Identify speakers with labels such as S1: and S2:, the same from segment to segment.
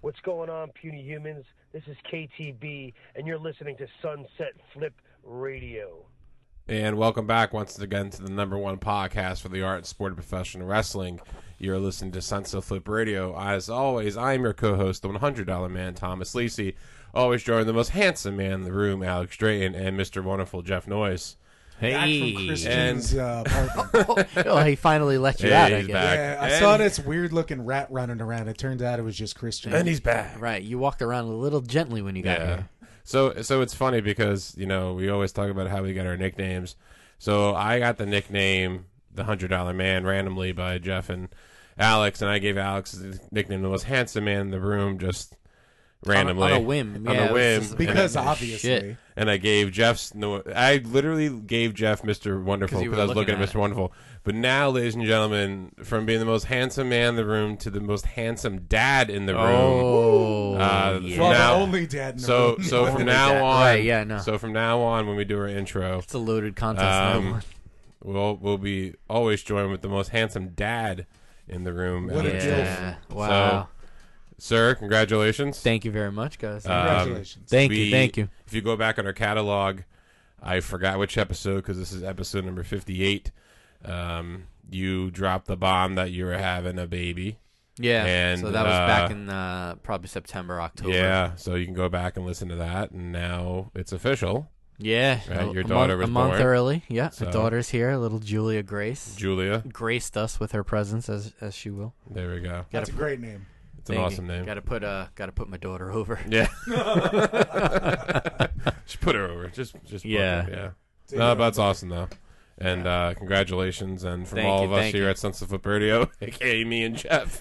S1: What's going on, puny humans? This is KTB, and you're listening to Sunset Flip Radio.
S2: And welcome back once again to the number one podcast for the art and sport of professional wrestling. You're listening to Sunset Flip Radio. As always, I'm your co host, the $100 man, Thomas Lisi. Always joined the most handsome man in the room, Alex Drayton, and Mr. Wonderful Jeff Noyes.
S3: Hey,
S4: Back from Christian's uh, apartment.
S3: oh, he finally let you
S2: Hey,
S3: out. I
S2: he's
S3: guess.
S2: back.
S4: yeah, I
S2: And-
S4: saw this weird looking rat running around. It turns out it was just Christian.
S2: he's back.
S3: Oh, Right, you walked around a little gently when you got
S2: Yeah.
S3: here.
S2: So so it's funny because you know we always talk about how we got our nicknames. So I got the nickname the Hundred Dollar Man randomly by Jeff and Alex, and I gave Alex the nickname the most handsome man in the room just randomly
S3: on a whim,
S2: on
S3: yeah, it
S2: a
S3: was
S2: whim,
S3: just a-
S4: because
S2: and, I-
S4: obviously.
S3: Shit.
S2: and I gave Jeff's. No, I literally gave Jeff Mister Wonderful
S3: 'Cause you
S2: because
S3: were
S2: I was looking
S3: looking
S2: at
S3: at
S2: Mister
S3: it.
S2: Wonderful. But now, ladies and gentlemen, from being the most handsome man in the room to the most handsome dad in the room.
S3: Oh,
S2: Uh,
S3: yeah.
S4: Well,
S2: Now-
S4: the only dad in the
S2: So
S4: room.
S2: so from
S3: Only
S2: now
S3: that.
S2: on,
S3: Right, yeah, no.
S2: So from now on, when we do our intro,
S3: it's a loaded contest.
S2: um,
S3: that one.
S2: we'll we'll be always joined with the most handsome dad in the room.
S4: What a
S2: Alex.
S3: yeah.
S4: dilf.
S3: Wow.
S2: Sir, congratulations.
S3: thank you very much,
S2: uh,
S3: guys.
S2: um,
S4: Congratulations.
S3: thank
S2: We-
S3: you, thank you.
S2: If you go back on our catalog, I forgot which episode because this is episode number fifty-eight. Um, you dropped the bomb that you were having a baby.
S3: Yeah.
S2: and,
S3: so that was
S2: uh,
S3: back in uh, probably September, October.
S2: Yeah, so you can go back and listen to that, and now it's official.
S3: Yeah.
S2: Right,
S3: a-
S2: your
S3: a
S2: daughter
S3: month,
S2: was
S3: a month
S2: born.
S3: early. Yeah.
S2: So-
S3: Her daughter's here, little Julia Grace.
S2: Julia,
S3: Graced us with her presence as as she will.
S2: there we go.
S4: That's a great name.
S2: It's an awesome name.
S3: Got to put uh, got to put my daughter over.
S2: Yeah. just put her over. Just just book
S3: Yeah.
S2: her, yeah. No, but that's awesome though. And uh, congratulations, and from
S3: Thank
S2: all
S3: you,
S2: of us
S3: thank
S2: here
S3: you.
S2: at Sunset Flip Radio, aka me and Jeff,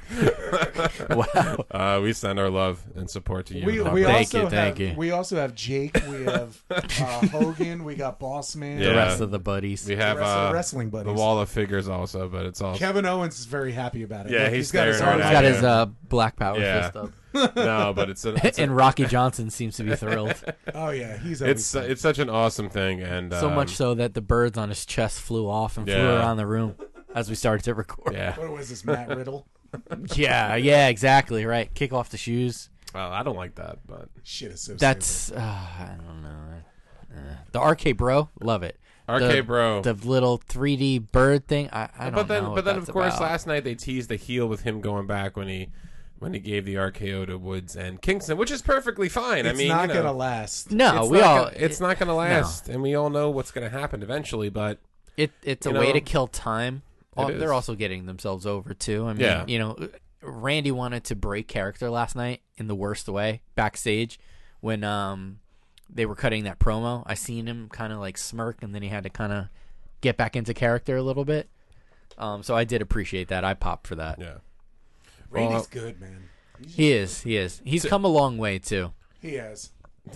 S3: wow.
S2: uh, we send our love and support to you.
S4: We,
S2: and
S4: we
S3: Thank
S4: also
S3: you, thank
S4: have
S3: you.
S4: we also have Jake. We have uh, Hogan. We got Bossman.
S2: Yeah.
S3: The rest of the buddies.
S2: we
S4: The
S2: have
S4: rest of
S2: uh,
S4: the wrestling buddies.
S2: the wall of figures also, but it's all
S4: Kevin Owens is very happy about it.
S2: Yeah,
S4: Look,
S2: he's
S4: he's got his
S2: staring
S4: arms
S2: right
S3: He's
S4: out.
S3: got his
S2: Yeah.
S3: uh, black power
S2: Yeah.
S3: fist up.
S2: no, but it's an, it's, a-
S3: and Rocky Johnson seems to be thrilled.
S4: Oh yeah, he's
S2: it's
S4: always
S2: it's such an awesome thing, and
S3: so
S2: um,
S3: much so that the birds on his chest flew off and flew
S2: Yeah.
S3: around the room as we started to record.
S2: Yeah,
S4: what was this Matt Riddle?
S3: yeah, yeah, exactly. Right. Kick off the shoes.
S2: well, I don't like that, but
S4: Shit is so
S3: That's uh, I don't know. Uh, the RK Bro, love it.
S2: RK
S3: the,
S2: Bro.
S3: the little 3D bird thing. I, I don't
S2: but then,
S3: know. what
S2: but then,
S3: that's
S2: of course,
S3: about.
S2: last night they teased the heel with him going back when he when he gave the RKO to Woods and Kingston, which is perfectly fine. I
S4: It's
S2: mean,
S4: not
S2: you know,
S4: gonna last.
S3: no,
S2: it's
S3: we
S2: not
S3: all
S2: gonna, it's not going to last, and we all know what's going to happen eventually. But
S3: It it's a
S2: You
S3: way
S2: know?
S3: to kill time. Al-
S2: is.
S3: They're also getting themselves over too. I mean,
S2: Yeah.
S3: you know, Randy wanted to break character last night in the worst way backstage when um they were cutting that promo. I seen him kind of like smirk, and then he had to kind of get back into character a little bit. Um, so I did appreciate that. I popped for that.
S2: yeah,
S4: Randy's
S2: Well,
S4: good, man.
S3: He is, he is. He's come a long way too,
S4: He has.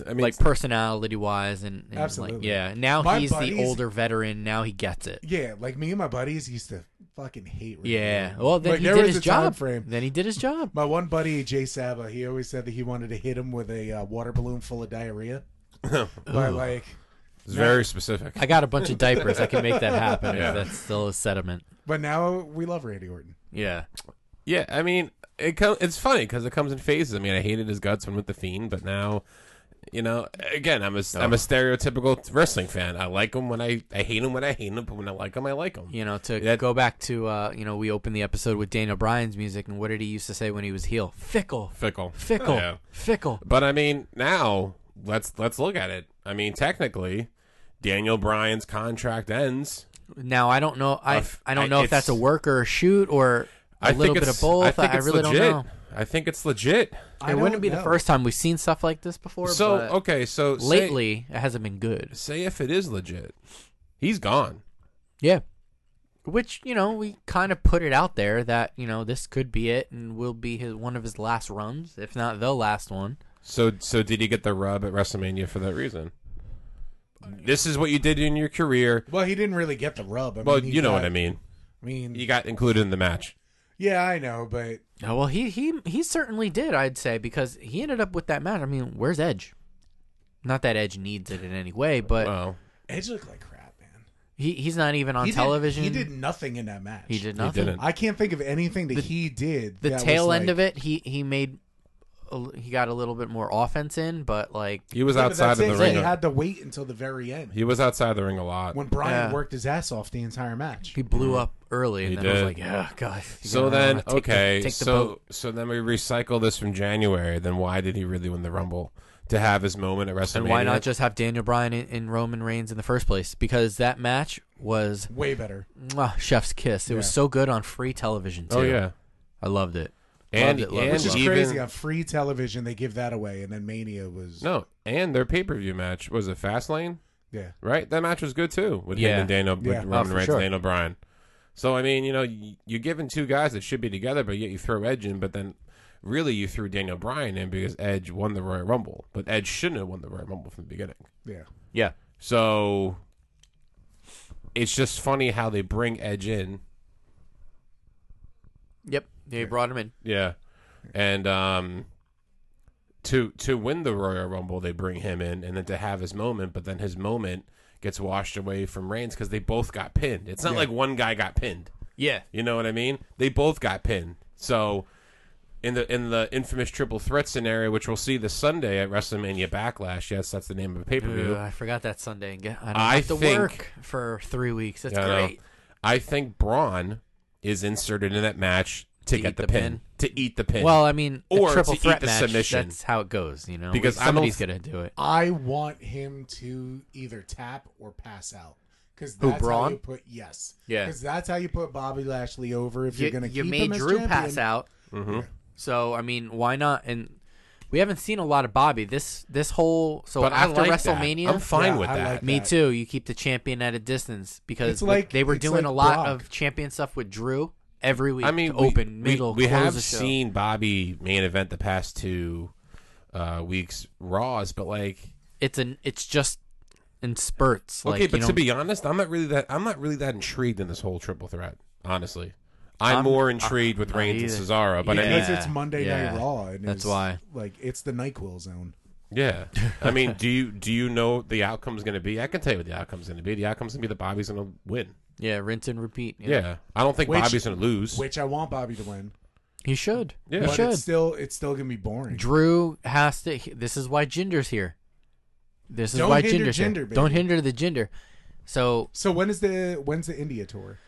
S2: I mean,
S3: like personality wise, and, and like
S4: Absolutely.
S3: yeah. Now
S4: My
S3: he's
S4: buddies-
S3: the older veteran. Now he gets it.
S4: Yeah, like me and my buddies used to fucking hate. Randy.
S3: Yeah. Well, then
S4: Like,
S3: he
S4: there
S3: did
S4: was
S3: his
S4: a time
S3: job.
S4: frame.
S3: Then he did his job.
S4: My one buddy, Jay Saba, he always said that he wanted to hit him with a uh, water balloon full of diarrhea. but like,
S2: it's very specific.
S3: I got a bunch of diapers. I can make that happen.
S2: Yeah.
S3: If that's still a sediment.
S4: but now we love Randy Orton.
S3: Yeah.
S2: Yeah, I mean, it com- it's funny because it comes in phases. I mean, I hated his guts when with the Fiend, but now, you know, again, I'm a am a stereotypical wrestling fan. I like him when I I hate him when I hate him, but when I like him, I like him.
S3: You know, to
S2: That-
S3: go back to, uh, you know, we opened the episode with Daniel Bryan's music, and what did he used to say when he was heel? Fickle.
S2: Fickle,
S3: Fickle.
S2: Yeah.
S3: Fickle.
S2: But I mean, now let's let's look at it. I mean, technically, Daniel Bryan's contract ends.
S3: Now, I don't know. I,
S2: Uh, f-
S3: I don't
S2: I-
S3: know if that's a
S2: it's-
S3: work or a shoot or a
S2: I
S3: little
S2: think
S3: bit
S2: it's-
S3: of both.
S2: I, think it's
S3: really
S2: legit.
S3: don't know.
S2: I think it's legit.
S4: I
S3: it wouldn't
S4: don't
S3: be the
S4: know.
S3: first time we've seen stuff like this before.
S2: So
S3: but
S2: okay, so say-
S3: lately, it hasn't been good.
S2: say if it is legit, he's gone.
S3: Yeah. Which, you know, we kind of put it out there that, you know, this could be it and will be his one of his last runs, if not the last one.
S2: So so did he get the rub at WrestleMania for that reason? This is what you did in your career.
S4: Well, he didn't really get the rub. I mean,
S2: Well,
S4: he
S2: you know
S4: got-
S2: what I mean.
S4: I mean,
S2: You got included in the match.
S4: yeah, I know, but
S3: Oh, well, he he he certainly did, I'd say, because he ended up with that match. I mean, where's Edge? Not that Edge needs it in any way, but
S2: Well,
S4: Edge looked like crap, man.
S3: he, he's not even on
S4: He did-
S3: television.
S4: he did nothing in that match.
S3: He did nothing.
S2: didn't.
S4: I can't think of anything that he did.
S3: The
S4: that was
S3: tail end
S4: like-
S3: of it, he he made a- he got a little bit more offense in, but like
S2: He was
S4: Yeah, but
S2: outside of
S4: that's
S2: the
S4: it.
S2: ring.
S4: He had to wait until the very end
S2: he was outside the ring a lot.
S4: when Brian
S3: Yeah.
S4: worked his ass off the entire match.
S3: he blew up early, and
S2: Mm. He
S3: then I was
S2: did.
S3: like, yeah, God. you're
S2: So
S3: gonna
S2: then,
S3: uh, take the-
S2: okay,
S3: take the
S2: so
S3: boat.
S2: so then we recycle this from January. Then why did he really win the Rumble to have his moment at WrestleMania?
S3: and why not just have Daniel Bryan and, and Roman Reigns in the first place? Because that match was
S4: Way better.
S3: mwah, chef's kiss. It was
S4: Yeah.
S3: so good on free television too.
S2: Oh yeah,
S3: I loved it.
S2: and
S3: it, loved it,
S2: and
S4: Which is
S3: loved
S2: even
S4: crazy. On free television, they give that away, and then Mania was
S2: no, and their pay per view match was it Fastlane,
S4: yeah.
S2: right? That match was good too with him
S3: Yeah.
S2: and Daniel with
S4: Yeah.
S3: Oh,
S2: Roman
S3: for
S2: Reigns
S3: sure.
S2: and Daniel Bryan. So I mean, you know, y- you're giving two guys that should be together, but yet you throw Edge in, but then. Really, you threw Daniel Bryan in because Edge won the Royal Rumble, but Edge shouldn't have won the Royal Rumble from the beginning.
S4: Yeah.
S3: Yeah,
S2: So it's just funny how they bring Edge in.
S3: yep. They brought him in.
S2: Yeah. And um to to win the Royal Rumble, they bring him in and then to have his moment, but then his moment gets washed away from Reigns cuz they both got pinned. It's not like one guy got pinned.
S3: Yeah,
S2: You know what I mean? They both got pinned. So in the in the infamous triple threat scenario, which we'll see this Sunday at WrestleMania Backlash, yes, that's the name of the pay per
S3: Ooh,
S2: view.
S3: I forgot that Sunday. And get, I don't
S2: I
S3: have to
S2: think-
S3: work for three weeks. That's
S2: Yeah, I know.
S3: great.
S2: I think Braun is inserted in that match to,
S3: To
S2: get
S3: eat
S2: the,
S3: the
S2: pin,
S3: pin?
S2: to eat the pin.
S3: Well, I mean, a
S2: Or
S3: triple
S2: to eat
S3: threat
S2: the
S3: match.
S2: submission.
S3: That's how it goes, you know.
S2: Because I don't
S3: somebody's
S2: th-
S3: gonna do it.
S4: I want him to either tap or pass out because
S3: Who,
S4: that's how
S3: Braun?
S4: you put yes.
S3: Yeah.
S4: because that's how you put Bobby Lashley over. If you're
S3: You,
S4: gonna
S3: you
S4: keep
S3: made
S4: him as
S3: Drew
S4: champion.
S3: pass out,
S2: Mm-hmm.
S3: so I mean, why not? And we haven't seen a lot of Bobby this this whole. So
S2: but
S3: after
S2: I like that.
S3: WrestleMania,
S2: I'm fine
S4: Yeah,
S2: with
S4: I
S2: that.
S4: like
S3: Me
S4: that.
S3: too. You keep the champion at a distance because
S4: It's
S3: what-
S4: like-
S3: they were
S4: it's
S3: doing
S4: like
S3: a lot
S4: Brock.
S3: of champion stuff with Drew every week.
S2: I mean,
S3: to
S2: we-
S3: open,
S2: we,
S3: middle,
S2: we
S3: close
S2: have
S3: the show.
S2: seen Bobby main event the past two uh, weeks Raws, but like,
S3: it's an it's just in spurts. Like,
S2: okay, but
S3: you
S2: to
S3: know,
S2: be honest, I'm not really that. I'm not really that intrigued in this whole triple threat. Honestly, I'm,
S3: I'm-
S2: more intrigued with
S3: not
S2: Reigns and
S3: either.
S2: Cesaro. But I mean,
S4: Because it's Monday
S3: yeah.
S4: Night Raw. And
S3: That's
S4: it's,
S3: why.
S4: Like it's the Nyquil zone.
S2: Yeah, I mean, do you do you know what the outcome's going to be? I can tell you what the outcome's going to be. The outcome's going to be that Bobby's going to win.
S3: yeah, rinse and repeat.
S2: Yeah, I don't think
S4: Which-
S2: Bobby's going to lose.
S4: Which I want Bobby to win,
S3: he should.
S2: Yeah.
S3: he
S2: But
S4: but
S3: should.
S4: it's still it's still gonna be boring.
S3: Drew has to. he- This is why Ginger's here. This is
S4: Don't
S3: why
S4: hinder
S3: Ginger's
S4: Jinder,
S3: here.
S4: baby.
S3: Don't hinder the Ginger. So
S4: so when is the when's the India tour?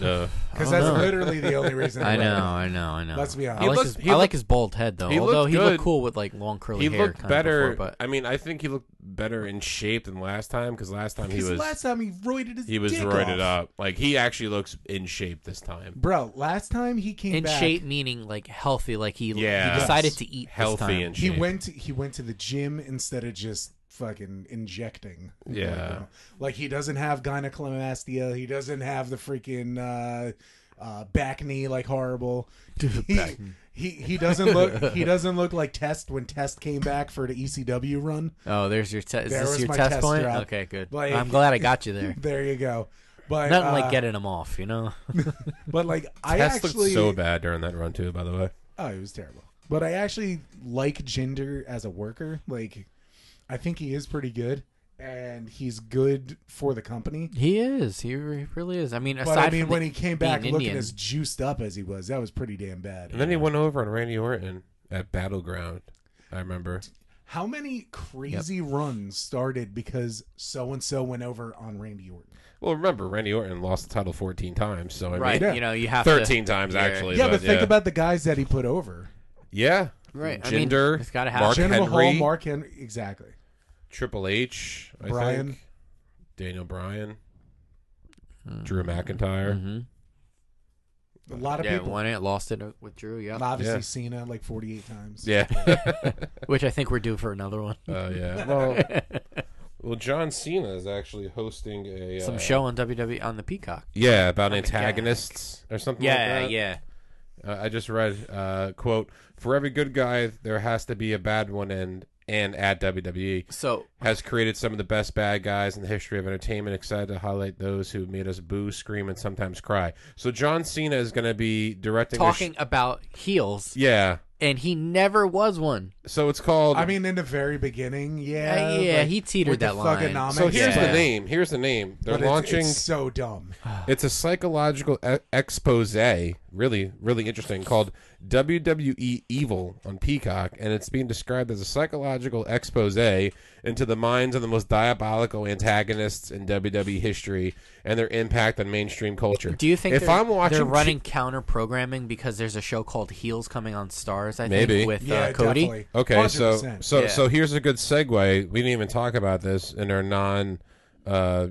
S2: No.
S4: Because
S3: I
S4: that's
S3: don't know.
S4: literally the only reason.
S3: I
S4: went.
S3: know, I know, I know.
S4: Let's be honest.
S3: I
S4: He
S3: like,
S2: looked-
S3: his,
S2: he
S3: I like
S2: looked-
S3: his bald head though.
S2: he looked
S3: Although he
S2: good.
S3: looked cool with like long curly
S2: he
S3: hair.
S2: looked
S3: kind
S2: better.
S3: Of before, but
S2: I mean, I think he looked better in shape than last time because last time he
S4: Because
S2: was
S4: last time he roided his
S2: he was
S4: dick
S2: roided
S4: off.
S2: up. Like he actually looks in shape this time,
S4: Bro, last time he came
S3: in
S4: back,
S3: shape, meaning like healthy. Like he
S2: Yeah.
S3: he decided to eat this time.
S2: healthy and
S4: he
S2: shape.
S4: went to, he went to the gym instead of just fucking injecting.
S2: Yeah.
S4: Like, like, he doesn't have gynecomastia. He doesn't have the freaking uh, uh, back knee like horrible. He, he he doesn't look he doesn't look like Test when Test came back for the ECW run.
S3: Oh, there's your test. Is
S4: There
S3: this
S4: was
S3: your
S4: my
S3: test,
S4: test
S3: point?
S4: drop.
S3: Okay, good.
S4: Like-
S3: I'm glad I got you there.
S4: There you go. But
S3: Nothing
S4: uh,
S3: like getting them off, you know.
S4: But like I
S2: Test
S4: actually
S2: looked so bad during that run too. By the way,
S4: Oh, it was terrible. But I actually like Jinder as a worker. Like, I think he is pretty good, and he's good for the company.
S3: He is. He re- really is. I mean, aside
S4: But I
S3: from
S4: mean, when
S3: the-
S4: he came back
S3: being
S4: looking
S3: Indian,
S4: as juiced up as he was, that was pretty damn bad.
S2: and then he went over on Randy Orton at Battleground. I remember.
S4: How many crazy runs started because so and so went over on Randy Orton?
S2: Well, remember Randy Orton lost the title 14 times, so I
S3: right?
S2: mean,
S4: Yeah.
S3: You know, you have to-
S2: 13 times actually.
S4: Yeah, but think about the guys that he put over:
S2: yeah,
S3: Right, I mean,
S2: Gender,
S3: it's gotta happen.
S2: Mark
S4: Jinder
S2: Henry,
S4: Mahal, Mark Henry, exactly.
S2: Triple H, I
S4: Bryan.
S2: think. Daniel Bryan,
S3: Hmm.
S2: Drew McIntyre.
S3: Mhm.
S4: A lot of
S3: Yeah,
S4: people.
S3: won it, lost it with Drew. Yeah,
S4: Obviously,
S2: Yeah.
S4: Cena like forty-eight times.
S2: Yeah.
S3: which I think we're due for another one.
S2: Oh yeah. Well, well, John Cena is actually hosting a
S3: Some
S2: uh,
S3: show on WWE on the Peacock.
S2: Yeah, about antagonists or something. like that.
S3: yeah.
S2: Uh, I just read uh, quote: "For every good guy, there has to be a bad one." And and at WWE
S3: So
S2: has created some of the best bad guys in the history of entertainment. Excited to highlight those who made us boo, scream, and sometimes cry. So John Cena is going to be directing. a sh-
S3: talking about heels,
S2: yeah.
S3: and he never was one.
S2: So it's called.
S4: I mean, in the very beginning,
S3: Uh,
S4: yeah,
S3: yeah,
S4: like,
S3: he teetered
S4: with
S3: that
S4: the
S3: line.
S4: thugonomics,
S2: so here's
S3: Yeah.
S2: the name. Here's the name. They're
S4: but it's-
S2: launching.
S4: It's,
S2: It's,
S4: so dumb.
S2: a psychological e- expose, really, really interesting, called WWE Evil on Peacock, and it's being described as a psychological expose into the minds of the most diabolical antagonists in WWE history and their impact on mainstream culture.
S3: Do you think
S2: if
S3: they're,
S2: I'm watching
S3: they're running counter programming because there's a show called Heels coming on Stars? I
S2: Maybe.
S3: think with
S4: Yeah,
S3: uh, Cody.
S4: definitely.
S2: Okay, so
S4: 100%.
S2: so
S3: Yeah.
S2: so here's a good segue. We didn't even talk about this in our non uh,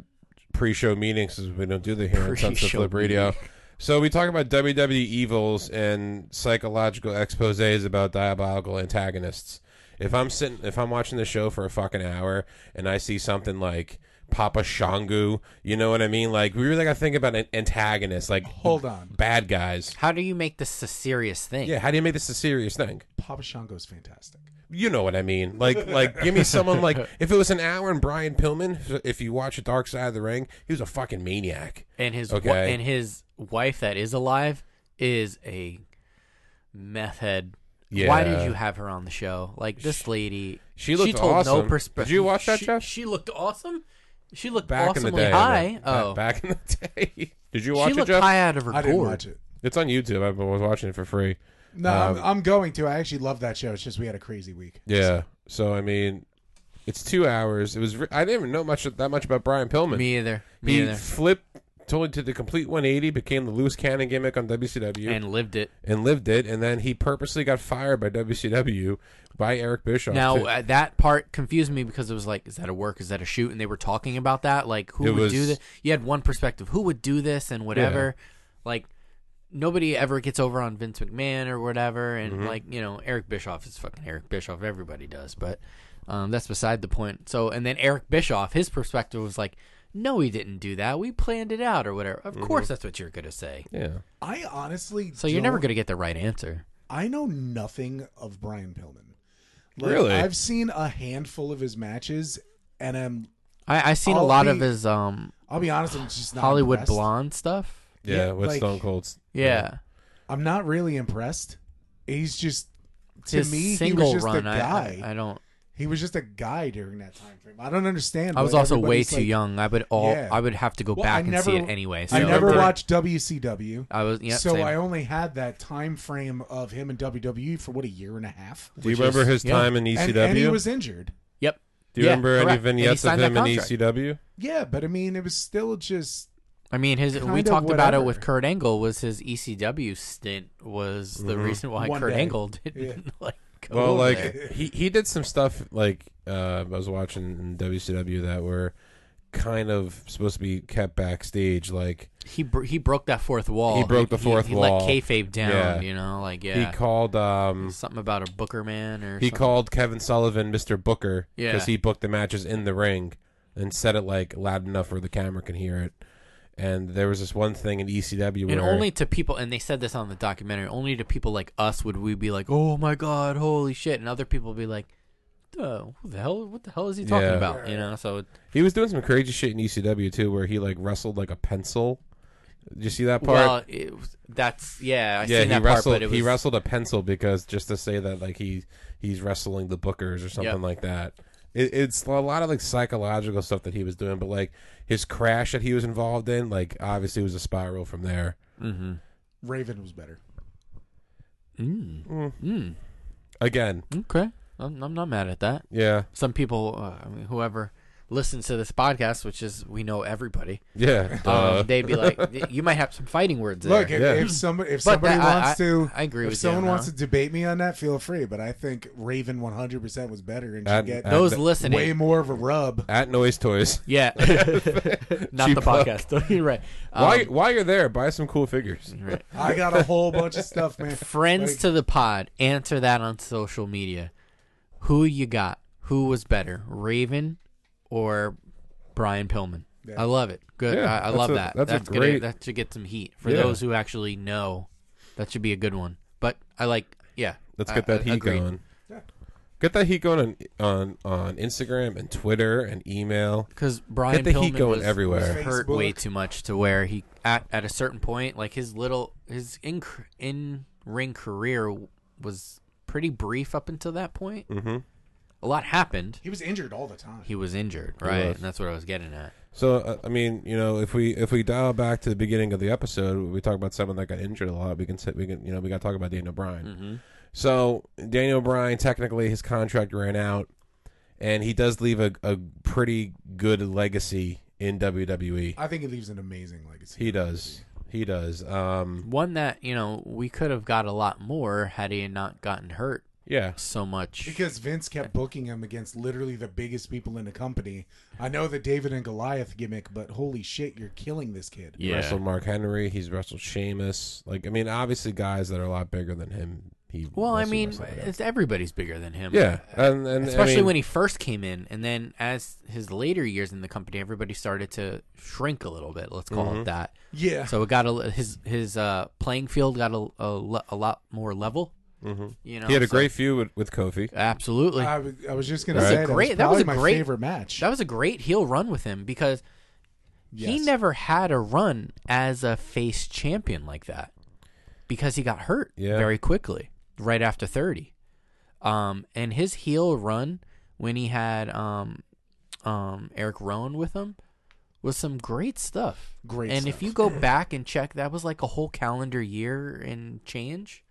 S2: pre-show meetings, as we don't do the here on Sunset
S3: Pre-show
S2: Flip Radio. So we talk about WWE evils and psychological exposés about diabolical antagonists. If I'm sitting, if I'm watching the show for a fucking hour and I see something like Papa Shangu, you know what I mean? Like we really got to think about an antagonist, like
S4: Hold on,
S2: bad guys.
S3: How do you make this a serious thing?
S2: Yeah, how do you make this a serious thing?
S4: Papa Shango's fantastic.
S2: you know what I mean. Like, like, give me someone like if it was an hour and Brian Pillman. If you watch Dark Side of the Ring, he was a fucking maniac.
S3: And his
S2: Okay.
S3: wa- and his wife that is alive is a meth head. Why
S2: Yeah.
S3: did you have her on the show? Like this lady,
S2: She looked
S3: told
S2: awesome.
S3: no perspective.
S2: Did you watch that,
S3: she,
S2: Jeff?
S3: She looked awesome. She looked
S2: Back in
S3: awesomely
S2: the day,
S3: high.
S2: Ba-
S3: oh,
S2: back in the day. Did you
S3: she
S2: watch it,
S3: looked
S2: Jeff?
S3: high out of her
S4: I didn't
S3: gourd.
S4: watch it.
S2: It's on YouTube. I was watching it for free.
S4: No, I'm, I'm going to. I actually love that show. It's just we had a crazy week.
S2: Um, Yeah. So I mean, it's two hours. It was. Re- I didn't even know much that much about Brian Pillman.
S3: Me either. Me
S2: he
S3: either.
S2: flipped totally to the complete 180, became the loose cannon gimmick on WCW, and,
S3: And lived it.
S2: lived it. And then he purposely got fired by WCW by Eric Bischoff.
S3: Now
S2: to-
S3: uh, that part confused me because it was like, is that a work? Is that a shoot? And they were talking about that, like who
S2: It
S3: would
S2: was-
S3: do this? You had one perspective, who would do this, and whatever. Like nobody ever gets over on Vince McMahon or whatever, and
S4: Mm-hmm.
S3: like you know Eric Bischoff is fucking Eric Bischoff. Everybody does, but um, that's beside the point. So and then Eric Bischoff, his perspective was like, no, he didn't do that. We planned it out or whatever. Of
S4: Mm-hmm.
S3: course, that's what you're gonna say.
S2: yeah.
S4: I honestly,
S3: So you're never
S4: don't-
S3: gonna get the right answer.
S4: I know nothing of Brian Pillman. Like,
S2: Really?
S4: I've seen a handful of his matches, and I'm.
S3: I I seen a
S4: I'll
S3: lot of
S4: be-
S3: his um
S4: I'll be honest, I'm just not
S3: Hollywood
S4: impressed.
S3: Blonde stuff.
S2: Yeah,
S4: Yeah,
S2: with
S4: like-
S2: Stone Cold's.
S3: Yeah.
S4: I'm not really impressed. He's just to
S3: His
S4: me, he
S3: single
S4: was just a
S3: run, I-
S4: guy.
S3: I, I don't.
S4: he was just a guy during that time frame. I don't understand.
S3: I was
S4: why
S3: also way
S4: everybody's
S3: too
S4: like-
S3: young. I would all.
S4: Yeah.
S3: I would have to go
S4: Well, I
S3: back and see
S4: never-
S3: it anyway. So
S4: I never
S2: remember-
S4: watched WCW.
S3: I was. Yeah.
S4: so
S3: same.
S4: I only had that time frame of him in WWE for what a year and a half.
S2: Do you
S3: Which
S2: remember
S3: is-
S2: his
S3: yeah.
S2: time in ECW?
S4: And, and he was injured.
S3: Yep.
S2: Do you
S3: Yeah,
S2: remember any
S3: correct. And he
S2: vignettes of
S3: signed that
S2: him in E
S3: contract.
S2: ECW?
S4: Yeah, but I mean, it was still just
S3: I mean, his. We
S4: Kinda
S3: talked about it
S4: whatever.
S3: with Kurt Angle. Was his ECW stint was the reason why
S4: Mm-hmm. One
S3: Kurt
S4: day.
S3: Angle didn't like go
S2: Well,
S3: over
S2: like
S3: there.
S2: he, he did some stuff like uh, I was watching in WCW that were kind of supposed to be kept backstage. Like
S3: he bro- he broke that fourth wall.
S2: He broke the fourth
S3: he,
S2: wall.
S3: He let kayfabe down.
S2: Yeah.
S3: You know, like
S2: he
S3: yeah,
S2: called um
S3: something about a Booker man or
S2: he
S3: something.
S2: called Kevin Sullivan Mr. Booker
S3: Yeah.
S2: because he booked the matches in the ring and said it like loud enough where the camera can hear it. And there was this one thing in ECW where
S3: And only to people, and they said this on the documentary. Only to people like us would we be like, "Oh my god, holy shit!" And other people would be like, "Uh, who the hell? What the hell is he talking
S2: Yeah.
S3: about?" You know. So it-
S2: He was doing some crazy shit in ECW too, where he like wrestled like a pencil. Did you see that part?
S3: well, it was, that's yeah. I
S2: yeah,
S3: seen
S2: he
S3: that
S2: wrestled.
S3: part, but it was
S2: He wrestled a pencil because just to say that like he he's wrestling the bookers or something
S3: Yep.
S2: like that. It, it's a lot of like psychological stuff that he was doing, but like his crash that he was involved in, like obviously was a spiral from there.
S4: Raven was better.
S2: Again,
S3: okay. I'm, I'm not mad at that.
S2: yeah,
S3: Some people, uh, I mean, whoever listens to this podcast, which is we know everybody,
S2: yeah. duh.
S3: um, they'd be like, "You might have some fighting words." There.
S4: Look, if,
S2: Yeah.
S4: if somebody if
S3: But
S4: somebody
S3: that- I-
S4: wants
S3: I-
S4: to,
S3: I agree
S4: If
S3: with you
S4: someone
S3: on
S4: wants
S3: that.
S4: to debate me on that, feel free. But I think Raven 100 percent was better and
S2: Add-
S4: should get
S2: add
S3: those
S2: that-
S3: listening,
S4: way more of a rub.
S2: at Noise Toys.
S3: yeah, not
S2: Cheap
S3: the
S2: plug.
S3: podcast. You're right. Um,
S2: While while you're there, buy some cool figures.
S3: right.
S4: I got a whole bunch of stuff, man.
S3: Friends
S4: Like,
S3: to the pod, answer that on social media. Who you got? Who was better, Raven or Brian Pillman? I love it. Good.
S2: Yeah,
S3: I, I
S2: that's
S3: love
S2: a-
S3: that.
S2: that's
S3: That's,
S2: a
S3: gonna-
S2: great-
S3: that should get some heat for
S2: Yeah.
S3: those who actually know. That should be a good one. But I like. Yeah.
S2: Let's
S3: I-
S2: get that
S3: I-
S2: heat
S3: agreed.
S2: going. Get that heat going on on, on Instagram and Twitter and email.
S3: because Brian
S2: the
S3: Pillman
S2: heat going
S3: was,
S2: everywhere.
S3: was hurt way
S4: Facebook.
S3: too much to where he at at a certain point, like his little his in in ring career was pretty brief up until that point.
S2: Mm-hmm.
S3: A lot happened.
S4: He was injured all the time.
S3: He was injured, right?
S2: was.
S3: And that's what I was getting at.
S2: So uh, I mean, you know, if we if we dial back to the beginning of the episode, we talk about someone that got injured a lot. We can sit, we can you know we got to talk about Daniel Bryan.
S3: Mm-hmm.
S2: So Daniel Bryan, technically, his contract ran out, and he does leave a, a pretty good legacy in WWE.
S4: I think he leaves an amazing legacy.
S2: He does. He does. Um,
S3: One that you know we could have got a lot more had he not gotten hurt
S2: yeah.
S3: so much.
S4: Because Vince kept booking him against literally the biggest people in the company. I know the David and Goliath gimmick, but holy shit, you're killing this kid.
S3: yeah,
S2: Wrestled Mark Henry. He's wrestled Sheamus. Like I mean, obviously, guys that are a lot bigger than him. He
S3: Well, I
S2: wrestled-
S3: mean,
S2: wrestled against.
S3: it's, everybody's bigger than him.
S2: yeah, and, and
S3: Especially
S2: I mean,
S3: when he first came in, and then as his later years in the company, everybody started to shrink a little bit. Let's call
S2: Mm-hmm.
S3: it that.
S4: Yeah.
S3: So it got a, his his uh, playing field got a, a, lo- a lot more level. Mm-hmm. You know,
S2: he had a
S3: so-
S2: great feud with, with Kofi.
S3: absolutely.
S4: I was, I was just gonna
S2: That was
S4: say
S2: a
S4: that was
S3: great- that was
S4: probably
S3: a
S4: my
S3: great-
S4: favorite match.
S3: that was a great heel run with him because he
S4: Yes.
S3: never had a run as a face champion like that because he got hurt
S2: Yeah.
S3: very quickly right after 30 um and his heel run when he had um um Eric Rowan with him was some great stuff
S4: Great
S3: and
S4: stuff.
S3: if you go back and check that was like a whole calendar year and change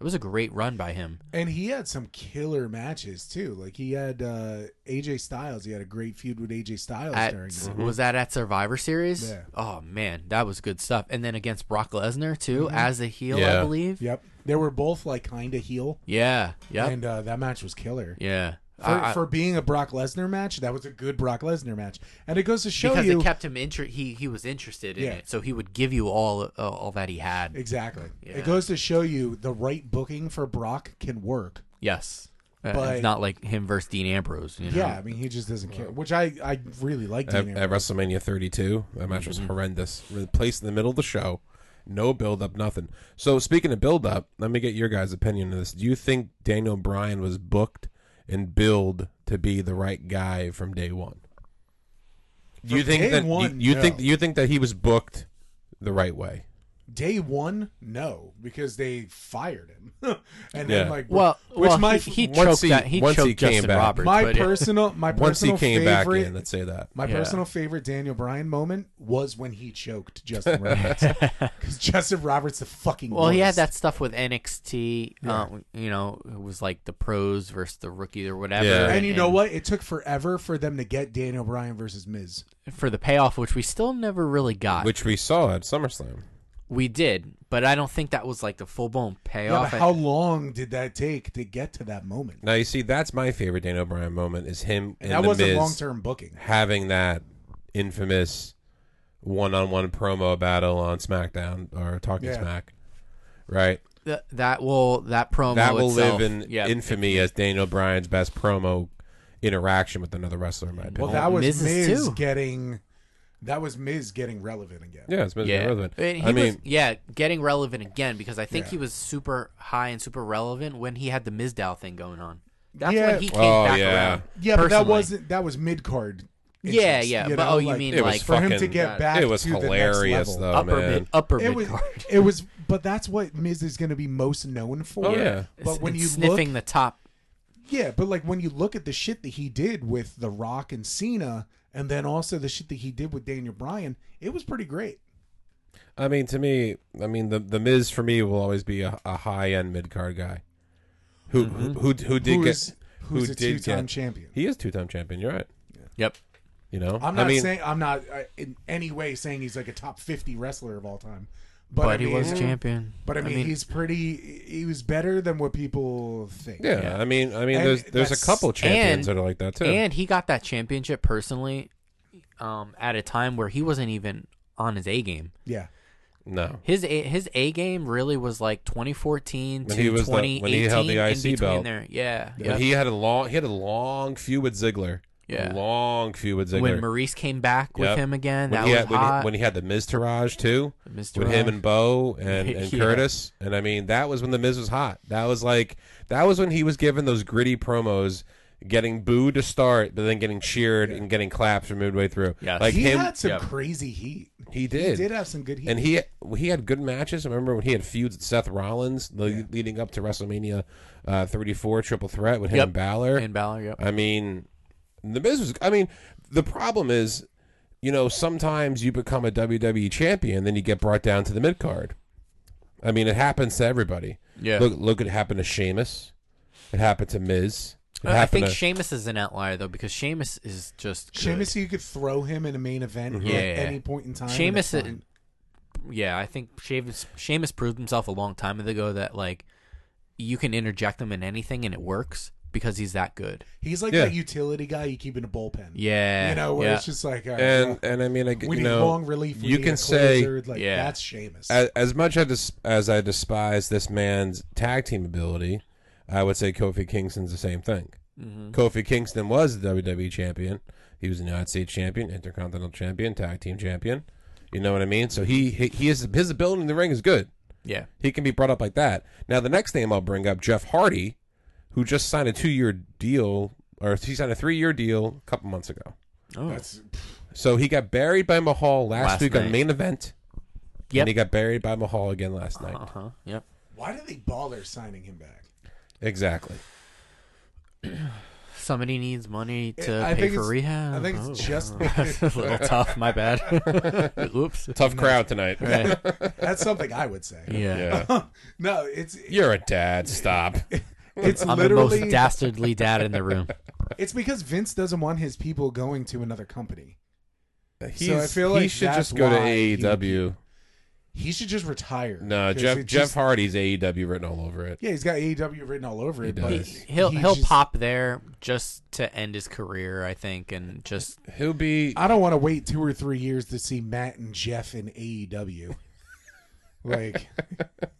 S3: it was a great run by him
S4: And he had some killer matches too. Like he had uh, AJ Styles. He had a great feud with AJ Styles
S3: at,
S4: during that.
S3: was that at Survivor Series?
S4: Mm-hmm. Yeah.
S3: Oh man, that was good stuff. And then against Brock Lesnar too,
S4: Mm-hmm.
S3: as a heel,
S2: Yeah.
S3: I believe.
S4: Yep, they were both like kind of heel,
S3: Yeah. Yep.
S4: and uh, that match was killer.
S3: yeah.
S4: For,
S3: I- I-
S4: for being a Brock Lesnar match, that was a good Brock Lesnar match, and it goes to show
S3: because
S4: you
S3: it kept him inter- he he was interested in
S4: Yeah.
S3: it, so he would give you all uh, all that he had.
S4: exactly.
S3: Yeah.
S4: It goes to show you the right booking for Brock can work.
S3: yes. Uh,
S4: But-
S3: it's not like him versus Dean Ambrose, you know.
S4: Yeah, I mean he just doesn't care, which I I really like.
S2: at,
S4: Dean
S2: at
S4: Ambrose.
S2: WrestleMania 32. That match
S3: Mm-hmm.
S2: was horrendous. Re- Placed in the middle of the show, no build up, nothing. So speaking of build up, let me get your guys' opinion on this. Do you think Daniel Bryan was booked and billed to be the right guy from day one? Do you
S4: From
S2: think
S4: day
S2: that
S4: one,
S2: you, you
S4: no.
S2: think you think that he was booked the right way?
S4: Day one, no, because they fired him, and
S2: Yeah.
S4: then like
S3: Well,
S4: which
S3: well,
S4: my
S3: he, he
S2: once
S3: choked
S2: he-
S3: that he
S2: once
S3: choked
S2: he came
S3: Justin
S2: back.
S3: Roberts.
S4: my
S3: but yeah.
S4: personal my
S2: Once
S4: personal
S2: he came
S4: favorite
S2: back in, let's say that.
S4: my
S3: Yeah.
S4: personal favorite Daniel Bryan moment was when he choked Justin Roberts because Justin Roberts the fucking
S3: well, he had
S4: worst.
S3: that stuff with NXT, uh, you know, it was like the pros versus the rookie or whatever.
S2: Yeah.
S4: and you know what it took forever for them to get Daniel Bryan versus Miz
S3: for the payoff, which we still never really got.
S2: Which we saw at SummerSlam.
S3: we did, but I don't think that was like the full blown
S4: yeah,
S3: payoff.
S4: but how long did that take to get to that moment
S2: Now you see, that's my favorite Daniel Bryan moment is him and,
S4: and that
S2: the
S4: wasn't
S2: Miz
S4: long term booking
S2: having that infamous one-on-one promo battle on SmackDown or Talking
S4: Yeah.
S2: Smack, right?
S3: Th- that will that promo
S2: that will
S3: itself-
S2: live in
S3: yeah,
S2: infamy as Daniel Bryan's best promo interaction with another wrestler, in my opinion.
S4: well that was
S3: Miz is
S4: Miz,
S3: too.
S4: getting that was Miz getting relevant again
S2: yeah, it's been
S3: yeah.
S2: relevant.
S3: And he
S2: I
S3: was-
S2: mean,
S3: yeah, getting relevant again because I think
S4: Yeah.
S3: he was super high and super relevant when he had the Mizdow thing going on. That's
S4: Yeah.
S3: when he came
S2: Oh,
S3: back
S2: yeah.
S3: around.
S4: yeah but that
S3: personally.
S4: wasn't that was mid card
S3: Yeah, yeah. But oh, you mean
S2: it was
S3: like
S4: for him to
S2: fucking-
S4: get back
S2: it was
S4: to the next
S2: hilarious
S4: level.
S2: though,
S3: upper
S2: Oh, man.
S3: mid upper
S4: it
S3: mid
S4: was
S3: card?
S4: it was but that's what Miz is going to be most known for.
S2: Oh, yeah.
S4: But
S3: It's-
S4: when
S3: it's
S4: you
S3: sniffing
S4: look
S3: the top,
S4: Yeah, but like when you look at the shit that he did with The Rock and Cena and then also the shit that he did with Daniel Bryan, it was pretty great.
S2: I mean, to me, I mean, the the Miz for me will always be a, a high-end mid-card guy who
S3: Mm-hmm.
S2: who, who who did
S4: Who
S2: get
S4: is- who's
S2: who
S4: a
S2: did
S4: two-time
S2: get-
S4: champion.
S2: He is two-time champion. You're right.
S3: yep,
S2: You know,
S4: I'm not
S2: I mean,
S4: saying I'm not uh, in any way saying he's like a top 50 wrestler of all time. But,
S3: but,
S4: I
S3: he
S4: mean,
S3: was champion.
S4: But I mean, he's pretty he was better than what people think.
S2: Yeah,
S3: Yeah.
S2: I mean, I mean,
S4: And
S2: there's there's a
S4: that's-
S2: couple champions
S3: and-
S2: that are like that too.
S3: And he got that championship personally um, at a time where he wasn't even on his A game.
S4: Yeah.
S2: no,
S3: His A, his A game really was like 2014
S2: When
S3: to
S2: he was the- when
S3: 2018
S2: he held the
S3: in
S2: IC
S3: between
S2: belt.
S3: there. Yeah.
S2: But
S3: yep.
S2: he had a long he had a long feud with Ziggler. a
S3: Yeah.
S2: long feud with Ziggler.
S3: when Maurice came back with
S2: Yep.
S3: him again,
S2: when
S3: that
S2: he
S3: was
S2: had, when,
S3: hot.
S2: He, when he had the Miz Taraj too,
S3: Miz
S2: with him
S3: Taraj.
S2: and Bo and, and
S3: Yeah.
S2: Curtis, and I mean that was when the Miz was hot. That was like that was when he was given those gritty promos, getting booed to start, but then getting cheered and getting claps from midway through.
S3: Yes.
S2: like
S4: He
S2: him.
S4: had some
S3: yeah.
S4: crazy heat.
S2: He did.
S4: He did have some good heat.
S2: and he he had good matches. I remember when he had feuds with Seth Rollins le- leading up to WrestleMania uh, 34 Triple Threat with him
S3: Yep.
S2: and Balor.
S3: And Balor, yep.
S2: I mean, the Miz was. I mean, the problem is, you know, sometimes you become a WWE champion, then you get brought down to the mid card. I mean, it happens to everybody.
S3: Yeah.
S2: Look, look, it happened to Sheamus. It happened to Miz. It
S3: Uh, I
S2: happened
S3: think
S2: to.
S3: Sheamus is an outlier though because Sheamus is just good.
S4: Sheamus, you could throw him in a main event
S2: Mm-hmm.
S3: Yeah.
S4: at any point in time. and
S3: Sheamus
S4: it's
S3: i-
S4: fine.
S3: Yeah, I think Sheamus Sheamus proved himself a long time ago that like you can interject him in anything and it works because he's that good.
S4: he's like
S2: Yeah.
S4: that utility guy you keep in a bullpen.
S3: Yeah,
S4: you know, where
S3: yeah.
S4: it's just like, all right,
S2: and
S4: well,
S2: and I mean, I, g-
S4: we
S2: you
S4: need
S2: know,
S4: long relief. We
S2: you
S4: need a
S2: can say-
S4: closer, like
S3: Yeah.
S4: that's Sheamus.
S2: as, as much I dis- as I despise this man's tag team ability, I would say Kofi Kingston's the same thing.
S3: Mm-hmm.
S2: Kofi Kingston was the WWE champion. He was the United States champion, Intercontinental champion, tag team champion. You know what I mean? So he he, he is his ability in the ring is good.
S3: yeah.
S2: He can be brought up like that. Now the next name I'll bring up, Jeff Hardy, who just signed a two year deal or he signed a three year deal a couple months ago.
S3: Oh,
S4: that's
S2: So he got buried by Mahal last,
S3: Last
S2: week on
S3: night.
S2: main event.
S3: Yep.
S2: And he got buried by Mahal again last night.
S3: uh huh. Yep.
S4: why did they bother signing him back?
S2: Exactly.
S3: Somebody needs money to
S4: I
S3: pay
S4: think
S3: for
S4: it's-
S3: rehab.
S4: I think it's
S3: Oh.
S4: just-
S3: a little tough. My bad. Oops.
S2: Tough crowd tonight.
S3: Right.
S4: That's something I would say.
S3: Oh. Yeah.
S2: Yeah.
S4: no, it's
S2: You're a dad. Stop.
S4: it's
S3: I'm the
S4: literally
S3: most dastardly dad in the room.
S4: it's because Vince doesn't want his people going to another company.
S2: He's,
S4: feel
S2: he
S4: like
S2: should
S4: that's
S2: just go to
S4: why he-
S2: AEW.
S4: He should just retire.
S2: No,
S4: 'cause
S2: Jeff
S4: it
S2: Jeff
S4: just-
S2: Hardy's AEW written all over it.
S4: Yeah, he's got AEW written all over it. but
S2: does.
S3: He'll
S4: he
S3: he'll
S4: just-
S3: pop there just to end his career, I think, and just
S2: He'll be
S4: I don't want to wait two or three years to see Matt and Jeff in AEW. like,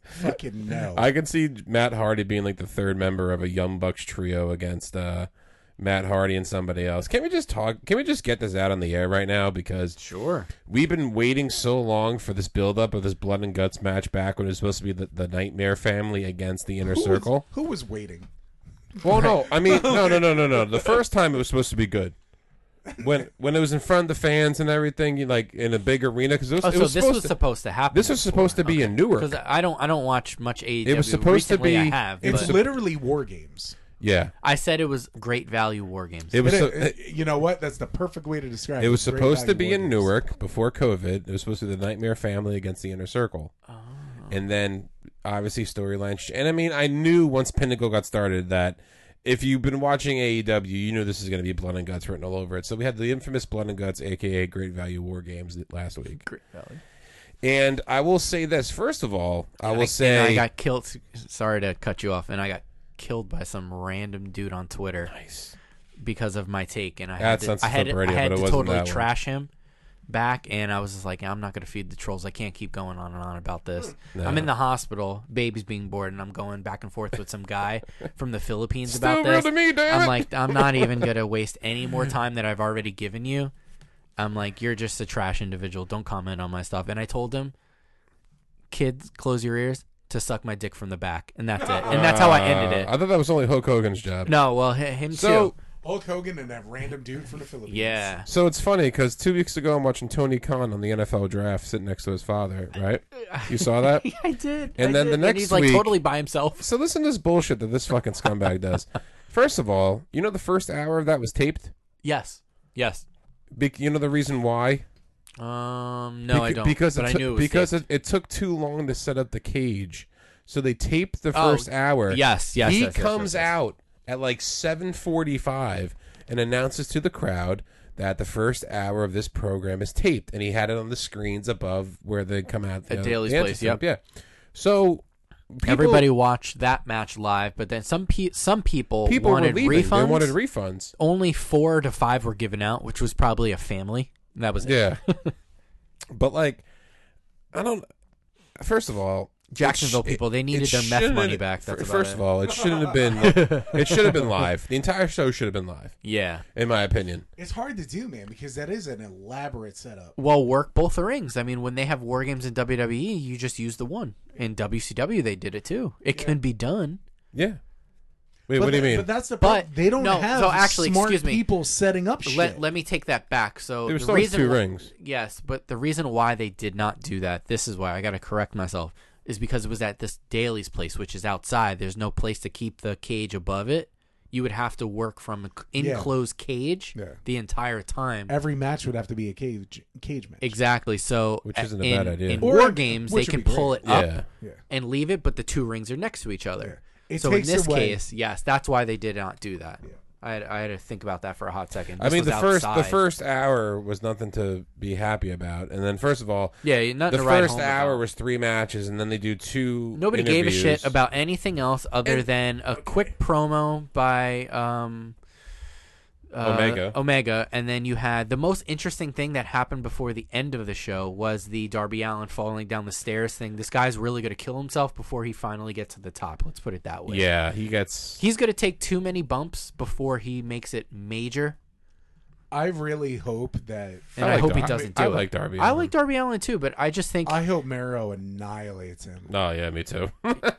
S4: fucking no.
S2: I could see Matt Hardy being like the third member of a Young Bucks trio against uh Matt Hardy and somebody else. Can we just talk? Can we just get this out on the air right now? Because
S3: sure.
S2: we've been waiting so long for this buildup of this blood and guts match back when it was supposed to be the, the Nightmare Family against the Inner
S4: who was,
S2: Circle.
S4: who was waiting?
S2: Well, no, I mean, no, no, no, no, no. The first time it was supposed to be good. When when it was in front of the fans and everything, you like in a big arena because it was,
S3: Oh,
S2: it
S3: so
S2: was
S3: this
S2: supposed
S3: was
S2: to,
S3: supposed to happen.
S2: this was supposed to be in Newark.
S3: because I don't I don't watch much AEW.
S2: was supposed to
S3: Recently, I
S2: be-
S3: have.
S4: It's
S3: but
S4: literally War Games.
S2: yeah,
S3: I said it was great value war games.
S2: it was.
S4: It-
S2: so-
S4: it- you know what? That's the perfect way to describe it.
S2: It was
S4: Great
S2: supposed to
S4: value
S2: be
S4: War
S2: in
S4: Games.
S2: Newark before COVID. It was supposed to be the Nightmare Family against the Inner Circle.
S3: Ah.
S2: And then obviously storyline. ch- And I mean, I knew once Pinnacle got started that if you've been watching AEW, you know this is going to be blood and guts written all over it. So we had the infamous blood and guts, aka Great Value War Games, last week.
S3: Great value.
S2: And I will say this first of all, I will
S3: I,
S2: say
S3: and I got killed. Sorry to cut you off, and I got killed by some random dude on Twitter
S2: Nice.
S3: because of my take, and I
S2: That's
S3: had
S2: not
S3: to, I
S2: Flip
S3: had, to- I
S2: Radio,
S3: had
S2: but it
S3: to
S2: wasn't
S3: totally
S2: that one.
S3: trash him back, and I was just like, I'm not going to feed the trolls. I can't keep going on and on about this. I'm in the hospital, baby's being born, and I'm going back and forth with some guy from the Philippines about
S2: real
S3: this.
S2: to me, damn
S3: I'm
S2: it.
S3: like, I'm not even going to waste any more time that I've already given you. I'm like, you're just a trash individual. Don't comment on my stuff. And I told him, kids, close your ears to suck my dick from the back, and that's it. And that's how I ended
S2: Uh,
S3: it.
S2: I thought that was only Hulk Hogan's job.
S3: No, well, hi- him
S2: So-
S3: too.
S4: Hulk Hogan and that random dude from the Philippines.
S3: Yeah.
S2: So it's funny because two weeks ago I'm watching Tony Khan on the NFL draft sitting next to his father, right? You saw that?
S3: I did.
S2: And
S3: I
S2: then
S3: did.
S2: the next
S3: he's like
S2: week-
S3: totally by himself.
S2: So listen to this bullshit that this fucking scumbag does. First of all, you know the first hour of that was taped.
S3: Yes. Yes.
S2: Be- you know the reason why?
S3: Um. No, I
S2: Beca-
S3: don't.
S2: Because
S3: but
S2: it
S3: I
S2: took-
S3: knew it was
S2: because
S3: taped.
S2: it, it took too long to set up the cage. So they taped the
S3: Oh,
S2: first hour.
S3: yes, yes,
S2: He
S3: yes, yes,
S2: comes
S3: yes, yes.
S2: out at like seven forty-five and announces to the crowd that the first hour of this program is taped, and he had it on the screens above where they come out the-
S3: At Daly's
S2: the
S3: Place,
S2: entrance. Yeah. So. People,
S3: everybody watched that match live, but then some pe- some people,
S2: people were
S3: wanted
S2: leaving.
S3: refunds.
S2: They wanted refunds.
S3: Only four to five were given out, which was probably a family. That was it.
S2: Yeah. but like I don't first of all
S3: Jacksonville people, they needed their meth
S2: shouldn't-
S3: money back, that's
S2: fir-
S3: about
S2: first
S3: it.
S2: of all, it shouldn't have been it should have been live. The entire show should have been live,
S3: Yeah.
S2: in my opinion.
S4: It's hard to do, man, because that is an elaborate setup.
S3: Well, work both the rings. I mean, when they have war games in E, WWE, you just use the one. In WCW, they did it too. It can be done.
S2: Yeah. Wait,
S4: But
S2: what do you
S4: tha-
S2: mean?
S4: But that's the
S3: But-
S4: problem. they don't
S3: no,
S4: have
S3: so actually,
S4: smart
S3: excuse me.
S4: people setting up shit.
S3: Let, let me take that back. So
S2: There were
S3: the
S2: still
S3: reason
S2: two
S3: why-
S2: rings.
S3: Yes, but the reason why they did not do that, this is why I got to correct myself, is because it was at this Daly's place, which is outside. There's no place to keep the cage above it. You would have to work from an
S4: Yeah.
S3: enclosed cage
S4: Yeah.
S3: the entire time.
S4: Every match would have to be a cage cage match.
S3: Exactly. So
S2: Which isn't a
S3: in,
S2: bad idea.
S3: In
S4: Or-
S3: war games, they
S4: which
S3: can
S4: would be
S3: pull
S4: great.
S3: it up
S2: Yeah.
S4: Yeah.
S3: and leave it, but the two rings are next to each other.
S4: Yeah. It
S3: so in
S4: takes
S3: this
S4: away-
S3: case, yes, that's why they did not do that. I, had, I had to think about that for a hot second.
S2: I
S3: This
S2: mean,
S3: was
S2: the first the
S3: outside.
S2: first hour was nothing to be happy about, and then first of all,
S3: yeah, you're not
S2: the
S3: in a ride
S2: first
S3: home
S2: hour
S3: about.
S2: was three matches, and then they do two.
S3: Nobody gave a
S2: interviews.
S3: shit about anything else other than a quick promo by um, uh,
S2: Omega.
S3: Omega, and then you had the most interesting thing that happened before the end of the show was the Darby Allen falling down the stairs thing. This guy's really gonna kill himself before he finally gets to the top. Let's put it that way.
S2: Yeah, he gets.
S3: he's gonna take too many bumps before he makes it major,
S4: I really hope that
S3: and
S2: I
S3: I,
S2: like
S3: hope he
S2: Darby.
S3: doesn't do
S2: I
S3: it.
S2: like Darby
S3: I
S2: Allin.
S3: like Darby Allen too, but I just think
S4: I hope Mero annihilates him.
S2: Oh yeah, me too.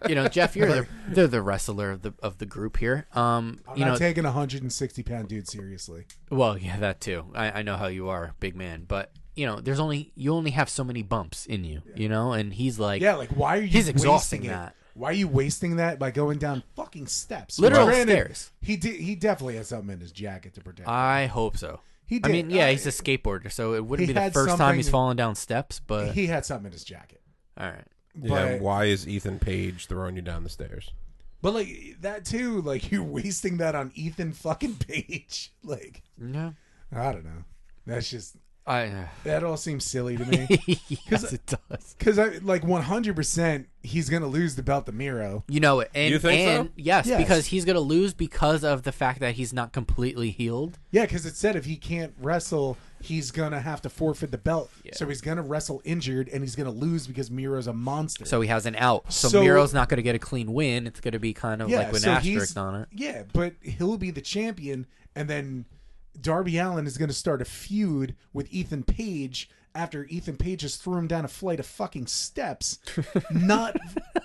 S3: you know, Jeff, you're the they're the wrestler of the of the group here. Um,
S4: I'm
S3: you
S4: not
S3: know,
S4: taking a hundred and sixty pound dude seriously.
S3: Well, yeah, that too. I, I know how you are, big man. But you know, there's only you only have so many bumps in you, you know. And he's like,
S4: Yeah, like why are you
S3: He's exhausting
S4: wasting it?
S3: that.
S4: Why are you wasting that by going down fucking steps?
S3: Literal
S4: Granted,
S3: stairs.
S4: He did. He definitely has something in his jacket to protect.
S3: I hope so.
S4: He
S3: I
S4: did.
S3: mean, yeah,
S4: I-
S3: he's a skateboarder, so it wouldn't be
S4: He
S3: the
S4: had
S3: first time he's
S4: something-
S3: fallen down steps. But
S4: he had something in his jacket.
S3: all right,
S4: But,
S2: yeah, why is Ethan Page throwing you down the stairs?
S4: but like that too, like you're wasting that on Ethan fucking Page. Like
S3: no,
S4: I don't know. That's just
S3: I. uh,
S4: that all seems silly to me.
S3: yes, it does.
S4: Because I like 100 percent he's gonna lose the belt to Miro.
S3: You know it, and
S2: You think so?
S3: and yes,
S4: Yes.
S3: because he's gonna lose because of the fact that he's not completely healed.
S4: Yeah, because it said if he can't wrestle, he's gonna have to forfeit the belt. So he's gonna wrestle injured, and he's gonna lose because Miro's a monster.
S3: So he has an out. So,
S4: So-
S3: Miro's not going to get a clean win. It's going to be kind of
S4: yeah,
S3: like with
S4: so
S3: an
S4: he's
S3: asterisk on it.
S4: yeah, but he'll be the champion, and then Darby Allen is gonna start a feud with Ethan Page after Ethan Page just threw him down a flight of fucking steps, not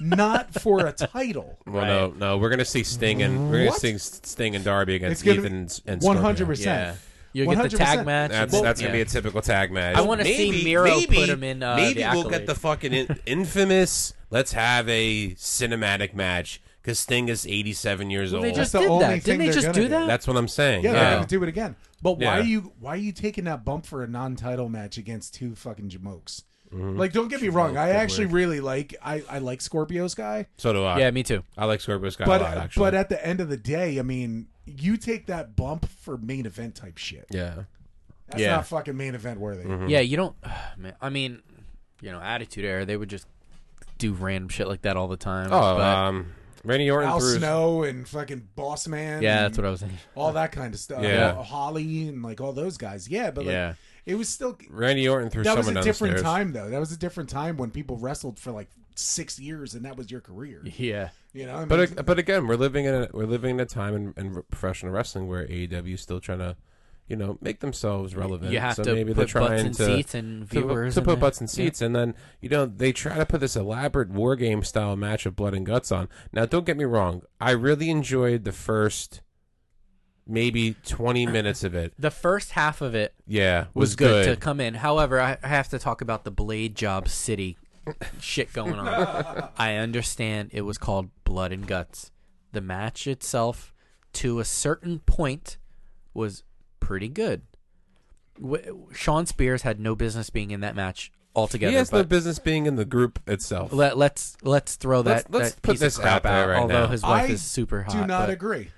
S4: not for a title.
S2: Well, no, no, we're gonna see Sting and we're gonna
S4: What?
S2: see Sting and Darby
S4: It's
S2: against
S4: gonna
S2: Ethan
S4: be
S2: and
S4: one
S2: Scorpio.
S4: hundred
S3: Yeah.
S4: percent.
S3: You'll get the
S4: 100%.
S3: tag match.
S2: That's
S3: and-
S2: that's gonna be
S3: yeah.
S2: a typical tag match.
S3: I wanna see
S2: Maybe-
S3: Miro
S2: maybe-
S3: put him in, uh,
S2: maybe
S3: the
S2: we'll get
S3: accolade.
S2: the fucking in- infamous. Let's have a cinematic match because Sting is eighty-seven years
S3: Well,
S2: old.
S3: they just
S4: the
S3: did
S4: only
S3: that.
S4: thing
S3: Didn't they
S4: they're
S3: just
S4: gonna
S3: do
S4: do.
S3: that?
S2: That's what I'm saying.
S4: Yeah,
S2: Yeah,
S4: they're gonna do it again. But why
S2: Yeah.
S4: are you why are you taking that bump for a non-title match against two fucking jamokes?
S2: Mm-hmm.
S4: Like, don't get me wrong. I actually really like I, I like Scorpio's guy,
S2: so do I.
S3: yeah, me too.
S2: I like Scorpio Sky
S4: but
S2: a lot. Actually,
S4: but at the end of the day, I mean, you take that bump for main event type shit.
S2: yeah,
S4: That's
S3: Yeah. Mm-hmm.
S4: not fucking main event worthy.
S2: Hmm.
S3: Yeah, you don't. man, I mean, you know, Attitude Era, they would just do random shit like that all the time.
S2: Oh,
S3: but-
S2: um, Randy Orton
S4: Al
S2: threw.
S4: Snow and fucking Boss Man.
S3: yeah,
S4: and
S3: that's what I was saying.
S4: all that kind of stuff.
S2: Yeah.
S4: Ho- Holly and like all those guys. Yeah, but like
S3: Yeah.
S4: it was still
S2: Randy Orton threw
S4: that was
S2: someone
S4: a
S2: down
S4: different
S2: the stairs.
S4: time though. That was a different time when people wrestled for like six years, and that was your career.
S3: Yeah, uh,
S4: You know, I mean,
S2: But ag- but again, we're living in a we're living in a time in, in professional wrestling where AEW is still trying to, you know, make themselves relevant.
S3: you have
S2: so
S3: to
S2: maybe
S3: put
S2: they're trying
S3: butts in
S2: to
S3: seats and
S2: to-
S3: viewers
S2: to,
S3: in
S2: put
S3: there.
S2: butts in
S3: Yeah.
S2: seats, and then you know they try to put this elaborate war game style match of blood and guts on. Now, don't get me wrong, I really enjoyed the first maybe twenty minutes of it.
S3: the first half of it
S2: Yeah,
S3: was, good, to come in. However, I, I have to talk about the Blade Job City shit going on. I understand it was called Blood and Guts. The match itself, to a certain point, was pretty good. W- Sean Spears had no business being in that match altogether.
S2: He has no
S3: but
S2: business being in the group itself.
S3: let, let's let's throw
S2: Let's-
S3: that,
S2: let's
S3: that
S2: put
S3: piece
S2: this
S3: of crap
S2: out there
S3: out.
S2: right
S3: although
S2: now.
S3: his
S4: I
S3: wife is super hot.
S4: do not
S3: but
S4: agree.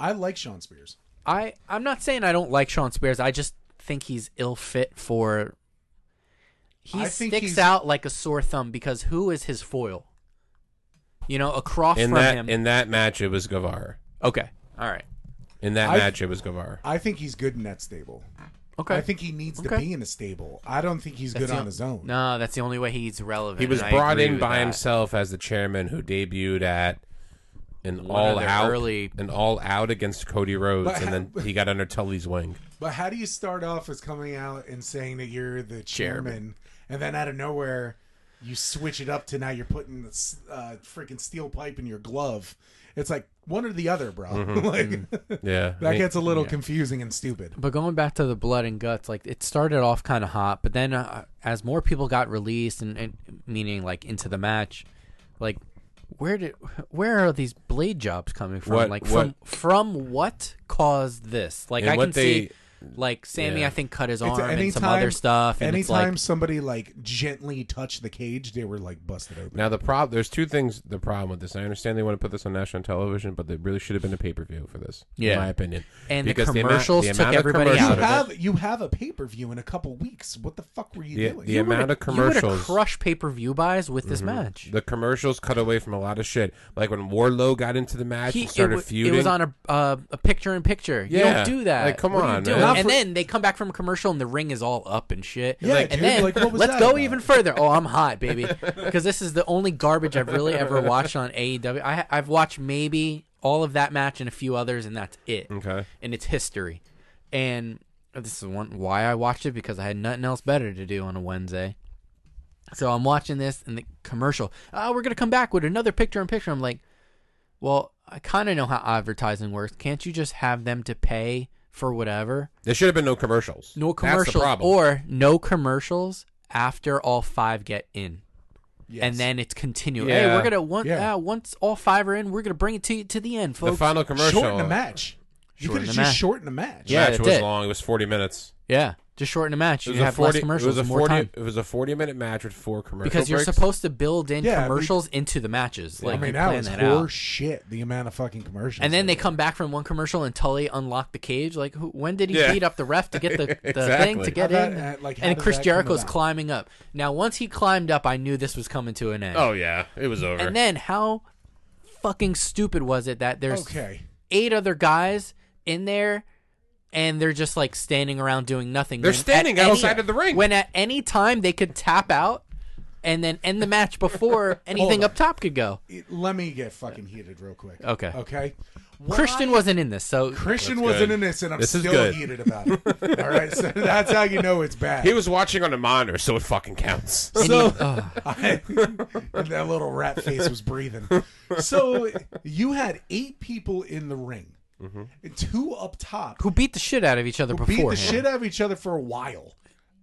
S4: I like Sean Spears.
S3: I I'm not saying I don't like Sean Spears. I just think he's ill fit for. He
S4: I think
S3: sticks
S4: he's-
S3: out like a sore thumb because who is his foil? You know, across
S2: in
S3: from
S2: that
S3: him.
S2: in that match, it was Guevara.
S3: okay, all right,
S2: In that
S4: I-
S2: match, it was Guevara.
S4: I think he's good in that stable.
S3: okay.
S4: I think he needs to
S3: Okay.
S4: be in a stable. I don't think he's
S3: That's
S4: good
S3: the
S4: on his own.
S3: No, that's the only way he's relevant.
S2: He was
S3: and I
S2: brought
S3: agree
S2: in
S3: with
S2: by
S3: that.
S2: himself as the chairman who debuted at an
S3: One of
S2: all
S3: their
S2: out
S3: early-
S2: an all out against Cody Rhodes
S4: But
S2: and
S4: how-
S2: then he got under Tully's wing.
S4: But how do you start off as coming out and saying that you're the chairman, and then out of nowhere you switch it up to now you're putting the s- uh, freaking steel pipe in your glove? It's like one or the other, bro.
S3: Mm-hmm.
S4: like
S2: Yeah.
S4: that
S2: he-
S4: gets a little confusing and stupid.
S3: But going back to the blood and guts, like it started off kind of hot, but then uh, as more people got released and, and meaning like into the match, like where did where are these blade jobs coming from?
S2: What-
S3: like
S2: what-
S3: from from what caused this? Like
S2: And
S3: I
S2: what
S3: can see like Sammy,
S2: yeah.
S3: I think cut his
S4: It's
S3: arm and some other stuff, and it's
S4: anytime
S3: like
S4: somebody like gently touched the cage, they were like busted open.
S2: Now the prob there's two things the problem with this. I understand they want to put this on national television, but they really should have been a pay per view for this.
S3: Yeah.
S2: in my opinion.
S3: And the
S2: ama-
S3: commercials took
S2: of
S3: everybody
S2: commercials-
S3: out
S4: You
S3: of it.
S4: have you have a pay per view in a couple weeks. What the fuck were you
S2: The,
S4: doing?
S2: the
S4: You-
S2: amount of
S3: you would have
S2: commercials. Mm-hmm.
S3: crushed pay per view buys with this match.
S2: the commercials cut away from a lot of shit. Like when Warlow got into the match
S3: He-
S2: and started
S3: it, wa-
S2: feuding.
S3: it was on a uh, a picture in picture.
S2: Yeah.
S3: You don't do that.
S2: Like, come
S3: What are you
S2: on,
S3: doing?
S2: man.
S3: And
S4: Not for-
S3: then they come back from a commercial and the ring is all up and shit.
S4: Yeah,
S3: and
S4: dude,
S3: then
S4: like, what was
S3: let's
S4: that
S3: go
S4: about?
S3: even further. Oh, I'm hot, baby, because this is the only garbage I've really ever watched on AEW. I, I've watched maybe all of that match and a few others, and that's it.
S2: okay.
S3: And it's history. And this is one why I watched it because I had nothing else better to do on a Wednesday. So I'm watching this and the commercial. Oh, we're gonna come back with another picture in picture. I'm like, well, I kind of know how advertising works. Can't you just have them to pay for whatever?
S2: There should have been no commercials.
S3: No
S2: That's
S3: commercials
S2: the problem.
S3: or no commercials after all five get in.
S4: Yes.
S3: And then it's continuing. Hey,
S2: Yeah.
S3: we're gonna one,
S4: Yeah.
S3: uh, once all five are in, we're gonna bring it to you to the end,
S2: the
S3: folks.
S2: final commercial.
S4: shorten the match. You
S3: Shorten
S4: could have
S3: the
S4: just
S3: match.
S4: shortened the match.
S3: Yeah,
S2: match
S3: that's
S2: was
S3: it.
S2: long. It was 40 minutes.
S3: yeah, just shorten the match.
S2: It
S3: You
S2: was
S3: have
S2: a 40.
S3: less commercials,
S2: it was a
S3: more
S2: 40.
S3: time.
S2: It was a 40 minute match with four commercials.
S3: because you're supposed to build in
S4: Yeah, we-
S3: commercials into the matches. Like
S4: I mean,
S3: you
S4: that
S3: plan
S4: was
S3: that
S4: horse
S3: out.
S4: shit. The amount of fucking commercials.
S3: And then they come back from one commercial and Tully unlocked the cage. Like, who, when did he
S2: Yeah.
S3: beat up the ref to get the, the thing
S2: Exactly.
S3: to get
S4: How
S3: in?
S4: that- uh, like, how
S3: and
S4: does
S3: Chris
S4: that come
S3: Jericho's
S4: about?
S3: climbing up. Now, once he climbed up, I knew this was coming to an end.
S2: Oh yeah, it was over.
S3: And then how fucking stupid was it that there's
S4: Okay.
S3: eight other guys in there and they're just like standing around doing nothing.
S2: They're
S3: when at
S2: standing
S3: any-
S2: outside of the ring.
S3: When at any time they could tap out and then end the match before anything
S4: on.
S3: up top could go.
S4: It- let me get fucking heated real quick.
S3: Okay.
S4: Okay.
S3: Christian
S4: Why-
S3: wasn't in this, so
S4: Christian
S2: That's
S4: wasn't
S2: good.
S4: in this, and I'm
S2: This is
S4: still
S2: good.
S4: heated about it. All right, so that's how you know it's bad.
S2: he was watching on a monitor, so it fucking counts.
S3: and
S4: So-
S3: he- oh. ugh.
S4: I- and that little rat face was breathing. So you had eight people in the ring,
S2: Mm-hmm.
S4: and two up top
S3: who beat the shit out of each other
S4: beat
S3: beforehand.
S4: the shit out of each other for a while,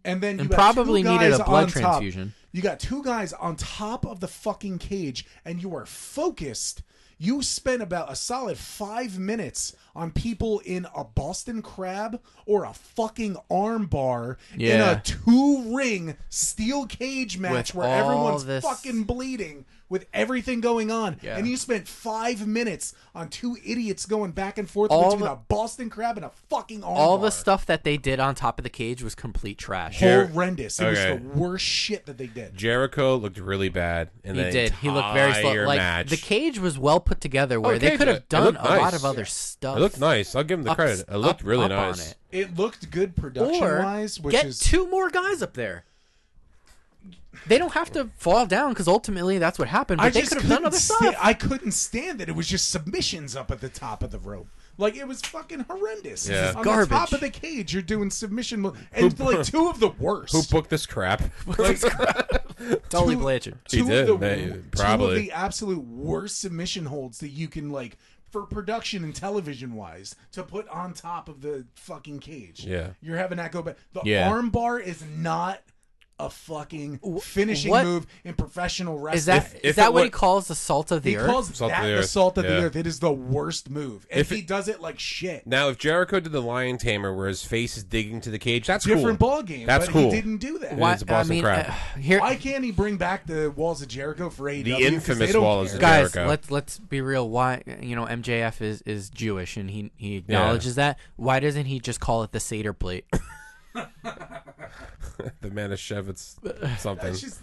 S4: and then you
S3: And
S4: got
S3: probably
S4: two guys
S3: needed a blood
S4: on top-
S3: transfusion.
S4: You got two guys on top of the fucking cage, and you are focused. You spent about a solid five minutes on people in a Boston crab or a fucking arm bar in
S3: Yeah.
S4: a two ring steel cage match
S3: With
S4: where
S3: all
S4: everyone's
S3: this-
S4: fucking bleeding with everything going on.
S3: Yeah.
S4: And you spent five minutes on two idiots going back and forth
S3: All
S4: between
S3: the-
S4: a Boston crab and a fucking arm
S3: All
S4: bar
S3: the stuff that they did on top of the cage was complete trash.
S2: Jer-
S4: horrendous. It
S2: Okay.
S4: was the worst shit that they did.
S2: Jericho looked really bad, and
S3: He did. He looked very slow. Like
S2: match.
S3: the cage was well put together,
S2: the
S3: where they
S2: Oh, cage
S3: could
S2: was-
S3: have
S2: it
S3: done a
S2: looked nice.
S3: lot of other
S2: Yeah.
S3: stuff.
S2: It looked nice. I'll give him the
S3: Up-
S2: credit. It looked
S3: up-
S2: really
S3: up on
S2: nice.
S3: it.
S4: It looked good production
S3: Or
S4: wise, which
S3: get
S4: is
S3: two more guys up there. They don't have to fall down because ultimately that's what happened. But
S4: I
S3: they
S4: just
S3: could
S4: couldn't
S3: have done other
S4: sta-
S3: stuff.
S4: I couldn't stand it. It was just submissions up at the top of the rope. Like it was fucking horrendous.
S2: Yeah. This is
S4: On
S3: garbage.
S4: the top of the cage, you're doing submission mo- and like two of the worst.
S2: Who booked this crap?
S3: Tully
S4: two-
S3: Blanchard.
S4: Two
S2: He
S4: of
S2: did,
S4: the,
S2: they-
S4: Two of
S2: probably.
S4: the absolute worst submission holds that you can like for production and television wise to put on top of the fucking cage.
S2: Yeah.
S4: You're having that go back. The
S3: Yeah.
S4: arm bar is not a fucking
S3: Wh-
S4: finishing
S3: what-
S4: move in professional wrestling.
S3: Is that is
S2: if
S3: that
S2: it
S3: what
S2: were-
S3: he calls the salt of the
S4: he
S3: earth?
S4: calls
S2: Salt of
S4: that
S2: the
S4: the
S2: earth,
S4: salt of
S2: yeah.
S4: the earth. It is the worst move. And
S2: If
S4: he
S2: it-
S4: does it like shit.
S2: now, if Jericho did the Lion Tamer, where his face is digging to the cage, that's
S4: Different
S2: cool.
S4: ball game.
S2: That's
S4: but
S2: cool.
S4: He didn't do that.
S2: Why- is a Boston crowd.
S3: uh, here,
S4: Why can't he bring back the walls of Jericho for AEW? 'Cause they
S2: infamous
S4: don't
S2: walls
S4: care.
S2: of
S3: guys,
S2: Jericho.
S3: let's let's be real. Why you know MJF is is Jewish and he he acknowledges that. Why doesn't he just call it the Seder plate?
S2: The Manischewitz something.
S4: It's just,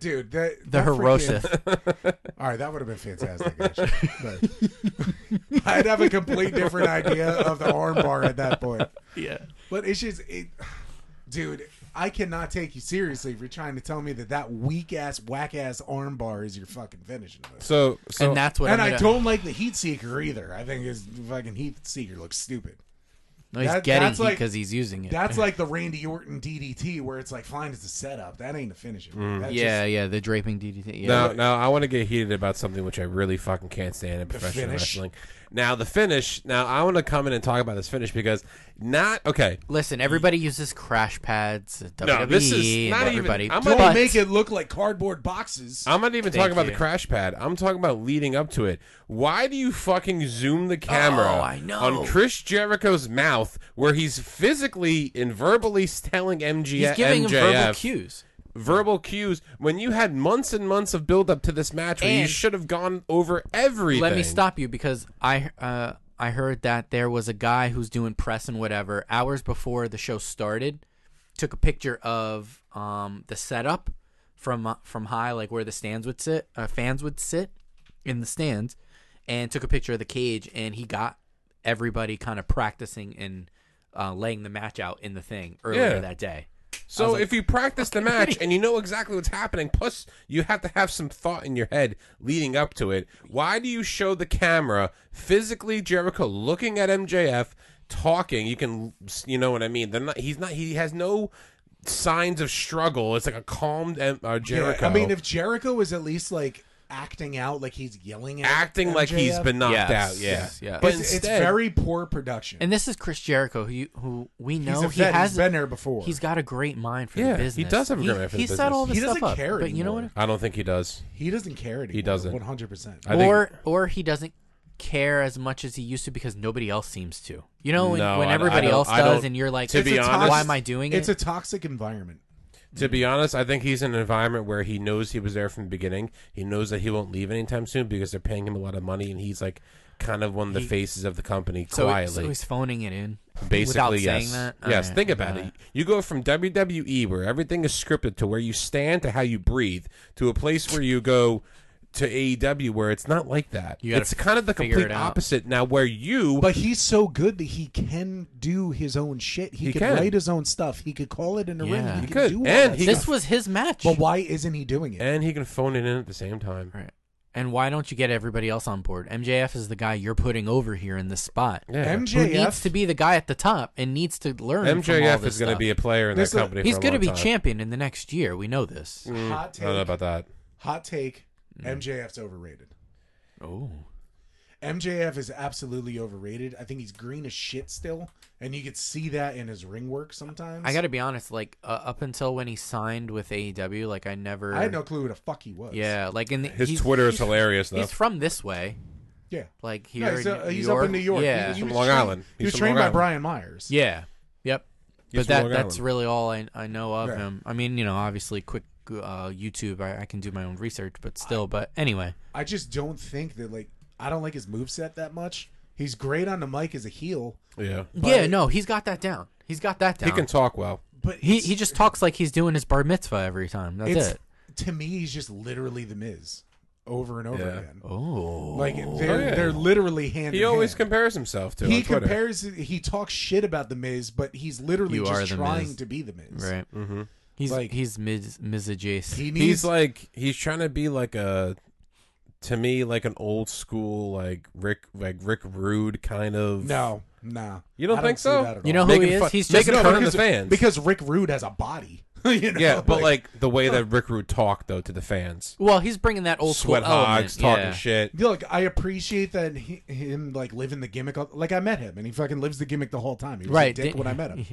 S4: dude, that,
S3: The
S4: that freaking-
S3: Herosif.
S4: All right, that would have been fantastic. Actually. But I'd have a complete different idea of the armbar at that point.
S3: yeah.
S4: But it's just, it, dude, I cannot take you seriously if you're trying to tell me that that weak ass, whack ass armbar is your fucking finishing move.
S2: So, so
S3: and that's what.
S4: And
S3: I'm
S4: I
S3: gonna-
S4: don't like the heat seeker either. I think his fucking heat seeker looks stupid.
S3: No, he's
S4: That-
S3: getting
S4: that's
S3: heat
S4: like-
S3: because he's using it.
S4: That's like the Randy Orton DDT, where it's like, fine, it's a setup. That ain't a finisher. That's
S3: Mm. yeah, yeah, the draping DDT. Yeah.
S2: Now, now I want to get heated about something which I really fucking can't stand in professional
S4: finish.
S2: wrestling. Now the finish. Now I want to come in and talk about this finish because not okay.
S3: Listen, everybody uses crash pads. uh, At WWE
S2: Mm. No, this is not
S3: E, and
S2: even-
S3: everybody.
S2: I'm
S4: Just,
S2: gonna
S3: but
S4: don't make it look like cardboard boxes.
S2: I'm not even
S3: Thank
S2: talking about
S3: you.
S2: the crash pad. I'm talking about leading up to it. Why do you fucking zoom the camera
S3: Oh, I know.
S2: on Chris Jericho's mouth where he's physically and verbally telling MG-
S3: he's giving
S2: MJF
S3: him verbal cues.
S2: verbal cues when you had months and months of build up to this match where you
S3: And-
S2: should have gone over everything.
S3: Let me stop you because I uh, I heard that there was a guy who's doing press and whatever hours before the show started, took a picture of um, the setup from uh, from high, like where the stands would sit, uh, fans would sit in the stands, and took a picture of the cage, and he got everybody kind of practicing and uh, laying the match out in the thing earlier
S2: Yeah.
S3: that day.
S2: So if you practice the match and you know exactly what's happening, plus you have to have some thought in your head leading up to it. Why do you show the camera physically Jericho looking at MJF talking? You can, you know what I mean. They're not. He's not. He has no signs of struggle. It's like a calmed um, uh,
S4: Yeah,
S2: Jericho.
S4: I mean, if Jericho is at least like acting out, like he's yelling at
S2: acting like he's
S4: MJF,
S2: been knocked
S3: Yes,
S2: out. Yeah,
S3: yes, yes.
S2: But
S4: It's, it's
S2: instead,
S4: very poor production.
S3: And this is Chris Jericho, who you, who we know
S4: a
S3: he
S4: vet. He's
S3: has
S4: been there before.
S3: He's got a great mind for
S2: Yeah,
S3: the
S2: he
S3: business.
S2: does have a great mind for the
S3: He set
S2: business.
S3: all this
S4: He
S3: stuff
S4: doesn't
S3: up,
S4: care
S3: but you know what?
S2: I don't think he does.
S4: he doesn't care anymore.
S2: doesn't.
S4: One hundred percent.
S2: I think-
S3: or or he doesn't care as much as he used to because nobody else seems to. You know, when,
S2: No,
S3: when
S2: I- I
S3: everybody
S2: don't-
S3: else
S2: I don't-
S3: does, and you're like,
S2: to be
S3: "It's a
S2: honest-
S3: why am I doing
S4: It's
S3: it?
S4: a toxic environment.
S2: To be honest, I think he's in an environment where he knows he was there from the beginning. He knows that he won't leave anytime soon because they're paying him a lot of money, and he's like kind of one of the faces of the company
S3: so,
S2: quietly.
S3: so he's phoning it in, without
S2: Basically, yes.
S3: saying that.
S2: yes,
S3: Alright,
S2: think about
S3: alright.
S2: it. You go from WWE, where everything is scripted, to where you stand, to how you breathe, to a place where you go to AEW, where it's not like that.
S3: You gotta
S2: It's kind of the
S3: figure
S2: complete
S3: it out.
S2: opposite now, where you
S4: But he's so good that he can do his own shit. He,
S2: He
S4: can,
S2: can.
S4: write his own stuff. He could call it in the
S3: Yeah.
S4: ring.
S3: He
S4: He,
S2: could.
S4: could. Do all
S2: And
S4: that
S2: he-
S4: stuff.
S3: This was his match,
S4: But why isn't he doing it?
S2: and he can phone it in at the same time.
S3: Right. and why don't you get everybody else on board? MJF is the guy you're putting over here in this spot.
S2: Yeah.
S3: Who
S4: MJF
S3: needs to be the guy at the top and needs to learn. from all
S2: MJF
S3: this
S2: is going to
S3: stuff.
S2: be a player in that
S4: This is-
S2: company.
S3: He's
S2: going to
S3: be champion in the next year. We know this.
S4: hot
S2: Mm, I don't know
S4: take.
S2: about that.
S4: Hot take.
S2: Mm.
S4: MJF's overrated.
S3: Oh,
S4: MJF is absolutely overrated. I think he's green as shit still, and you could see that in his ring work sometimes.
S3: I got to be honest. Like uh, up until when he signed with AEW, like I never.
S4: I had no clue who the fuck he was.
S3: Yeah, like in the,
S2: His
S3: he's-
S2: Twitter is hilarious, though.
S3: He's from this way,
S4: yeah.
S3: like here.
S4: No, he's,
S3: in
S4: uh,
S3: New
S4: he's
S3: York.
S4: up in New York. He-
S3: Yeah,
S4: he
S2: from
S4: was
S2: Long
S4: trained-
S2: Island.
S4: He
S2: He's from
S4: was trained
S2: Long
S4: by
S2: Island.
S4: Brian Myers.
S3: yeah, yep.
S2: He's
S3: But
S2: from
S3: that
S2: Long
S3: that's
S2: Island.
S3: really all I, I know of
S4: Yeah.
S3: him. I mean, you know, obviously, quick uh, YouTube. I, I can do my own research, but still. But anyway,
S4: I just don't think that like I don't like his moveset that much. He's great on the mic as a heel,
S2: yeah.
S3: yeah, no, he's got that down. He's got that down.
S2: He can talk well.
S4: but
S3: He,
S4: it's-
S3: he just talks like he's doing his bar mitzvah every time. That's
S4: it's
S3: it.
S4: to me he's just literally the Miz over and over
S2: Yeah.
S4: again.
S3: Oh,
S4: Like they're
S2: yeah.
S4: they're literally hand.
S2: He
S4: in
S2: always
S4: hand.
S2: compares himself to.
S4: he
S2: on Twitter.
S4: compares he talks shit about the Miz, but he's literally
S3: You are
S4: just
S3: the
S4: trying
S3: Miz.
S4: to be the Miz.
S3: right. Mm-hmm. He's
S4: Like-
S3: he's Miz Miz adjacent.
S4: He needs
S2: He's like he's trying to be like a, to me like an old school like Rick like Rick Rude kind of.
S4: no, nah.
S2: You don't
S4: I
S2: think
S4: see
S2: so?
S4: that at
S3: You
S4: all.
S3: know who
S2: Making
S3: he is?
S2: fun-
S3: He's just
S2: making
S3: a
S4: No,
S2: fun of the
S4: because,
S2: fans.
S4: because Rick Rude has a body. you know?
S2: yeah, but like the way that Rick Rude talked though to the fans,
S3: well, he's bringing that old
S2: sweat
S3: school element,
S2: hogs talking
S3: yeah.
S2: shit.
S4: Look, I appreciate that he, him like living the gimmick. all- Like I met him, and he fucking lives the gimmick the whole time. He was
S3: Right,
S4: a dick
S3: didn't-
S4: when I met him.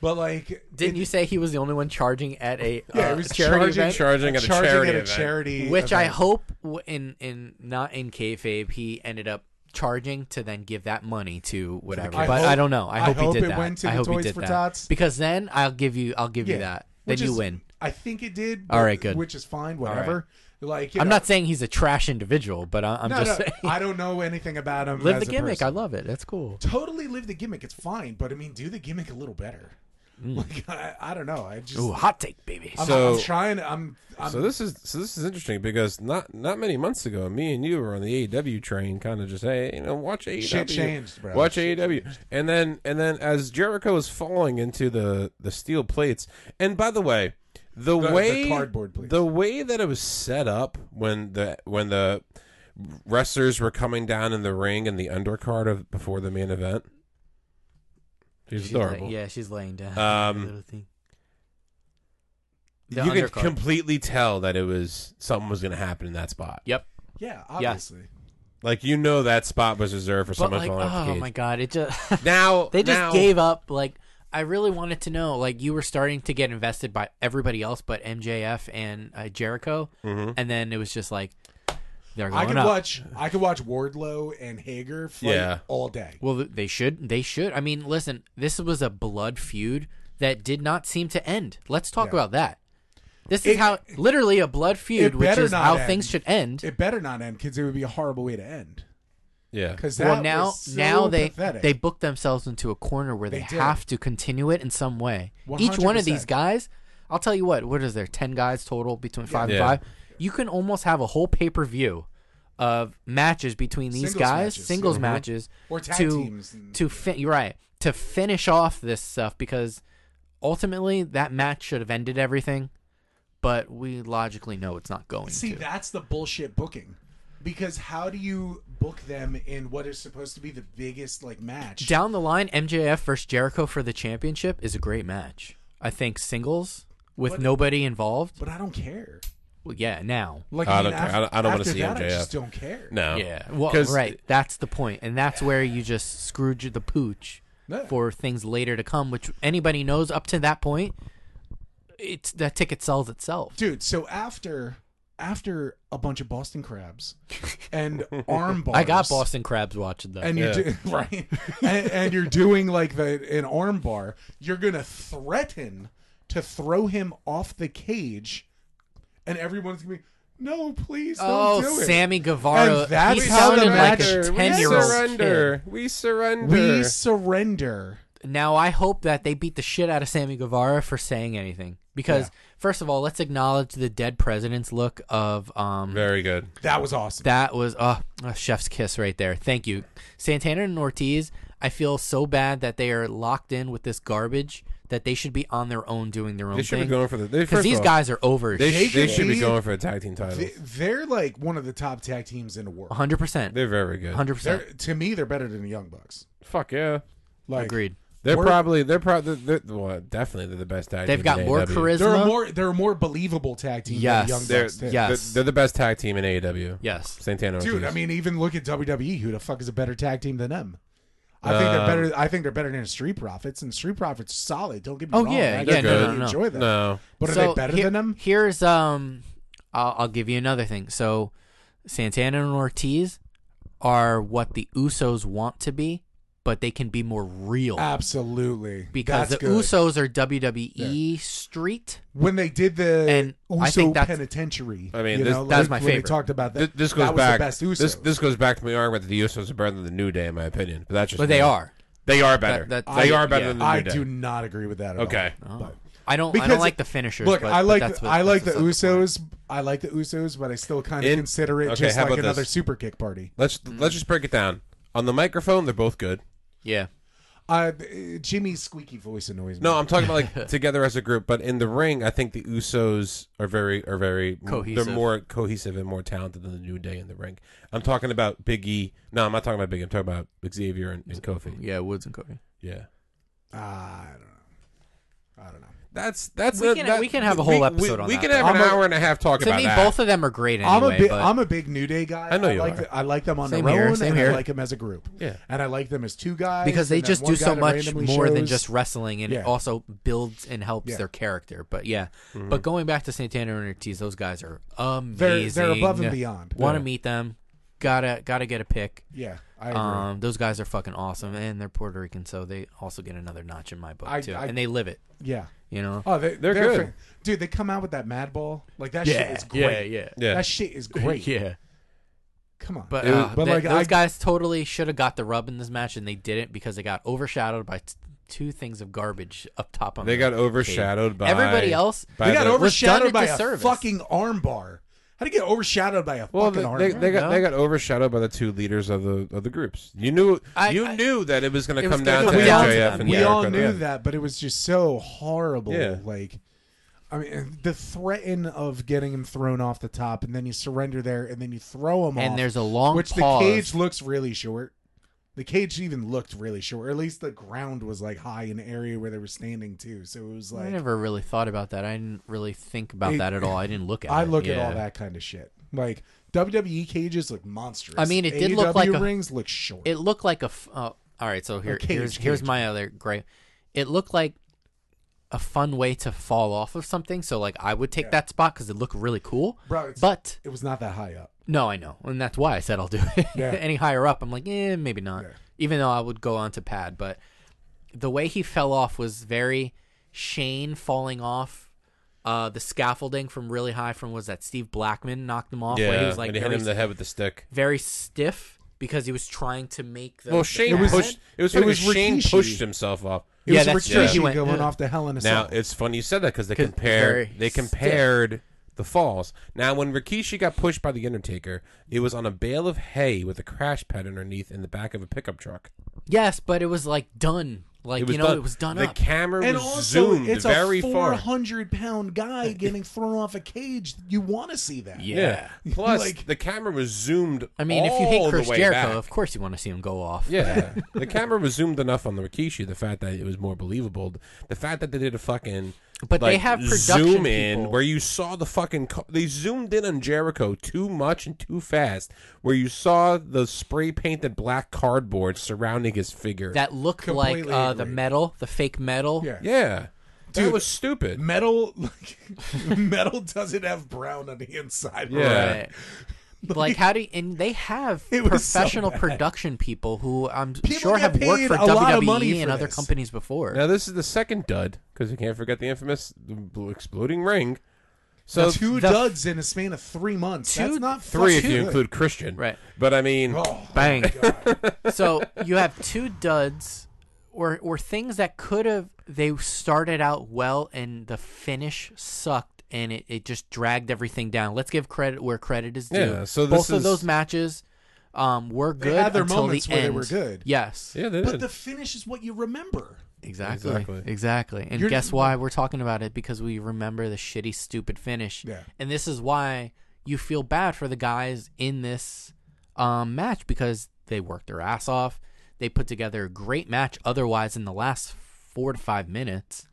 S4: But like,
S3: Didn't
S4: it-
S3: you say he was the only one charging at a uh,
S4: Yeah, he was
S3: charity
S4: charging,
S3: event?
S2: Charging at a charity event.
S4: charity
S3: Which I
S4: event.
S3: hope w- in in not in kayfabe he ended up charging to then give that money to whatever.
S4: I
S3: but
S4: hope-
S3: I don't know. I
S4: I
S3: hope,
S4: hope
S3: he did
S4: it
S3: that.
S4: went to
S3: I
S4: the
S3: hope
S4: Toys
S3: he did
S4: for
S3: that.
S4: Tots.
S3: Because then I'll give you I'll give
S4: Yeah.
S3: you that. Then
S4: Which
S3: you
S4: is-
S3: win.
S4: I think it did.
S3: All
S4: but-
S3: right, good.
S4: Which is fine. Whatever. Like you
S3: I'm
S4: know,
S3: not saying he's a trash individual, but I, I'm
S4: No,
S3: just
S4: no,
S3: saying
S4: I don't know anything about him.
S3: live
S4: as
S3: the
S4: a
S3: gimmick.
S4: person.
S3: I love it. That's cool.
S4: totally live the gimmick. It's fine, but I mean, do the gimmick a little better.
S3: Mm.
S4: Like I, I don't know. I just
S3: Ooh, hot take, baby.
S4: I'm,
S2: So-
S4: I'm trying. I'm. I'm
S2: So this is so this is interesting because not not many months ago, me and you were on the AEW train, kind of just hey, you know, watch AEW,
S4: changed, bro.
S2: watch
S4: Shit
S2: AEW, and then and then as Jericho is falling into the the steel plates, and by the way, the,
S4: the
S2: way
S4: cardboard plates.
S2: the way that it was set up when the when the wrestlers were coming down in the ring and the undercard of before the main event. He's
S3: She's la-
S2: adorable.
S3: yeah, she's laying down.
S2: Um,
S3: little thing. The
S2: You can
S3: undercard.
S2: completely tell that it was something was going to happen in that spot.
S3: Yep.
S4: Yeah, obviously.
S2: Like you know that spot was reserved for
S3: But
S2: someone
S3: like,
S2: falling off the
S3: oh
S2: cage.
S3: my god, it just
S2: Now
S3: They just
S2: now-
S3: gave up. Like, I really wanted to know. Like, you were starting to get invested by everybody else but MJF and uh, Jericho,
S2: Mm-hmm.
S3: and then it was just like they're
S4: I
S3: going
S4: could
S3: up.
S4: watch I could watch Wardlow and Hager fight
S2: Yeah.
S4: all day.
S3: Well, th- they should. They should. I mean, listen, this was a blood feud that did not seem to end. Let's talk about that. This is
S4: It-
S3: how literally a blood feud,
S4: it
S3: which
S4: better
S3: is
S4: not
S3: how
S4: end.
S3: things should end.
S4: It better not end because it would be a horrible way to end.
S2: Yeah.
S4: Because that
S3: well, now
S4: was so
S3: now they
S4: pathetic.
S3: they booked themselves into a corner where they,
S4: They did.
S3: have to continue it in some way. Each one of
S4: 100%.
S3: these guys, I'll tell you what, what is there? Ten guys total between five
S2: Yeah.
S3: and five. You can almost have a whole pay per view of matches between these
S4: Singles
S3: guys,
S4: matches,
S3: singles
S4: yeah.
S3: matches,
S4: Or tag
S3: to
S4: teams and-
S3: to fin- you're right to finish off this stuff because ultimately that match should have ended everything, but we logically know it's not going
S4: See,
S3: to.
S4: that's the bullshit booking. Because how do you book them in what is supposed to be the biggest like match?
S3: Down the line, MJF versus Jericho for the championship is a great match. I think singles with nobody involved.
S4: but I don't care.
S3: Well, yeah, now.
S4: Like
S2: I
S4: mean,
S2: don't care.
S4: af-
S2: I don't- I don't wanna
S4: after
S2: see
S4: that, I
S2: MJF.
S4: just don't care.
S2: No.
S3: Yeah. Well,
S2: 'Cause-
S3: right. That's the point, and that's where you just screwed the pooch
S4: Yeah.
S3: for things later to come, which anybody knows up to that point. It's that ticket sells itself.
S4: dude. So after after a bunch of Boston crabs and arm bars,
S3: I got Boston Crabs watching that.
S4: and you're do- right, and, and you're doing like the an arm bar. You're gonna threaten to throw him off the cage, and everyone's gonna be. No, please don't
S3: oh,
S4: do it.
S3: Sammy Guevara.
S4: And that's
S3: he
S4: how the
S3: sounded like
S4: match-
S3: a
S4: We
S3: ten year old kid.
S2: surrender. We surrender.
S4: We surrender.
S3: Now I hope that they beat the shit out of Sammy Guevara for saying anything because first of all, let's acknowledge the dead president's look of um
S2: Very good.
S4: That was awesome.
S3: that was uh, a chef's kiss right there. Thank you. Santana and Ortiz, I feel so bad that they are locked in with this garbage that they should be on their own doing their own
S2: They should
S3: thing.
S2: be going for the. they-
S3: Cuz
S2: first
S3: these
S2: of all,
S3: guys are over
S2: They,
S3: shit,
S2: sh- they
S4: They
S2: should be
S4: should-
S2: going for a tag team title.
S4: They- They're like one of the top tag teams in the world.
S3: 100%.
S2: They're very good.
S3: 100%.
S4: They're, to me, they're better than the Young Bucks.
S2: Fuck yeah.
S4: Like
S3: Agreed.
S2: They're
S4: We're-
S2: probably they're probably they're, they're- well definitely they're the best tag.
S3: They've
S2: team
S3: got
S2: in E
S3: more
S2: AEW.
S3: charisma.
S4: They're a more they're a more believable tag team
S3: Yes.
S4: than the Young
S2: They're,
S4: Bucks. too.
S3: yeah.
S2: they're, they're the best tag team in AEW.
S3: Yes.
S2: Santana.
S4: Dude,
S2: Ortiz.
S4: I mean, even look at WWE. Who the fuck is a better tag team than them? I think
S2: Um,
S4: they're better. I think they're better than Street Profits, and Street Profits solid. Don't get me
S3: Oh,
S4: wrong.
S3: yeah,
S4: I
S3: yeah,
S2: no,
S4: really
S2: no,
S3: no, no.
S4: enjoy them.
S2: no.
S4: But are
S3: So
S4: they better
S3: here-
S4: than them?
S3: Here's um, I'll, I'll give you another thing. So Santana and Ortiz are what the Usos want to be, but they can be more real
S4: Absolutely,
S3: Oh. because
S4: Ah, That's
S3: the
S4: good.
S3: Usos are WWE Street.
S4: when they did the
S3: And
S4: Uso
S3: I think that's-
S4: Penitentiary.
S2: I mean,
S4: you
S2: this-
S4: know,
S3: that was
S4: like,
S3: my
S4: when
S3: favorite.
S4: They talked about that.
S2: Th- this goes
S4: that was
S2: back.
S4: The best Usos.
S2: This this goes back to my argument that the Usos are better than the New Day, in my opinion. But that's just
S3: But they
S2: me.
S3: are.
S2: They are better.
S3: That- that-
S2: they
S3: I-
S2: are better
S3: yeah.
S2: than the New
S4: I
S2: Day.
S4: do not agree with that. At
S2: Okay.
S4: All, But-
S3: I don't. I
S4: Because-
S3: don't like the finishers.
S4: Look,
S3: but,
S4: I
S3: but
S4: like
S3: that's what-
S4: I like the
S3: that's what's up.
S4: Usos. I like the Usos, but I still kind of
S2: In-
S4: consider it
S2: okay,
S4: just
S2: how
S4: like
S2: about
S4: another
S2: this?
S4: super kick party.
S2: Let's let's just break it down. On the microphone, they're both good.
S3: Yeah.
S4: Uh, Jimmy's squeaky voice annoys me.
S2: No, I'm talking about like together as a group, but in the ring, I think the Usos are very are very
S3: Cohesive.
S2: They're more cohesive and more talented than the New Day in the ring. I'm talking about Big E. No, I'm not talking about Big. E. I'm talking about Xavier and, and Kofi.
S3: Yeah. Woods and Cody.
S2: Yeah,
S4: Uh, I don't know. I don't know.
S2: that's that's
S3: We
S2: a-
S3: can-
S2: that-
S3: we can have a whole
S2: we-
S3: episode
S2: we,
S3: on
S2: We
S3: that,
S2: can
S3: though.
S2: have an
S4: I'm a-
S2: hour and a half talking
S3: To
S2: about
S3: me,
S2: that.
S3: both of them are great anyway.
S4: I'm a big
S3: but
S4: I'm a big New Day guy.
S2: I know you
S4: like
S2: are.
S4: the- I like them on
S3: Same
S4: their
S3: here,
S4: own,
S3: same
S4: and
S3: here.
S4: I like them as a group.
S2: Yeah.
S4: and I like them as two guys
S3: because they
S4: and that
S3: just
S4: one
S3: do
S4: guy
S3: so
S4: that
S3: much
S4: randomly
S3: more than
S4: shows-
S3: just wrestling, and
S4: Yeah.
S3: it also builds and helps
S4: Yeah. Mm-hmm.
S3: their character. But yeah, but going back to Santana and Ortiz, those guys are amazing.
S4: They're- they're above and beyond.
S3: Want to
S2: Yeah.
S3: meet them? Gotta gotta get a pick.
S4: Yeah, I agree.
S3: Um, those guys are fucking awesome, and they're Puerto Rican, so they also get another notch in my book
S4: I-
S3: too.
S4: I-
S3: and they live it,
S4: yeah.
S3: you know.
S4: Oh, they,
S2: They're good.
S4: fa- dude. They come out with that Madball. Like that shit is
S3: yeah,
S4: great.
S3: yeah,
S2: yeah,
S4: That shit is great.
S3: yeah.
S4: Come on.
S3: But,
S2: It was-
S3: uh,
S4: but,
S3: th-
S4: like,
S3: those
S4: I-
S3: guys totally should have got the rub in this match, and they didn't because they got overshadowed by t- two things of garbage up top. On
S2: they
S3: the
S2: got
S3: cage.
S2: overshadowed by
S3: everybody else.
S2: by
S4: They got
S2: the-
S3: was done
S4: overshadowed by
S3: a
S4: a
S3: disservice.
S4: fucking armbar. How do you get overshadowed by a
S2: Well,
S4: fucking
S2: they,
S4: armbar?
S2: they, they got
S3: No.
S2: they got overshadowed by the two leaders of the of the groups. You knew
S3: I-
S2: you
S3: I-
S2: knew that it was going
S3: it
S2: to
S3: was
S2: come
S3: gonna
S2: down
S3: come
S2: to
S3: down to
S2: MJF
S3: them.
S2: and
S4: we
S3: Yeah.
S4: all
S2: Jericho.
S4: knew
S2: Yeah.
S4: that, but it was just so horrible.
S2: Yeah.
S4: Like, I mean, the threaten of getting him thrown off the top, and then you surrender there, and then you throw him off.
S3: And there's a long
S4: which
S3: pause.
S4: the cage looks really short. The cage even looked really short. Or at least the ground was like high in the area where they were standing too. So it was
S3: I
S4: like
S3: never really thought about that. I didn't really think about
S4: It-
S3: that at all. I didn't look at
S4: I
S3: it.
S4: look at all
S3: Yeah.
S4: that kind of shit. Like WWE cages look monstrous.
S3: I mean, it did look like a-
S4: rings look short.
S3: It looked like a. F- oh, all right, so here,
S4: cage,
S3: here's here's
S4: cage.
S3: my other great. It looked like a fun way to fall off of something. So like I would take that spot because it looked really cool.
S4: Bro, it's-
S3: but
S4: it was not that high up.
S3: no, I know, and that's why I said I'll do it.
S4: Yeah.
S3: Any higher up, I'm like, eh, maybe not. Even though I would go onto pad, but the way he fell off was very Shane falling off. Uh, the scaffolding from really high from was that Steve Blackman knocked him off. where he was like
S2: and he hit
S3: very
S2: him in the head with the stick.
S3: very stiff because he was trying to make the
S2: Well,
S3: the
S2: Shane
S3: pad.
S2: pushed. It was
S4: It
S2: funny
S4: was
S2: 'cause Shane
S4: Rikishi.
S2: pushed himself up.
S4: It
S3: Yeah,
S4: was
S3: that's
S4: that's
S3: true.
S4: Rikishi
S3: He went-
S4: going off the Hell in a
S2: Now
S4: Cell.
S2: it's funny you said that because they
S3: 'Cause
S2: compare
S3: very
S2: they compared the falls. Now when Rikishi got pushed by the Undertaker, it was on a bale of hay with a crash pad underneath in the back of a pickup truck.
S3: Yes, but it was like done. Like
S2: It was
S3: you know,
S2: done.
S3: it was done
S2: The
S3: up.
S2: camera
S4: and
S2: was
S4: also,
S2: zoomed
S4: it's
S2: very
S4: a
S2: far.
S4: 400 pound guy getting thrown off a cage. You want to see that.
S2: Yeah. Plus,
S4: Like-
S2: the camera was zoomed.
S3: I mean, if you
S2: all
S3: hate
S2: the
S3: Chris
S2: way
S3: Jericho,
S2: back.
S3: of course you want to see him go off.
S2: Yeah, the camera was zoomed enough on the Rikishi. The fact that it was more believable. The fact that they did a fucking
S3: But they
S2: like,
S3: have production
S2: zoom in
S3: people.
S2: where you saw the fucking. Co- they zoomed in on Jericho too much and too fast, where you saw the spray painted black cardboard surrounding his figure.
S3: That looked like
S4: Completely
S3: uh, the
S4: agree.
S3: metal, the fake metal.
S4: Yeah.
S2: yeah, that
S4: Dude.
S2: was stupid.
S4: Metal, like, metal doesn't have brown on the inside.
S2: Yeah.
S3: Right. Like how do you, and they have
S4: It was so
S3: professional
S4: bad.
S3: production people who I'm sure
S4: get
S3: have worked
S4: paid
S3: for
S4: a lot of
S3: WWE
S4: money
S3: and
S4: for
S3: other
S4: this.
S3: companies before.
S2: Now this is the second dud because you can't forget the infamous bl- exploding ring. So
S4: So two duds in a span of three months.
S3: Two-
S4: That's not
S2: three if
S4: fucking
S2: you
S4: good.
S2: include Christian,
S3: Right.
S2: But I mean,
S4: Oh,
S3: Bang. so you have two duds or or things that could have they started out well and the finish sucked and it, it just dragged everything down. Let's give credit where credit is due.
S2: Yeah, so
S3: both
S2: this
S3: of
S2: is-
S3: those matches um, were good
S4: had their
S3: until
S4: moments
S3: the
S4: where they
S3: end.
S4: were good.
S3: Yes.
S2: yeah, they did.
S4: but the finish is what you remember.
S3: Exactly. Exactly.
S2: Exactly.
S3: And
S4: You're-
S3: guess why we're talking about it? Because we remember the shitty, stupid finish.
S4: Yeah.
S3: And this is why you feel bad for the guys in this um, match because they worked their ass off. They put together a great match. Otherwise, in the last four to five minutes,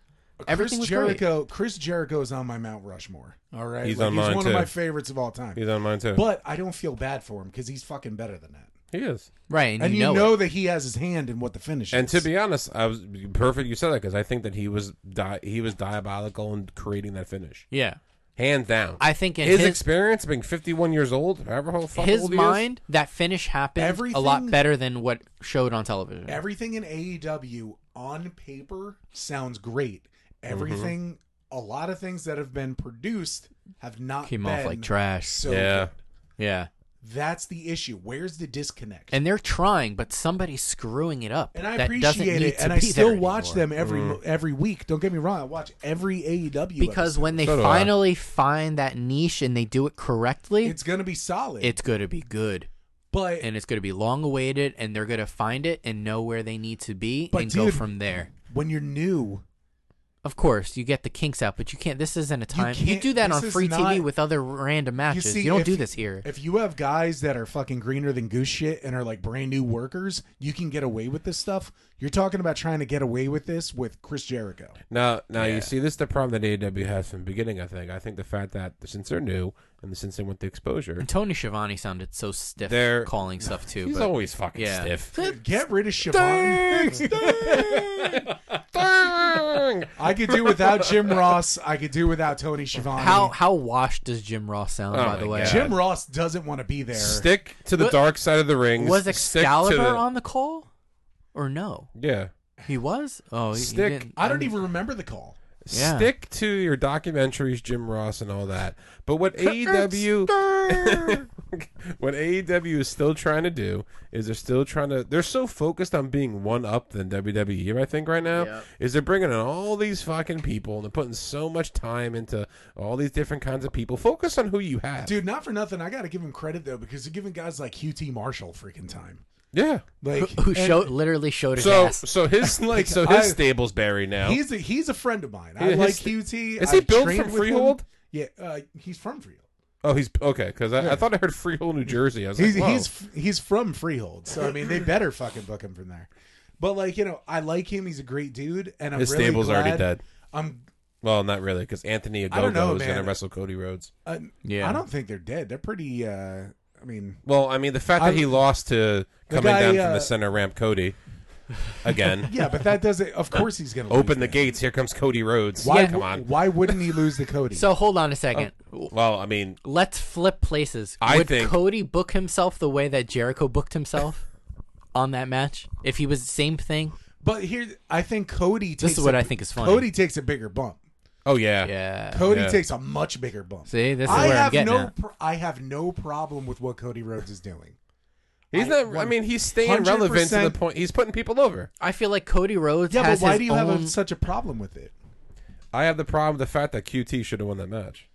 S3: everything
S4: Chris
S3: was great.
S4: Jericho. Chris Jericho is on my Mount Rushmore. All right,
S2: He's
S4: Like,
S2: on
S4: he's
S2: mine,
S4: one of
S2: too.
S4: my favorites of all time.
S2: He's on mine too.
S4: But I don't feel bad for him because he's fucking better than that.
S2: he is.
S3: Right. And,
S4: And
S3: you,
S4: you, know,
S3: it.
S4: that he has his hand in what the finish
S2: And
S4: is.
S2: to be honest, I was perfect. You said that because I think that he was di- he was diabolical in creating that finish,
S3: Yeah.
S2: hands down.
S3: I think in
S2: his,
S3: his-
S2: experience being fifty one years old, however whole fuck
S3: His
S2: old he
S3: mind, that finish happened a lot
S4: Everything-
S3: better than what showed on television.
S4: everything in AEW on paper sounds great.
S2: Mm-hmm.
S4: Everything, a lot of things that have been produced have not
S3: Came
S4: been
S3: off like trash.
S2: is.
S4: So
S2: yeah,
S3: yeah.
S4: that's the issue. Where's the disconnect?
S3: And they're trying, but somebody's screwing it up.
S4: And I
S3: that doesn't
S4: appreciate
S3: need
S4: it,
S3: to
S4: and I
S3: be
S4: still
S3: there
S4: watch
S3: anymore.
S4: them every
S2: Mm-hmm.
S4: every week. Don't get me wrong, I watch every AEW
S3: because when they
S2: So do I.
S3: finally find that niche and they do it correctly,
S4: episode.
S3: it's,
S4: it's gonna be solid.
S3: going to be good
S4: but
S3: and it's going to be long awaited and they're going to find it and know where they need to be
S4: But
S3: and go
S4: dude-
S3: from there.
S4: when you're new,
S3: Of course, you get the kinks out, but you can't. This isn't a time. You,
S4: can't-
S3: do that on
S4: this is
S3: free TV
S4: not-
S3: with other random matches. You,
S4: see,
S3: don't
S4: if-
S3: do this here.
S4: If you have guys that are fucking greener than goose shit and are like brand new workers, you can get away with this stuff. You're talking about trying to get away with this with Chris Jericho.
S2: Now, now you see, this is the problem that AEW has from the beginning. I think. I think the fact that since they're new and since they want the exposure,
S3: and Tony Schiavone sounded so stiff
S2: They're-
S3: calling stuff too.
S2: he's
S3: but
S2: always fucking
S3: yeah.
S2: stiff.
S4: Get rid of Siobhan.
S2: Dang!
S4: I could do without Jim Ross. I could do without Tony Schiavone.
S3: how how washed does Jim Ross sound?
S2: Oh
S3: by the
S2: my
S3: way,
S2: God.
S4: Jim Ross doesn't want to be there.
S2: Stick to the
S3: What-
S2: dark side of the ring.
S3: was
S2: Stick to
S3: Excalibur
S2: the-
S3: on the call or no?
S2: Yeah.
S3: He was. Oh, he, he
S2: Stick.
S3: didn't-
S4: I don't even remember the call.
S3: Yeah.
S2: Stick to your documentaries, Jim Ross, and all that. But what
S4: E
S2: AEW, what AEW is still trying to do is they're still trying to. They're so focused on being one up than WWE, I think, right now.
S3: Yep.
S2: Is they're bringing in all these fucking people and they're putting so much time into all these different kinds of people. Focus on who you have,
S4: Dude, not for nothing. I got to give him credit, though, because they're giving guys like QT Marshall freaking time.
S2: Yeah.
S4: Like,
S3: who
S4: and
S3: showed literally showed his
S2: So,
S3: ass.
S2: so his like, so his
S4: I-
S2: stable's buried now.
S4: He's a, he's a friend of mine.
S2: Yeah,
S4: I
S2: his-
S4: like QT.
S2: is he
S4: I've
S2: built
S4: trained
S2: from
S4: with him.
S2: Freehold?
S4: Yeah, uh, he's from Freehold.
S2: Oh, he's okay. Because I, I thought I heard Freehold, New Jersey. I was
S4: He's
S2: like, Whoa.
S4: he's he's from Freehold, so I mean they better fucking book him from there. But like you know, I like him. He's a great dude, and I'm
S2: his
S4: really
S2: stable's already
S4: glad-
S2: dead.
S4: I'm.
S2: Well, not really, because Anthony
S4: I don't know,
S2: Agogo is going to
S4: man.
S2: wrestle Cody Rhodes.
S4: Uh,
S3: Yeah.
S4: I don't think they're dead. They're pretty. uh I mean,
S2: Well, I mean, the fact that
S4: I-
S2: he lost to
S4: The
S2: coming
S4: guy,
S2: down from
S4: uh,
S2: the center ramp, Cody, again.
S4: yeah, but that doesn't. Of course, he's gonna lose
S2: Open the
S4: that.
S2: gates. Here comes Cody Rhodes.
S4: Why?
S2: Come on.
S4: Why wouldn't he lose the Cody?
S3: So hold on a second.
S4: Uh,
S2: Well, I mean,
S3: Let's flip places.
S2: I
S3: Would
S2: think-
S3: Cody book himself the way that Jericho booked himself on that match? If he was the same thing?
S4: but here, I think Cody. Takes
S3: This is what
S4: I
S3: I think is funny.
S4: Cody takes a bigger bump.
S2: oh yeah,
S3: Yeah.
S4: Cody
S2: Yeah.
S4: takes a much bigger bump.
S3: See, this is
S4: I
S3: where I'm
S4: have
S3: getting
S4: no.
S3: at.
S4: Pr- I have no problem with what Cody Rhodes is doing.
S2: He's not. I mean, he's staying
S4: 100%
S2: relevant to the point. He's putting people over.
S3: I feel like Cody Rhodes
S4: Yeah,
S3: has
S4: but why
S3: his
S4: do you have
S3: own-
S4: a, such a problem with it?
S2: I have the problem with the fact that QT should have won that match.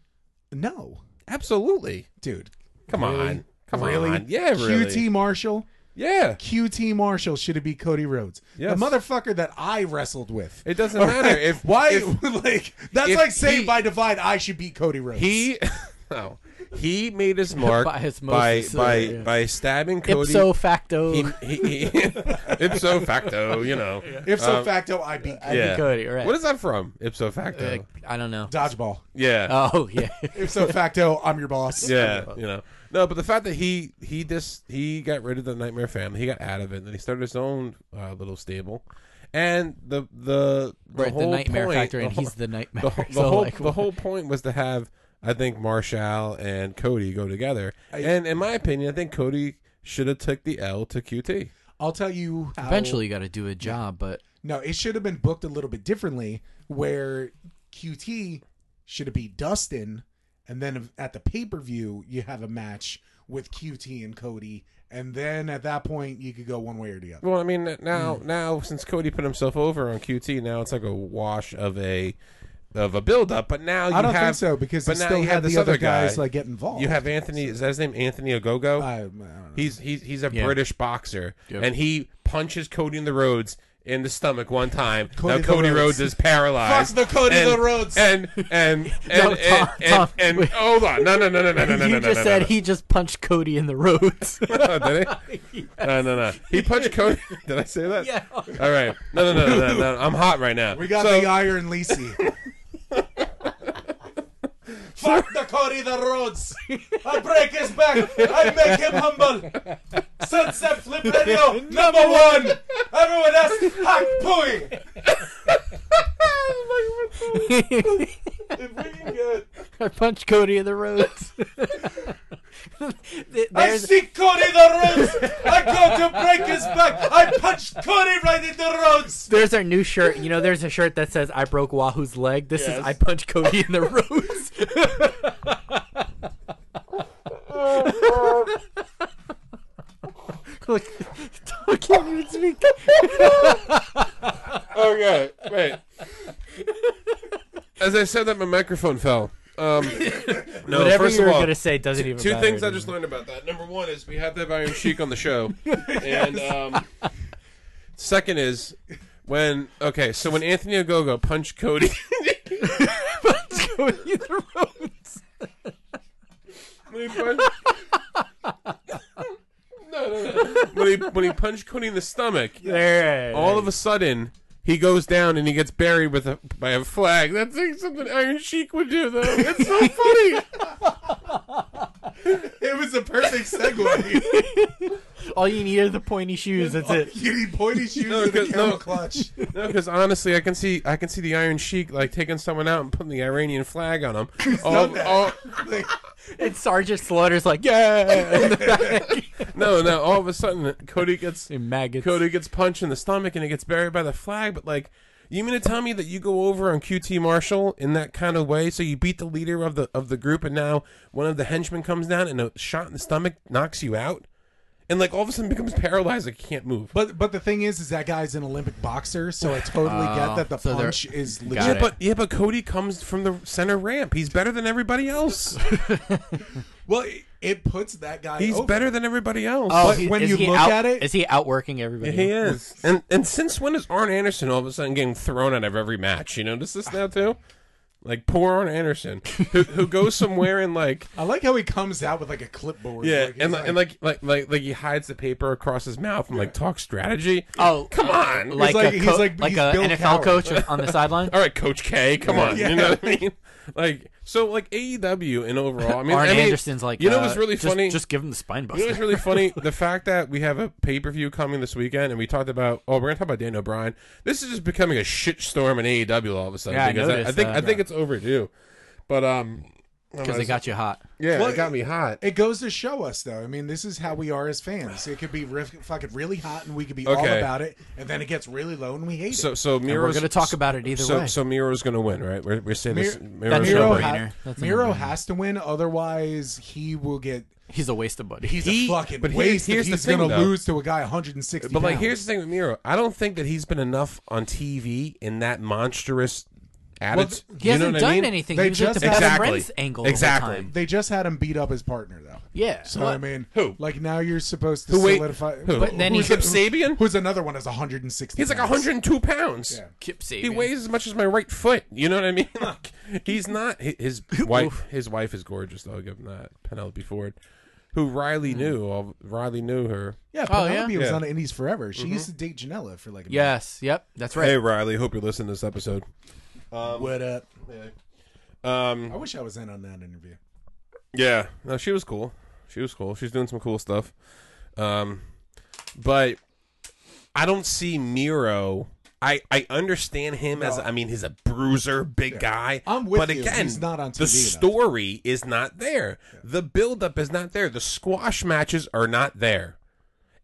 S4: No,
S2: Absolutely.
S4: dude.
S2: Come on. Come
S4: really?
S2: on. Yeah, really.
S4: QT Marshall.
S2: Yeah.
S4: QT Marshall should it be Cody Rhodes,
S2: Yes.
S4: the motherfucker that I wrestled with.
S2: It doesn't matter if
S4: why
S2: if
S4: like that's
S2: if
S4: like saying
S2: he-
S4: by divine I should beat Cody Rhodes.
S2: he. No, he made his mark
S3: By his
S2: by
S3: Moses,
S2: by,
S3: yeah.
S2: by stabbing Cody.
S3: ipso facto.
S2: he, he, he, ipso facto, you know.
S4: if so facto I beat Cody.
S2: um, Yeah.
S3: Cody, right.
S2: What is that from? Ipso facto.
S3: Uh, I don't know.
S4: dodgeball.
S2: yeah.
S3: Oh yeah.
S4: If so facto I'm your boss.
S2: yeah, you know. No, but the fact that he he dis he got rid of the Nightmare Family, he got out of it, and then he started his own uh, little stable, and the the the
S3: right,
S2: whole
S3: the nightmare
S2: point,
S3: factor, and
S2: the whole-
S3: he's the nightmare.
S2: the, whole- the
S3: so
S2: whole
S3: like,
S2: the whole point was to have I think Marshall and Cody go together,
S4: I-
S2: and in my opinion, I think Cody should have took the L to QT.
S4: I'll tell you how
S3: eventually you got to do a job, but
S4: No, it should have been booked a little bit differently where QT should have beat Dustin and then at the pay-per-view you have a match with QT and Cody and then at that point you could go one way or the other.
S2: Well, I mean now
S4: Hmm.
S2: now since Cody put himself over on QT, now it's like a wash of a of a build up, but now you
S4: I don't
S2: have
S4: think so because
S2: but
S4: they
S2: now
S4: still
S2: you
S4: had
S2: have this
S4: the other
S2: other guy.
S4: guys like get involved.
S2: You have Anthony. Is that his name? Anthony Ogogo.
S4: I, I don't know.
S2: he's he's he's a
S3: Yeah.
S2: British boxer,
S3: Yep.
S2: and he punches Cody in the roads in the stomach one time.
S4: Cody
S2: now
S4: the
S2: Cody
S4: Rhodes.
S2: Rhodes. is paralyzed.
S4: Fuck the Cody
S2: and,
S4: the Rhodes.
S2: And and and
S3: No,
S2: and,
S3: Tom,
S2: and,
S3: Tom,
S2: and-
S3: wait.
S2: hold on. No no no no no no no
S3: you
S2: no.
S3: just
S2: no,
S3: said
S2: no.
S3: he just punched Cody in the roads.
S2: Oh, did he? No, no, no. He punched Cody. Did I say that?
S3: Yeah.
S2: All right. No, no, no, no, no, no. I'm hot right now.
S4: We got
S2: so,
S4: the Iron Lisi. Fuck the Cody the Rhodes. I break his back. I make him humble. Sunset Flip Radio number one. Everyone else, hack pooey. If we can get,
S3: I punched Cody in the roads.
S4: I
S3: There's,
S4: see Cody the Rhodes. I go to break his back. I punch Cody right in the Rhodes.
S3: there's our new shirt. You know, there's a shirt that says "I broke Wahoo's leg." This is "I punched Cody in the roads." Look, Tom can't even speak.
S2: Okay, wait. As I said that, my microphone fell. Um, no,
S3: Whatever
S2: first
S3: you were
S2: of all,
S3: gonna say doesn't even
S2: two
S3: matter
S2: things I
S3: anymore.
S2: just learned about that. Number one is we have to have Iron Sheik on the show, and um, second is when okay, so when Anthony Ogogo punched Cody,
S3: punched Cody in the roads.
S2: when he punched, no, no, no. When he when he punched Cody in the stomach,
S3: There.
S2: all of a sudden. He goes down and he gets buried with a by a flag. That's like something Iron Sheik would do, though. It's so funny.
S4: It was a perfect segue.
S3: All you need are the pointy shoes. That's it.
S4: Kitty pointy shoes
S2: No,
S4: and a
S2: 'cause-
S4: camel
S2: no.
S4: clutch.
S2: No, because honestly, I can see I can see the Iron Sheik like taking someone out and putting the Iranian flag on him. All, all,
S4: Like,
S3: And Sergeant Slaughter's like, yeah. In the back.
S2: no, no. All of a sudden, Cody gets
S3: And maggots.
S2: Cody gets punched in the stomach and he gets buried by the flag. But like, you mean to tell me that you go over on QT Marshall in that kind of way? So you beat the leader of the of the group, and now one of the henchmen comes down and a shot in the stomach knocks you out, and like all of a sudden becomes paralyzed, like you can't move.
S4: But but the thing is, is that guy's an Olympic boxer, so I totally get that the
S3: so they're-
S4: punch is
S3: Got
S2: yeah,
S4: legit.
S3: it.
S2: but yeah, but Cody comes from the center ramp. He's better than everybody else.
S4: Well, it, it puts that guy.
S2: He's
S4: over.
S2: better than everybody else.
S4: But
S3: Oh, he-
S4: when
S3: is
S4: you
S3: he
S4: look
S3: out-
S4: at it-
S3: is he outworking everybody?
S2: He is. And and since when is Arn Anderson all of a sudden getting thrown out of every match? You notice this now too? Like poor Arn Anderson, who who goes somewhere and like
S4: I like how he comes out with like a clipboard.
S2: yeah,
S4: like,
S2: and
S4: he's
S2: like, and like like like like he hides the paper across his mouth and like talks strategy.
S3: Oh,
S2: come on!
S3: like
S4: like-
S3: a
S4: he's
S3: co-
S4: like-
S3: like,
S4: he's
S3: a
S4: Bill
S3: NFL
S4: Cowher.
S3: coach on the sideline.
S2: all right, Coach K, come on.
S4: Yeah.
S2: You know what I mean? Like so, like AEW and overall. I mean,
S3: Arn
S2: I mean,
S3: Anderson's like,
S2: you know
S3: uh,
S2: what's really
S3: just-
S2: funny?
S3: Just give him the spine
S2: You know what's
S3: buster.
S2: really funny? The fact that we have a pay per view coming this weekend, and we talked about oh, we're gonna talk about Dan O'Brien. This is just becoming a shit storm in AEW all of a sudden.
S3: Yeah, I
S2: because I
S3: noticed
S2: think
S3: that.
S2: I think it's overdue. But um,
S3: Because they got you hot.
S2: yeah,
S4: Well,
S2: it got me hot.
S4: It goes to show us, though. I mean, this is how we are as fans. It could be re- fucking really hot, and we could be all
S2: Okay.
S4: about it, and then it gets really low, and we hate
S2: So
S4: it.
S2: so
S3: And
S2: Miro's
S3: we're going to talk about it either
S2: so
S3: way.
S2: so Miro's gonna win, right? We're, we're saying this.
S4: Mir-
S2: Miro's
S3: That's
S2: gonna
S4: Miro,
S2: win.
S3: no-brainer.
S4: ha-
S3: That's a
S4: Miro
S3: no-brainer.
S4: has to win, otherwise he will get.
S3: He's a waste of buddy.
S4: He's
S2: He-
S4: a fucking
S2: but here's-
S4: waste. if
S2: here's the
S4: he's
S2: thing,
S4: gonna
S2: though.
S4: lose to a guy 160.
S2: But like,
S4: pounds.
S2: here's the thing with Miro. I don't think that he's been enough on TV in that monstrous
S4: Well,
S2: attitude.
S4: th-
S3: he
S2: you know
S3: hasn't
S2: what
S3: done
S2: I mean?
S3: anything.
S4: They
S3: He was at
S4: just-
S3: the best
S2: Exactly.
S3: friends angle the whole
S2: Exactly.
S3: time.
S4: they just had him beat up his partner, though.
S3: Yeah.
S4: So
S3: Well,
S4: I mean,
S2: Who?
S4: Like now you're supposed to
S2: Who, wait,
S4: solidify.
S2: who?
S3: But then
S4: who's-
S3: he-
S2: Kip Sabian?
S4: who's another one is 160.
S2: He's like
S4: pounds.
S2: 102 pounds.
S4: Yeah.
S3: Kip Sabian.
S2: He weighs as much as my right foot. You know what I mean? Like, he's not hi- his wife. His wife is gorgeous, though. I'll give him that. Penelope Ford, who Riley knew. all- Riley knew her.
S4: Yeah,
S3: Oh,
S4: Penelope
S3: yeah?
S4: was
S2: Yeah. Mm-hmm.
S4: on Indies forever. She used to date Janela for like a
S3: Yes. Yep. That's right.
S2: Hey, Riley. Hope you're listening to this episode.
S4: minute. What up? I
S2: Um,
S4: wish I was in on that interview.
S2: yeah. No, she was cool. She was cool. She's doing some cool stuff. Um, but I don't see Miro. I, I understand him as I mean he's a bruiser, big guy.
S4: I'm with
S2: but
S4: you.
S2: again,
S4: He's not on
S2: The
S4: TV enough.
S2: story is not there. The build up is not there. The squash matches are not there.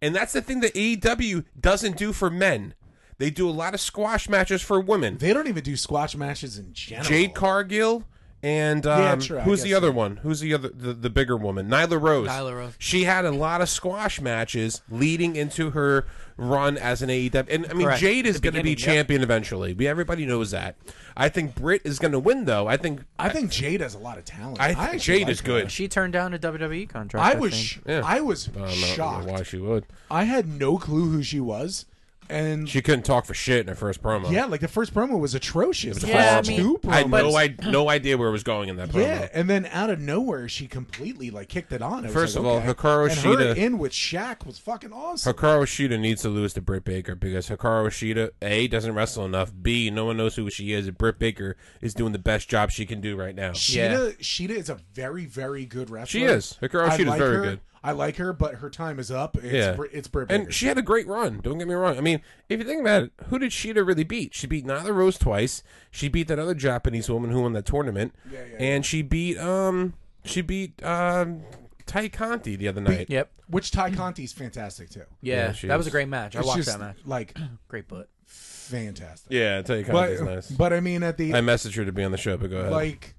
S2: And that's the thing that AEW doesn't do for men. They do a lot of squash matches for women.
S4: They don't even do squash matches in general.
S2: Jade Cargill and
S4: Yeah,
S2: um,
S4: true, I
S2: who's the
S4: guess
S2: other
S4: so.
S2: one? Who's the other the, the bigger woman? Nyla Rose.
S3: Nyla Rose.
S2: She had a lot of squash matches leading into her run as an AEW. And I mean,
S3: Correct.
S2: Jade is
S3: The
S2: going to be
S3: beginning, yep.
S2: champion eventually. We everybody knows that. I think Britt is going to win though. I think
S4: I think Jade has a lot of talent.
S2: I think
S4: actually
S2: Jade
S4: like
S2: is
S4: her.
S2: good.
S3: She turned down a WWE contract.
S4: I
S3: I,
S4: was
S3: think.
S4: sh-
S2: Yeah.
S4: I was
S2: I don't know- I don't
S4: shocked.
S2: know why she would.
S4: I had no clue who she was, and
S2: She couldn't talk for shit in her first promo.
S4: yeah, like the first promo was atrocious.
S3: Yeah, I
S4: Last
S3: mean-
S4: two
S2: I had no,
S4: promos-
S2: I, no idea where it was going in that promo.
S4: Yeah, and then out of nowhere, she completely like kicked it on. It was
S2: First
S4: like,
S2: of all,
S4: okay.
S2: Hikaru
S4: and
S2: Shida-
S4: her in with Shaq was fucking awesome.
S2: Hikaru Shida needs to lose to Britt Baker because Hikaru Shida A doesn't wrestle enough. B no one knows who she is. And Britt Baker is doing the best job she can do right now.
S4: Sheeta, Sheeta is a very, very good wrestler.
S2: She is. Hikaru
S4: I
S2: Shida is
S4: like
S2: very
S4: her.
S2: good.
S4: I like her, but her time is up. It's,
S2: Yeah.
S4: Br- it's Britt Baker.
S2: And she had a great run. Don't get me wrong. I mean, if you think about it, who did Sheeta really beat? She beat Nyla Rose twice. She beat that other Japanese woman who won that tournament.
S4: Yeah, yeah,
S2: and she beat um she beat um Tai Conti the other night.
S3: Yep.
S4: Which Ty Conti's fantastic too.
S3: Yeah.
S2: Yeah, she
S3: that was
S2: is.
S3: a great match. I
S4: It's
S3: watched
S4: just,
S3: that match.
S4: Like
S3: Great butt.
S4: fantastic.
S2: Yeah, Tai Conti's
S4: but
S2: nice.
S4: but I mean at the
S2: I messaged her to be on the show, but go ahead.
S4: like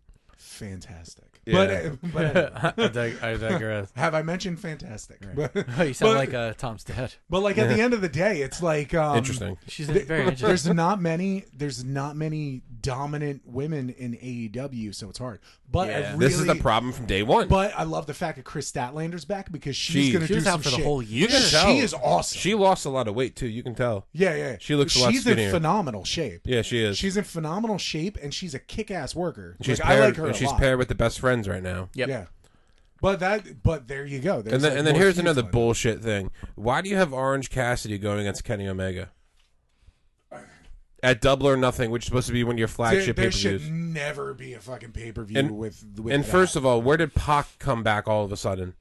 S4: fantastic.
S2: Yeah.
S4: But but anyway,
S3: I dig- I digress.
S4: have I mentioned fantastic? But,
S3: Oh, you sound
S4: but-
S3: like uh, Tom's dad.
S4: but like at the end of the day, it's like um,
S2: Interesting.
S3: She's very interesting.
S4: There's not many. There's not many dominant women in AEW, so it's hard. But I
S3: Yeah.
S4: really,
S2: This is the problem from day one.
S4: But I love the fact that Chris Statlander's back because she's
S2: She-
S4: going to
S3: She
S4: do
S3: was
S4: some
S3: out for the
S4: shit.
S3: whole year.
S2: can tell.
S4: She is awesome.
S2: She lost a lot of weight too. You can tell.
S4: yeah, yeah.
S2: She looks a lot
S4: She's
S2: skinnier.
S4: in phenomenal shape.
S2: Yeah, she is.
S4: She's in phenomenal shape, and she's a kick-ass worker.
S2: she's
S4: Like,
S2: paired,
S4: I like her
S2: and
S4: a
S2: she's
S4: lot.
S2: paired with the best friends right now.
S3: Yep.
S4: Yeah. But that. But there you go. There's
S2: And then,
S4: like
S2: and then
S4: more
S2: here's
S4: heat
S2: another
S4: on it.
S2: bullshit thing. Why do you have Orange Cassidy going against Kenny Omega at Double or Nothing, which is supposed to be one of your
S4: There,
S2: flagship pay per
S4: there should
S2: views?
S4: never be a fucking pay-per-view
S2: And-
S4: with. with
S2: And
S4: that.
S2: first of all, where did Pac come back all of a sudden?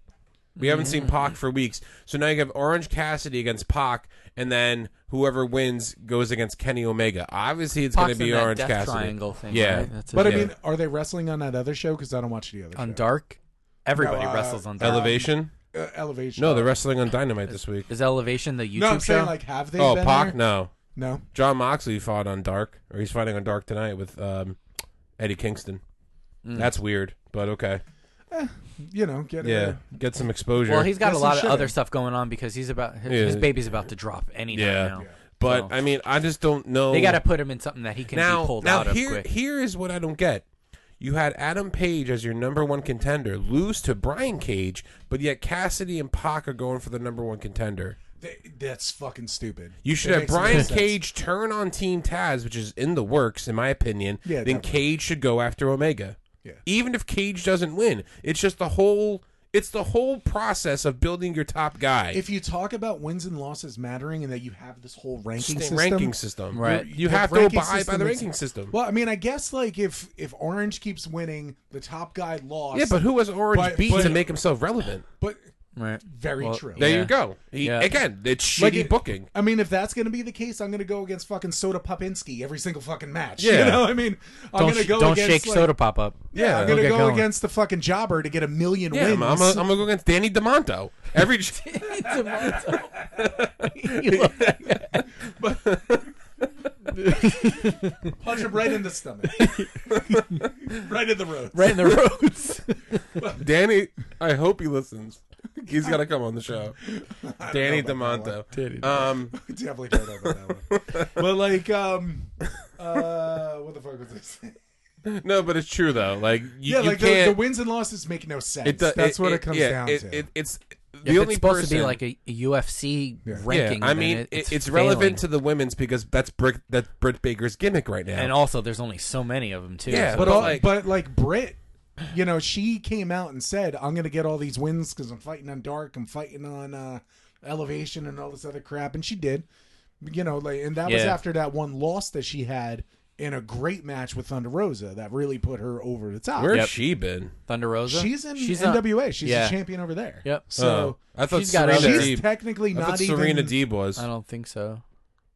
S2: We haven't seen
S4: Mm-hmm.
S2: Pac for weeks, so now you have Orange Cassidy against Pac, and then whoever wins goes against Kenny Omega. Obviously, it's going
S3: Pac's
S2: to be
S3: in that
S2: Orange
S3: death
S2: Cassidy.
S3: triangle thing,
S2: yeah,
S3: right? That's it.
S4: But I
S2: Yeah.
S4: mean, are they wrestling on that other show? Because I don't watch the other
S3: on
S4: show.
S3: Dark, everybody
S4: No, uh,
S3: wrestles on Dark.
S2: Elevation.
S4: uh, elevation.
S2: No, they're wrestling on Dynamite this week.
S3: Is Elevation the YouTube
S4: no, I'm
S3: show?
S4: saying like have they?
S2: Oh,
S4: been
S2: Pac,
S4: there?
S2: no.
S4: no.
S2: John Moxley fought on Dark, or he's fighting on Dark tonight with um, Eddie Kingston.
S3: Mm.
S2: That's weird, but okay.
S4: You know, get it.
S2: Yeah, get some exposure.
S3: well, he's got
S4: Yes,
S3: a
S4: he
S3: lot of
S4: should.
S3: other stuff going on because he's about his, his
S2: Yeah.
S3: baby's about to drop any time
S2: Yeah.
S3: now.
S2: Yeah. but
S3: So,
S2: I mean, I just don't know.
S3: they got to put him in something that he can
S2: now.
S3: be pulled
S2: now
S3: out of
S2: here,
S3: quick.
S2: here is what I don't get. You had Adam Page as your number one contender lose to Brian Cage, but yet Cassidy and Pac are going for the number one contender.
S4: Th- that's fucking stupid.
S2: You should
S4: It
S2: have
S4: makes no
S2: Brian
S4: sense.
S2: Cage turn on Team Taz, which is in the works, in my opinion.
S4: Yeah,
S2: then
S4: definitely.
S2: Cage should go after Omega.
S4: Yeah.
S2: Even if Cage doesn't win, it's just the whole. It's the whole process of building your top guy.
S4: If you talk about wins and losses mattering and that you have this whole ranking
S2: Sta-
S4: system,
S2: ranking system,
S3: Right.
S2: You
S4: the
S2: have to
S4: ranking
S2: abide by
S4: system
S2: the
S4: makes-
S2: ranking system.
S4: Well, I mean, I guess like if if Orange keeps winning, the top guy lost.
S2: yeah, but who was Orange
S4: But-
S2: beat
S4: but-
S2: to make himself relevant?
S4: but
S3: Right.
S4: very true.
S2: There
S3: Yeah.
S2: you go. He,
S3: Yeah.
S2: Again, it's shitty
S4: Like it-
S2: booking.
S4: I mean, if that's gonna be the case, I'm gonna go against fucking Soda Popinski every single fucking match.
S2: Yeah.
S4: you know, I mean, I'm
S3: Don't
S4: gonna
S3: sh-
S4: go
S3: don't
S4: against
S3: shake
S4: like,
S3: soda pop up.
S4: Yeah, I'm
S3: He'll get
S4: gonna go
S3: going.
S4: against the fucking jobber to get a million
S2: Yeah, I'm,
S4: wins.
S2: I'm gonna- I'm gonna go against Danny DeMonto every.
S4: punch him right in the stomach, right in the road.
S3: right in the roads.
S2: Danny, I hope he listens. He's got to come on the show. Danny DeMonto. Um,
S4: Definitely don't know about that one. but like, um, uh, what the fuck was this?
S2: no, but it's true though. Like you,
S4: Yeah,
S2: you
S4: like the,
S2: can't.
S4: the wins and losses make no sense.
S2: do-
S4: That's what it comes
S2: yeah,
S4: down
S2: it-
S4: to.
S2: it- it's the
S3: If
S2: only
S3: it's supposed
S2: person,
S3: to be like a, a UFC
S2: Yeah,
S3: ranking.
S2: I
S3: then
S2: mean,
S3: it-
S2: it's,
S3: it's,
S2: it's relevant
S3: failing.
S2: to the women's because that's Britt that's Britt Baker's gimmick right now.
S3: And also, there's only so many of them too.
S2: Yeah, but
S3: so
S4: but,
S3: it's
S4: all,
S2: like-
S4: but like Brit, you know, she came out and said, "I'm gonna get all these wins because I'm fighting on dark, I'm fighting on uh, elevation, and all this other crap," and she did. You know, like, and that was
S3: Yeah.
S4: after that one loss that she had in a great match with Thunder Rosa that really put her over the top.
S2: Where's
S3: Yep.
S2: she been?
S3: Thunder Rosa.
S4: She's in
S3: not-
S4: NWA. she's
S3: yeah.
S4: a champion over there.
S3: Yep.
S4: So
S2: Oh, I thought
S3: she's got
S2: Serena
S3: other-
S4: she's
S2: Deeb.
S4: technically
S2: I
S4: not
S2: thought Serena
S4: even.
S2: Deeb was.
S3: I don't think so.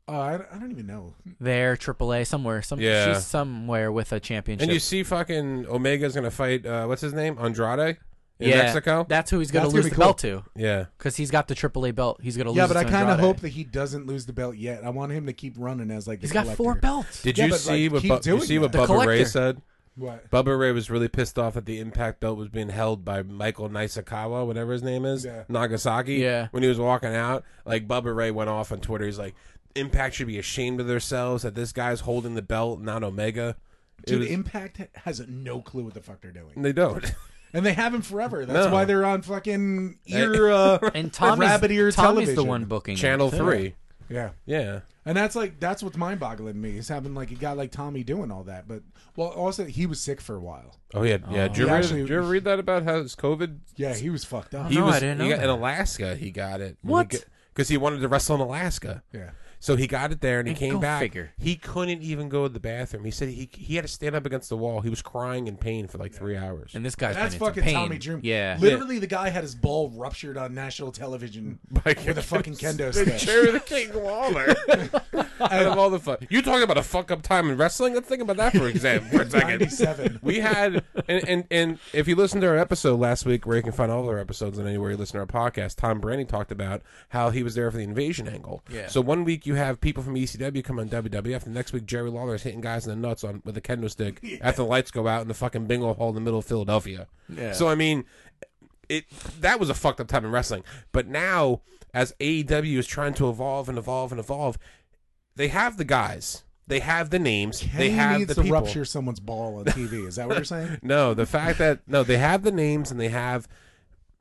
S4: uh, I, don't, I don't even know.
S3: There, AAA, somewhere. Some,
S2: Yeah.
S3: She's somewhere with a championship.
S2: And you see, fucking Omega's gonna fight. Uh, what's his name? Andrade in
S3: yeah,
S2: Mexico.
S3: That's who he's going to lose
S4: That's gonna be
S3: the
S4: cool.
S3: belt to
S2: yeah,
S3: because he's got the AAA belt. He's going to lose
S4: Yeah, but
S3: it
S4: I
S3: to
S4: kind of
S3: Andrade.
S4: hope that he doesn't lose the belt yet. I want him to keep running as like the
S3: He's got four
S4: collector.
S3: belts.
S2: Did
S4: Yeah,
S2: you
S4: but,
S2: see
S4: like, keep
S2: what Bu- you
S4: doing
S2: see what
S4: that.
S3: The
S2: Bubba Ray
S3: collector.
S2: said?
S4: What?
S2: Bubba Ray was really pissed off that the Impact belt was being held by Michael Nisakawa, whatever his name is,
S4: Yeah.
S2: Nagasaki.
S3: Yeah.
S2: When he was walking out, like Bubba Ray went off on Twitter. He's like, Impact should be ashamed of themselves that this guy's holding the belt, not Omega. It
S4: Dude,
S2: was-
S4: Impact has no clue what the fuck they're doing,
S2: they don't.
S4: and they haven't forever. That's
S2: No.
S4: why they're on fucking ear. Uh,
S3: And Tommy's,
S4: rabbit ear
S3: Tommy's the
S4: television.
S3: one booking.
S2: Channel
S3: it, too.
S2: three.
S4: yeah,
S2: Yeah.
S4: and that's like that's what's mind boggling me is having like a guy like Tommy doing all that, but well, also he was sick for a while.
S2: Oh yeah, yeah. Did you,
S4: He
S2: read,
S4: actually-
S2: did you ever read that about how his COVID?
S4: Yeah, he was fucked up.
S2: He
S3: No, I
S2: was
S3: didn't
S2: he
S3: know
S2: got, in
S3: that.
S2: Alaska. He got it.
S3: What?
S2: Because he wanted to wrestle in Alaska.
S4: yeah,
S2: So he got it there and he
S3: And
S2: came
S3: go
S2: back.
S3: figure.
S2: He couldn't even go to the bathroom. He said he he had to stand up against the wall. He was crying in pain for like three hours.
S3: And this guy's
S4: that's
S3: been in some
S4: fucking
S3: pain.
S4: Tommy Dream.
S3: Yeah.
S4: literally, the guy had his ball ruptured on national television with a fucking
S2: the
S4: kendo stick.
S2: chair of the King Lawler. Out of all the fun, you talking about a fuck up time in wrestling? Let's think about that for example for a second.
S4: Ninety-seven.
S2: We had and, and and if you listen to our episode last week, where you can find all of our episodes and anywhere you listen to our podcast, Tom Brandy talked about how he was there for the invasion angle.
S3: Yeah.
S2: So one week you have people from ECW come on WWF, the next week Jerry Lawler is hitting guys in the nuts on with a kendo stick after the lights go out in the fucking bingo hall in the middle of Philadelphia.
S3: Yeah.
S2: So I mean, it that was a fucked up time in wrestling. But now, as AEW is trying to evolve and evolve and evolve, they have the guys, they have the names, they
S4: Kenny
S2: have
S4: needs
S2: the
S4: to
S2: people.
S4: rupture someone's ball on TV. Is that what you're saying?
S2: No, the fact that no, they have the names and they have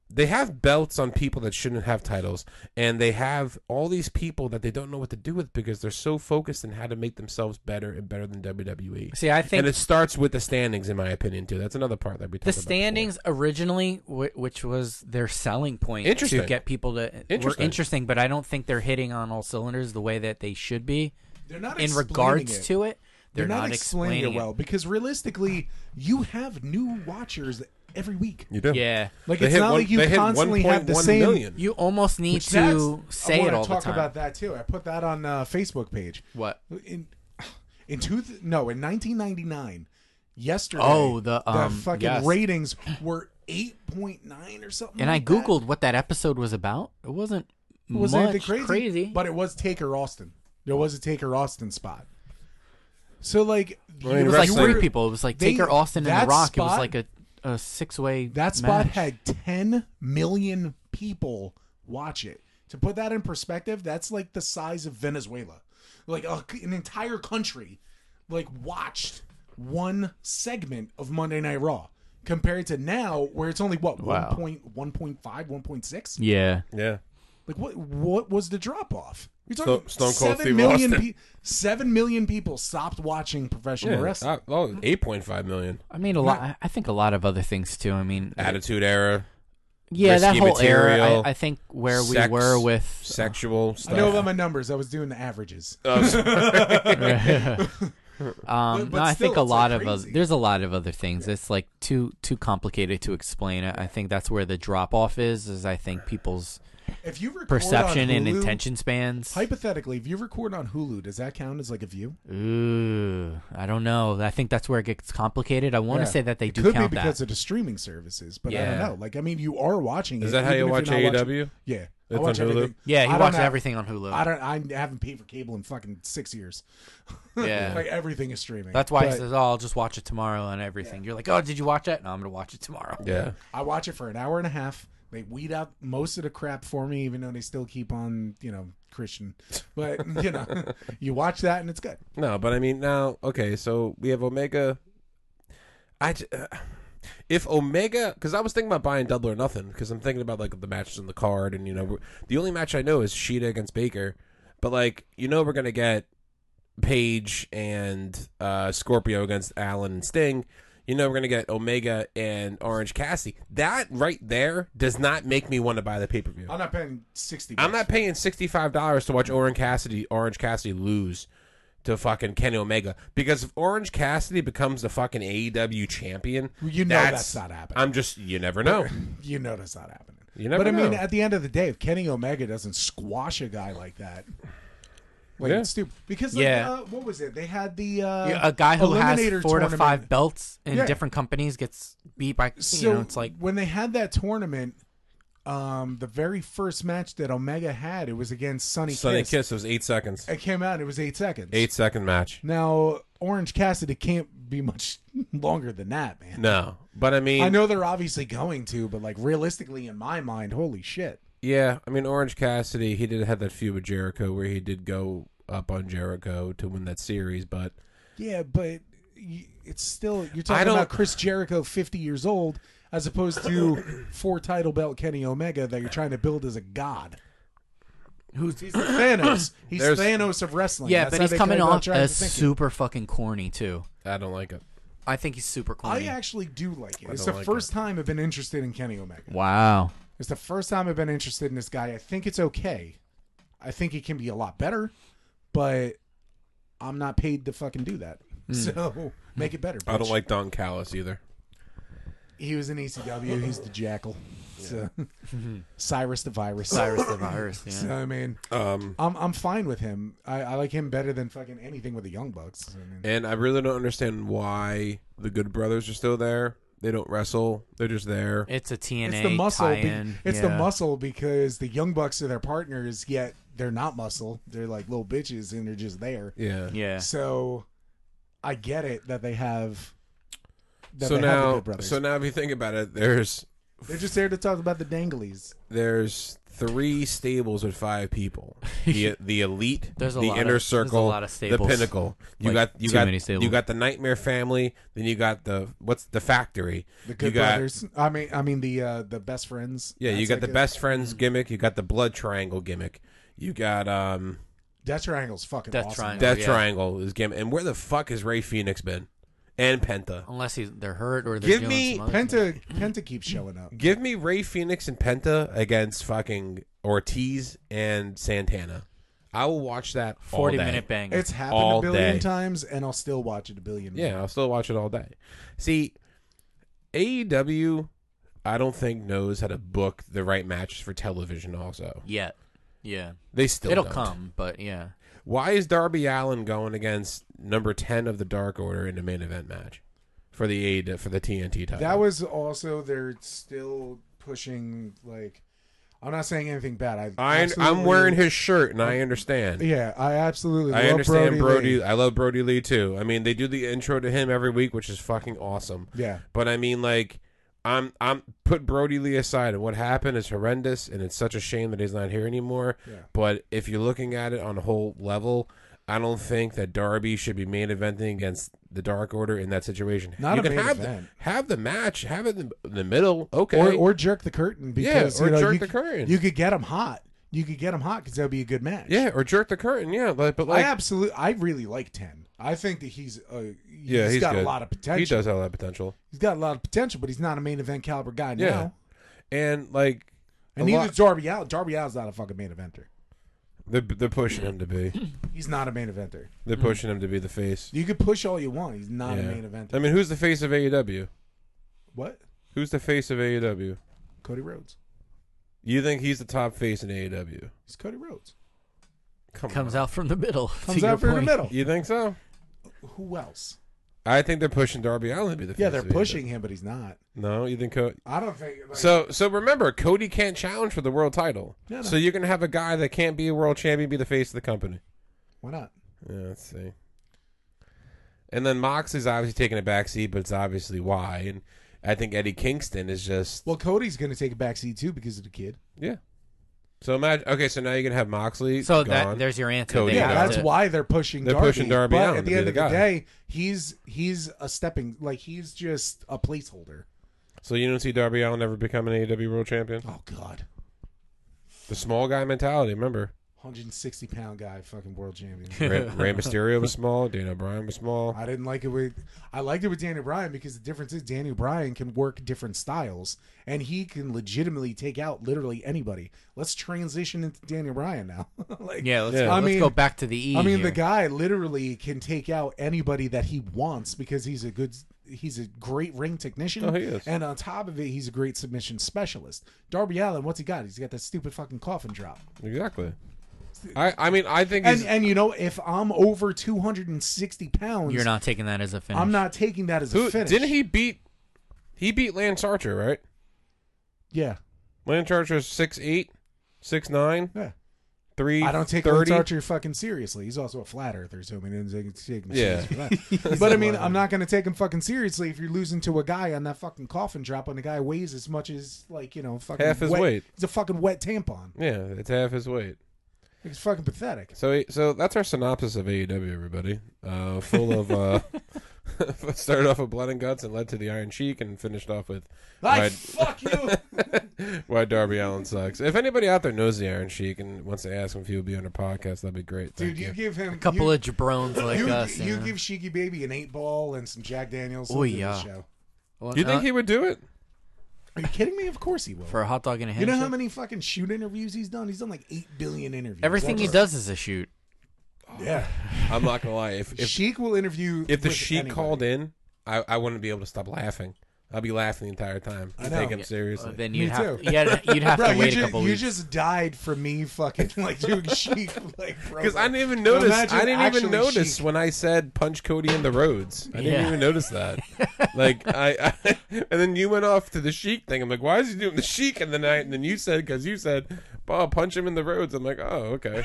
S2: they have belts on people that shouldn't have titles, and they have all these people that they don't know what to do with because they're so focused on how to make themselves better and better than WWE.
S3: See, I think
S2: and it starts with the standings, in my opinion, too. That's another part that we talked
S3: the
S2: about before.
S3: standings originally, w- which was their selling point
S2: Interesting.
S3: to get people to
S2: Interesting.
S3: were interesting, but I don't think they're hitting on all cylinders the way that they should be
S4: They're not
S3: in
S4: explaining
S3: regards
S4: it.
S3: to it. They're,
S4: They're not, explaining, it well because realistically, you have new watchers every week.
S2: You do,
S3: Yeah,
S4: Like
S2: They
S4: it's
S2: hit
S4: not
S2: one-
S4: like you
S2: they hit
S4: constantly have the
S2: 1.1
S4: same.
S2: million.
S3: you almost need
S4: Which
S3: to
S4: that's- I
S3: say it
S4: wanna
S3: all the
S4: talk
S3: time.
S4: about that too. I put that on uh, Facebook page.
S3: What?
S4: in in two th- no in 1999? Yesterday.
S3: Oh, the, um,
S4: fucking
S3: yes.
S4: ratings were 8.9 or something.
S3: And I
S4: like
S3: googled what that episode was about. It wasn't
S4: that. It wasn't
S3: much
S4: anything crazy, but it was Taker Austin. There was a Taker Austin spot. So like
S2: Well, I mean,
S3: it was like
S2: wrestling-
S3: three people. It was like
S4: they-
S3: Taker Austin and
S4: that
S3: The Rock. it was
S4: spot-
S3: like a, a six way.
S4: That spot had 10 million people watch it. To put that in perspective, that's like the size of Venezuela. Like a, an entire country like watched one segment of Monday Night Raw compared to now where it's only what
S3: Wow.
S4: 1.1.5 1.6
S3: Yeah,
S2: yeah.
S4: Like what? What was the drop off? You're talking
S2: Stone Cold
S4: seven
S2: Steve
S4: million
S2: Austin.
S4: pe- seven million people stopped watching professional
S2: Yeah, uh,
S4: wrestling.
S2: oh, 8.5 million.
S3: I mean, a lot. I- I think a lot of other things too. I mean,
S2: Attitude era,
S3: yeah, that
S2: risky
S3: whole era.
S2: material,
S3: I, I think where
S2: sex,
S3: we were with.
S2: sexual
S4: I know
S2: stuff.
S4: about my numbers. I was doing the averages.
S2: Oh, sorry.
S3: um,
S4: but
S3: no, I
S4: still,
S3: think a lot
S4: it's, like,
S3: of other,
S4: crazy.
S3: there's a lot of other things. It's like too too complicated to explain. I, I think that's where the drop off is. Is I think people's
S4: If you record
S3: perception
S4: on
S3: and
S4: Hulu-
S3: intention spans.
S4: Hypothetically, if you record on Hulu, does that count as like a view?
S3: Ooh, I don't know. I think that's where it gets complicated. I want to
S4: Yeah.
S3: say that they
S4: it
S3: do
S4: could
S3: count
S4: be
S3: that.
S4: because of the streaming services, but I
S3: Yeah.
S4: don't know. Like, I mean, you are watching.
S2: Is
S4: it,
S2: that how
S4: even
S2: you
S4: if you're
S2: watch E
S4: not watching-
S2: AEW?
S4: Yeah, I
S2: It's
S4: watch
S2: on Hulu?
S4: everything.
S3: yeah,
S4: I
S3: he
S4: don't
S3: watches
S4: have-
S3: everything on Hulu.
S4: I don't. I haven't paid for cable in fucking six years.
S3: Yeah.
S4: like everything is streaming.
S3: That's why he
S4: But
S3: says, "Oh, I'll just watch it tomorrow and everything." You're like, "Oh, did you watch that?" No, I'm gonna watch it tomorrow.
S2: yeah.
S4: I watch it for an hour and a half. They weed out most of the crap for me, even though they still keep on, you know, Christian. But you know, you watch that and it's good.
S2: No, but I mean now, okay, so we have Omega. I j- uh, if Omega, because I was thinking about buying Double or Nothing, because I'm thinking about like the matches on the card, and you know, we're- the only match I know is Sheeta against Baker, but like you know, we're gonna get Paige and uh, Scorpio against Allen and Sting. You know, we're gonna get Omega and Orange Cassidy. That right there does not make me want to buy the pay per view.
S4: I'm not paying sixty.
S2: I'm
S4: bucks.
S2: not paying sixty five dollars to watch Orange Cassidy Orange Cassidy lose to fucking Kenny Omega because if Orange Cassidy becomes the fucking AEW champion,
S4: You know that's not happening.
S2: I'm just you never know.
S4: You know that's not happening.
S2: You never
S4: but I mean,
S2: know.
S4: at the end of the day, if Kenny Omega doesn't squash a guy like that, like
S2: Yeah.
S4: it's stupid. Because like,
S3: Yeah.
S4: uh, what was it? They had the uh,
S3: Yeah, a guy who has
S4: Eliminator
S3: four to
S4: tournament.
S3: five belts in
S4: Yeah.
S3: different companies gets beat by. You
S4: So
S3: know, it's like
S4: when they had that tournament, um, the very first match that Omega had, it was against Sonny,
S2: Sunny
S4: Kiss.
S2: Kiss was eight seconds,
S4: It came out. and It was eight seconds.
S2: eight second match.
S4: Now Orange Cassidy can't be much longer than that, man.
S2: No, but I mean,
S4: I know they're obviously going to, but like realistically, in my mind, holy shit.
S2: yeah, I mean Orange Cassidy. He did have that feud with Jericho where he did go up on Jericho to win that series, but
S4: Yeah, but y- it's still you're talking
S2: don't-
S4: about Chris Jericho, fifty years old, as opposed to four title belt Kenny Omega that you're trying to build as a god.
S3: who's
S4: He's the Thanos. He's
S2: There's-
S4: Thanos of wrestling.
S3: yeah,
S4: That's
S3: but
S4: how
S3: he's
S4: they
S3: coming
S4: go about
S3: off
S4: trying
S3: as
S4: to think it.
S3: super fucking corny too.
S2: I don't like it.
S3: I think he's super
S4: I
S3: corny.
S4: actually do like it. It's
S2: don't
S4: the
S2: like
S4: first time I've been interested in Kenny Omega.
S3: wow.
S4: It's the first time I've been interested in this guy. I think it's okay. I think he can be a lot better, but I'm not paid to fucking do that. So make it better.
S2: I don't
S4: bitch.
S2: like Don Callis either.
S4: He was in ECW. He's the jackal. So, Cyrus the virus.
S3: Mm-hmm. Cyrus the virus. Yeah.
S4: So, I mean,
S2: Um,
S4: I'm I'm fine with him. I, I like him better than fucking anything with the Young Bucks. I mean,
S2: And I really don't understand why the Good Brothers are still there. They don't wrestle. They're just there.
S3: It's a TNA
S4: it's the muscle. be-
S3: tie-in.
S4: it's the
S3: yeah.
S4: muscle because the Young Bucks are their partners, yet they're not muscle. They're like little bitches, and they're just there.
S2: Yeah.
S3: Yeah.
S4: So, I get it that they have. That
S2: So
S4: they have the
S2: now,
S4: Good Brothers.
S2: so now, if you think about it, there's
S4: they're just there to talk about the danglies.
S2: there's three stables with five people. The the elite,
S3: There's a
S2: the
S3: lot
S2: inner
S3: of- there's a
S2: circle,
S3: lot of
S2: the
S3: stables.
S2: pinnacle. You
S3: Like,
S2: got you
S3: too
S2: got
S3: many stables.
S2: you got the nightmare family. Then you got the what's the factory.
S4: The Good
S2: you got,
S4: Brothers. I mean, I mean the uh, the best friends.
S2: Yeah, you
S4: That's
S2: got
S4: like
S2: the
S4: a- Mm.
S2: best friends gimmick. You got the blood triangle gimmick. You got um
S4: Death Triangle's fucking
S3: Death
S4: awesome.
S3: Triangle.
S2: death
S3: yeah.
S2: triangle is gimmick. And where the fuck has Ray Phoenix been? And Penta.
S3: Unless he's they're hurt or they're
S2: Give
S3: doing
S2: me
S3: some other
S4: Penta Penta keeps showing up.
S2: Give me Ray Phoenix and Penta against fucking Ortiz and Santana. I will watch that all
S3: forty
S2: day.
S3: minute bang.
S4: It's happened
S2: All
S4: a billion
S2: day.
S4: times, and I'll still watch it a billion. more.
S2: Yeah, I'll still watch it all day. See, AEW, I don't think knows how to book the right matches for television. Also,
S3: yet. Yeah.
S2: they still
S3: It'll
S2: don't.
S3: come, but yeah.
S2: Why is Darby Allen going against number ten of the Dark Order in the main event match for the AEW for the TNT title?
S4: that was also they're still pushing. Like, I'm not saying anything bad. I
S2: I, I'm
S4: absolutely-
S2: wearing his shirt, and I understand.
S4: Yeah, I absolutely.
S2: I
S4: love
S2: understand
S4: Brody.
S2: Brody.
S4: Lee.
S2: I love Brody Lee too. I mean, they do the intro to him every week, which is fucking awesome.
S4: Yeah,
S2: But I mean, like, I'm I'm put Brody Lee aside, and what happened is horrendous, and it's such a shame that he's not here anymore.
S4: Yeah.
S2: But if you're looking at it on a whole level, I don't think that Darby should be main eventing against the Dark Order in that situation.
S4: Not
S2: you
S4: a
S2: can
S4: main
S2: have
S4: event.
S2: The, have the match, have it in the, in the middle, okay?
S4: or or jerk the curtain because
S2: or
S4: you know,
S2: jerk
S4: you
S2: the
S4: c-
S2: curtain.
S4: You could get them hot. you could get them hot because that would be a good match.
S2: Yeah, or jerk the curtain. Yeah, like, but like,
S4: I absolutely, I really like Ten. I think that he's, uh,
S2: yeah,
S4: he's got
S2: good.
S4: a lot of potential.
S2: He does have a lot of potential.
S4: He's got a lot of potential, but he's not a main event caliber guy
S2: Yeah,
S4: now.
S2: and like,
S4: And
S2: a
S4: neither
S2: lot-
S4: is Darby Allen. Darby Allen's not a fucking main eventer.
S2: they're, they're pushing him to be.
S4: He's not a main eventer.
S2: They're pushing him to be the face.
S4: You could push all you want. He's not
S2: Yeah.
S4: a main eventer.
S2: I mean, who's the face of AEW?
S4: what?
S2: Who's the face of AEW?
S4: Cody Rhodes.
S2: You think he's the top face in AEW?
S4: He's Cody Rhodes.
S2: Come
S3: Comes
S2: on.
S3: out from the middle. to
S4: Comes
S3: your
S4: out from the
S3: point.
S4: middle.
S2: You think so?
S4: Who else?
S2: I think they're pushing Darby Allen to be the face.
S4: Yeah, they're
S2: of AEW.
S4: pushing him, but he's not.
S2: No, you think Cody?
S4: I don't think. Like,
S2: So, so remember, Cody can't challenge for the world title.
S4: No, no.
S2: So you're gonna have a guy that can't be a world champion be the face of the company.
S4: why not?
S2: Yeah, let's see. And then Moxley's obviously taking a back seat, but it's obviously why. And I think Eddie Kingston is just
S4: Well, Cody's going to take a backseat too because of the kid.
S2: yeah. So imagine okay, so now you're gonna have Moxley.
S3: So
S2: gone.
S3: that there's your answer.
S2: Cody
S3: They
S4: Yeah,
S2: got
S3: have
S4: that's
S3: to-
S4: why they're pushing.
S2: They're
S4: Darby.
S2: pushing Darby
S4: but
S2: Allen
S4: at
S2: to
S4: the
S2: be
S4: end
S2: the
S4: of the
S2: guy.
S4: day, he's he's a stepping like he's just a placeholder.
S2: So you don't see Darby Allen ever become an AEW World Champion?
S4: Oh God,
S2: The small guy mentality. Remember,
S4: 160 pound guy, fucking world champion.
S2: Ray, Rey Mysterio was small. Dana O'Brien was small.
S4: I didn't like it with I liked it with Danny Bryan because the difference is Danny Bryan can work different styles and he can legitimately take out literally anybody. Let's transition into Danny Bryan now. like
S3: Yeah, let's,
S2: Yeah.
S3: Go,
S4: I
S3: let's
S4: mean-
S3: go back to the E.
S4: I mean the
S3: here.
S4: guy literally can take out anybody that he wants because he's a good he's a great ring technician
S2: Oh, he is.
S4: and on top of it he's a great submission specialist. Darby Allen, what's he got? He's got that stupid fucking coffin drop.
S2: Exactly. I, I mean, I think he's,
S4: And and you know if I'm over 260 pounds
S3: You're not taking that as a finish.
S4: I'm not taking that as
S2: who
S4: a finish.
S2: didn't he beat? He beat Lance Archer, right?
S4: Yeah.
S2: Lance Archer's six eight, six nine,
S4: Yeah.
S2: three.
S4: I don't take
S2: 30.
S4: Lance Archer fucking seriously. He's also a flat earther, so I mean, he doesn't take him
S2: Yeah.
S4: seriously for that. but I mean, I'm not going to take him fucking seriously if you're losing to a guy on that fucking coffin drop, and the guy weighs as much as like you know fucking
S2: Half his
S4: wet-
S2: weight.
S4: He's a fucking wet tampon.
S2: Yeah, it's half his weight.
S4: It's fucking pathetic.
S2: So, he- so that's our synopsis of AEW, everybody. Uh, full of uh, started off with blood and guts and led to the Iron Cheek and finished off with
S4: Like
S2: Right.
S4: fuck you.
S2: why Darby Allen sucks. If anybody out there knows the Iron Sheik and wants to ask him if he would be on our podcast, that'd be great. Thank
S4: Dude, you give him
S3: a couple
S4: you,
S3: of jabrones like
S4: you,
S3: us.
S4: you
S3: You know?
S4: give Shiki Baby an eight ball and some Jack Daniels.
S3: Oh,
S4: he'll do the
S3: yeah.
S4: show.
S3: Well,
S2: Do you think
S3: uh,
S2: he would do it?
S4: Are you kidding me? Of course he will.
S3: for a hot dog and a
S4: you
S3: handshake?
S4: know how many fucking shoot interviews he's done? He's done like eight billion interviews.
S3: Everything he
S4: That's-
S3: does is a shoot.
S4: Yeah.
S2: I'm not gonna lie. If if,
S4: Sheik will interview
S2: if the
S4: with
S2: Sheik
S4: anybody.
S2: called in, I, I wouldn't be able to stop laughing. I'll be laughing the entire time.
S4: I know.
S2: Take him seriously.
S3: Uh, then
S4: Me
S3: you'd have,
S4: too.
S3: you'd have- you'd have
S4: Bro,
S3: to
S4: you,
S3: wait a
S4: just,
S3: couple
S4: you
S3: weeks.
S4: just died for me fucking like doing sheep like bro.
S2: Because I didn't even
S4: Now
S2: notice.
S4: imagine
S2: I didn't
S4: actually uh,
S2: even notice
S4: Sheik.
S2: when I said punch Cody in the roads. I didn't
S3: Yeah.
S2: even notice that. like I, I, and then you went off to the chic thing. I'm like, why is he doing the chic in the night? And then you said, because you said, "Bob, punch him in the roads." I'm like, oh, okay.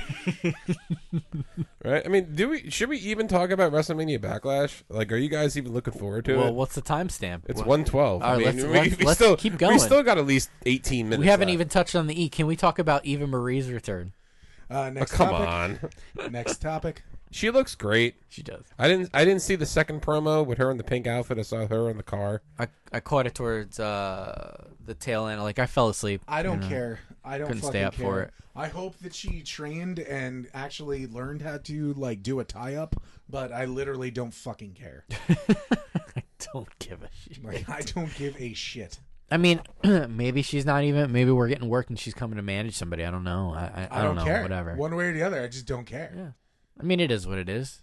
S2: right. I mean, do we should we even talk about WrestleMania Backlash? Like, are you guys even looking forward to
S3: well,
S2: it?
S3: what's the timestamp?
S2: It's
S3: Well,
S2: one twelve.
S3: All right, let's- let's- let's
S2: still,
S3: keep
S2: We
S3: going.
S2: still got at least eighteen minutes.
S3: We haven't
S2: left.
S3: even touched on the E. Can we talk about Eva Marie's return?
S4: Uh,
S2: Oh,
S4: next
S2: come
S4: topic.
S2: on.
S4: Next topic.
S2: She looks great.
S3: She does.
S2: I didn't. I didn't see the second promo with her in the pink outfit. I saw her in the car.
S3: I, I caught it towards uh, the tail end. Like I fell asleep.
S4: I don't
S3: you know.
S4: care. I don't
S3: Couldn't
S4: fucking
S3: stay up
S4: care.
S3: for it.
S4: I hope that she trained and actually learned how to like do a tie up, but I literally don't fucking care.
S3: I don't give a shit.
S4: Like I don't give a shit.
S3: I mean, maybe she's not even. Maybe we're getting work and she's coming to manage somebody. I don't know. I I, I, don't, know.
S4: care.
S3: Whatever.
S4: One way or the other, I just don't care.
S3: Yeah. I mean, it is what it is.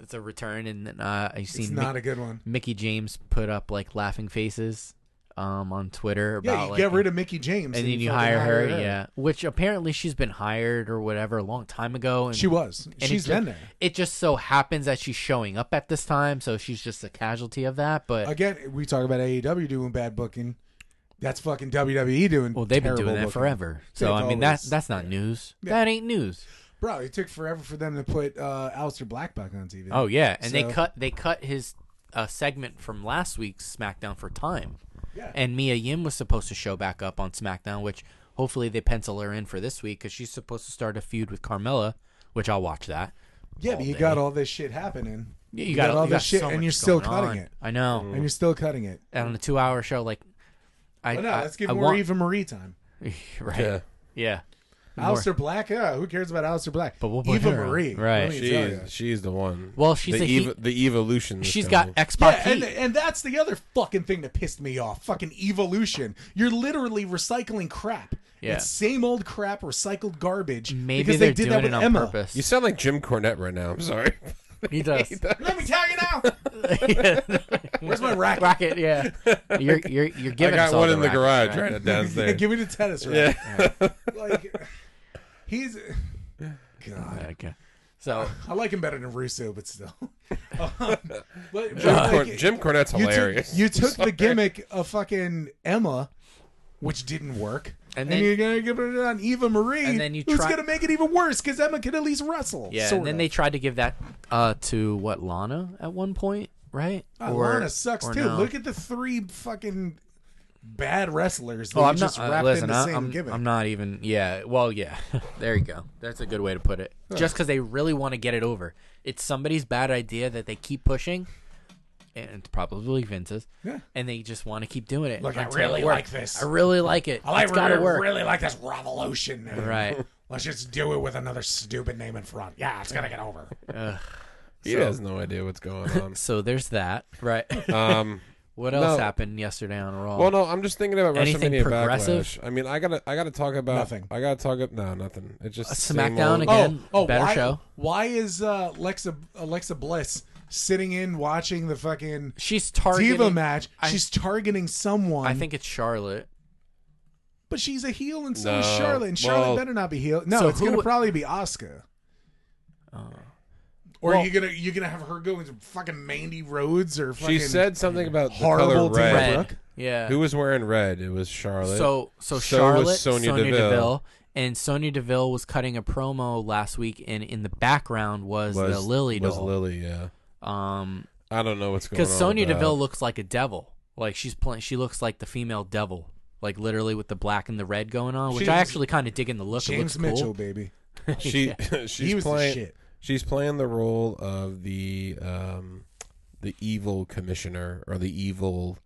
S3: It's a return, and then, uh, I
S4: It's
S3: seen
S4: not
S3: Mick-
S4: a good one.
S3: Mickey James put up like laughing faces um, on Twitter about
S4: Yeah, you
S3: like,
S4: get rid of Mickey James,
S3: and then you
S4: fucking
S3: hire her, yeah. Which apparently she's been hired or whatever a long time ago. And
S4: She was.
S3: And
S4: She's
S3: it just,
S4: been there.
S3: It just so happens that she's showing up at this time, so she's just a casualty of that. But
S4: again, we talk about AEW doing bad booking. That's fucking WWE doing.
S3: well, they've been
S4: terrible
S3: doing that
S4: booking.
S3: forever. So
S4: They've
S3: I mean, that's
S4: always-
S3: that's not news. That ain't news.
S4: Bro, it took forever for them to put uh, Alistair Black back on TV.
S3: Oh yeah, and they
S4: So-
S3: cut they cut his uh, segment from last week's SmackDown for time.
S4: Yeah.
S3: And Mia Yim was supposed to show back up on SmackDown, which hopefully they pencil her in for this week because she's supposed to start a feud with Carmella, which I'll watch that.
S4: yeah, but you
S3: day.
S4: got all this shit happening,
S3: You,
S4: got all
S3: you
S4: this shit
S3: so
S4: and
S3: much
S4: you're still
S3: going
S4: cutting
S3: on.
S4: it. Mm-hmm.
S3: I know.
S4: and you're still cutting it.
S3: And on a two-hour show, like I
S4: But Oh, no,
S3: I,
S4: let's give
S3: I
S4: more
S3: want-
S4: Eva Marie time.
S3: right.
S2: Yeah.
S3: Yeah.
S4: Alistair Black, yeah, who cares about Alistair Black?
S3: But we'll put
S4: Eva
S3: her on.
S4: Marie,
S3: Right.
S4: let me tell ya.
S2: She's, she's the one.
S3: Well, she's
S2: the
S3: a he-
S2: ev- the evolution.
S3: She's
S2: She's
S3: got X
S4: Yeah,
S3: Pac.
S4: and, and that's the other fucking thing that pissed me off. Fucking evolution. You're literally recycling crap.
S3: Yeah.
S4: It's same old crap, recycled garbage.
S3: Maybe
S4: because
S3: they're
S4: they did
S3: doing
S4: that with
S3: it on
S4: Emma.
S2: You
S3: purpose.
S2: sound like Jim Cornette right now. I'm sorry.
S3: He does.
S4: Let me tell you now. Where's my racket?
S3: Racket, yeah. You're you're you're
S2: I
S3: giving. us
S2: got
S3: all
S2: one in the
S3: racket,
S2: garage
S3: right?
S2: right, downstairs.
S4: Give me the tennis racket. Like he's God.
S3: Okay. So
S4: I like him better than Russo, but still. Um, but-
S2: Jim,
S4: but,
S2: Corn-
S4: like,
S2: Jim Cornette's
S4: you took-
S2: hilarious.
S4: You took, the gimmick of fucking Emma, which didn't work,
S3: And
S4: and,
S3: then-
S4: you're gonna give it on Eva Marie,
S3: And then you
S4: who's
S3: try-
S4: gonna make it even worse because Emma can at least wrestle.
S3: yeah,
S4: sort
S3: and then
S4: of.
S3: they tried to give that uh, to what Lana at one point, right?
S4: Oh, Lana sucks too. Look at the three fucking bad wrestlers that
S3: Oh,
S4: you
S3: I'm
S4: just
S3: not. Uh,
S4: wrapped
S3: listen,
S4: in the
S3: I,
S4: same
S3: am
S4: gimmick.
S3: I'm not even. Yeah. Well, yeah. there you go. That's a good way to put it. Just because they really want to get it over, it's somebody's bad idea that they keep pushing, and it's probably Vince's.
S4: Yeah.
S3: And they just want to keep doing it.
S4: Look, I
S3: until it
S4: really
S3: works.
S4: like this.
S3: I really like it.
S4: I
S3: it's got to
S4: really,
S3: work.
S4: really like this revolution. name.
S3: Right.
S4: Let's just do it with another stupid name in front. Yeah, it's gonna get over.
S2: he has no idea what's going on.
S3: So there's that. Right.
S2: Um,
S3: what else
S2: no.
S3: happened yesterday on Raw?
S2: well, no, I'm just thinking about
S3: Anything
S2: WrestleMania
S3: progressive?
S2: Backlash. I mean, I gotta, I gotta talk about
S4: Nothing.
S2: I gotta talk about no, nothing. It's just same
S3: SmackDown
S2: old-
S3: again. better
S4: Oh, why,
S3: show.
S4: Why is uh, Alexa Alexa Bliss sitting in watching the fucking
S3: She's targeting.
S4: diva match?
S3: I-
S4: she's targeting someone.
S3: I think it's Charlotte.
S4: but she's a heel, and so is
S2: No.
S4: Charlotte. And Charlotte
S2: Well-
S4: better not be heel. No,
S3: So
S4: it's
S3: who
S4: gonna
S3: would-
S4: probably be Oscar. Or
S3: Well-
S4: are you gonna you gonna have her go into fucking Mandy Rhodes or fucking
S2: Oh, She said something about the color
S4: horrible
S2: red.
S4: Dana Brooke?
S3: Yeah.
S2: Who was wearing red? It was Charlotte.
S3: So so,
S2: So
S3: Charlotte,
S2: was
S3: Sonya,
S2: Sonya
S3: Deville.
S2: Deville.
S3: and Sonya Deville was cutting a promo last week, and in the background was, the Lily
S2: was
S3: doll.
S2: Lily? Yeah.
S3: Um,
S2: I don't know what's going on.
S3: because Sonya
S2: with that.
S3: Deville looks like a devil. Like she's playing. She looks like the female devil. Like literally with the black and the red going on, which I
S4: She's-
S3: actually kind of dig in the look. it
S4: James
S3: looks cool.
S4: Mitchell, baby.
S2: she she's
S4: He was the
S2: playing
S4: shit.
S2: she's playing the role of the um the evil commissioner or the evil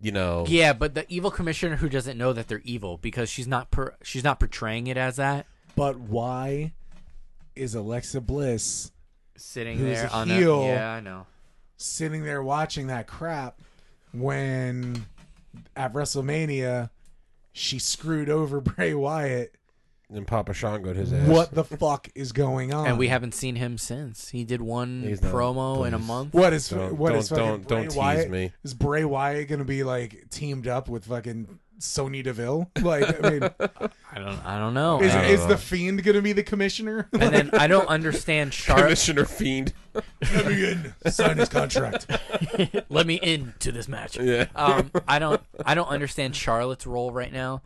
S2: you know
S3: Yeah, but the evil commissioner who doesn't know that they're evil because she's not per- she's not portraying it as that.
S4: But why is Alexa Bliss
S3: Sitting
S4: Who's
S3: there
S4: a
S3: on
S4: heel.
S3: a yeah, I know.
S4: sitting there watching that crap when at WrestleMania she screwed over Bray Wyatt.
S2: and Papa Shango his ass.
S4: What the fuck is going on?
S3: And we haven't seen him since. He did one
S2: He's not-
S3: promo in a
S2: please.
S3: month.
S4: what is
S2: Don't-
S4: what
S2: don't-
S4: is fucking
S2: don't-
S4: Bray
S2: don't tease
S4: Wyatt?
S2: me.
S4: Is Bray Wyatt gonna be like teamed up with fucking Sony Deville? Like, I mean,
S3: I don't I don't know. Um,
S4: is,
S2: don't
S4: is
S2: know.
S4: the Fiend gonna be the commissioner?
S3: And then I don't understand Charlotte.
S2: commissioner fiend?
S4: Let me in. Sign his contract.
S3: Let me into this match.
S2: Yeah.
S3: Um, I don't. I don't understand Charlotte's role right now.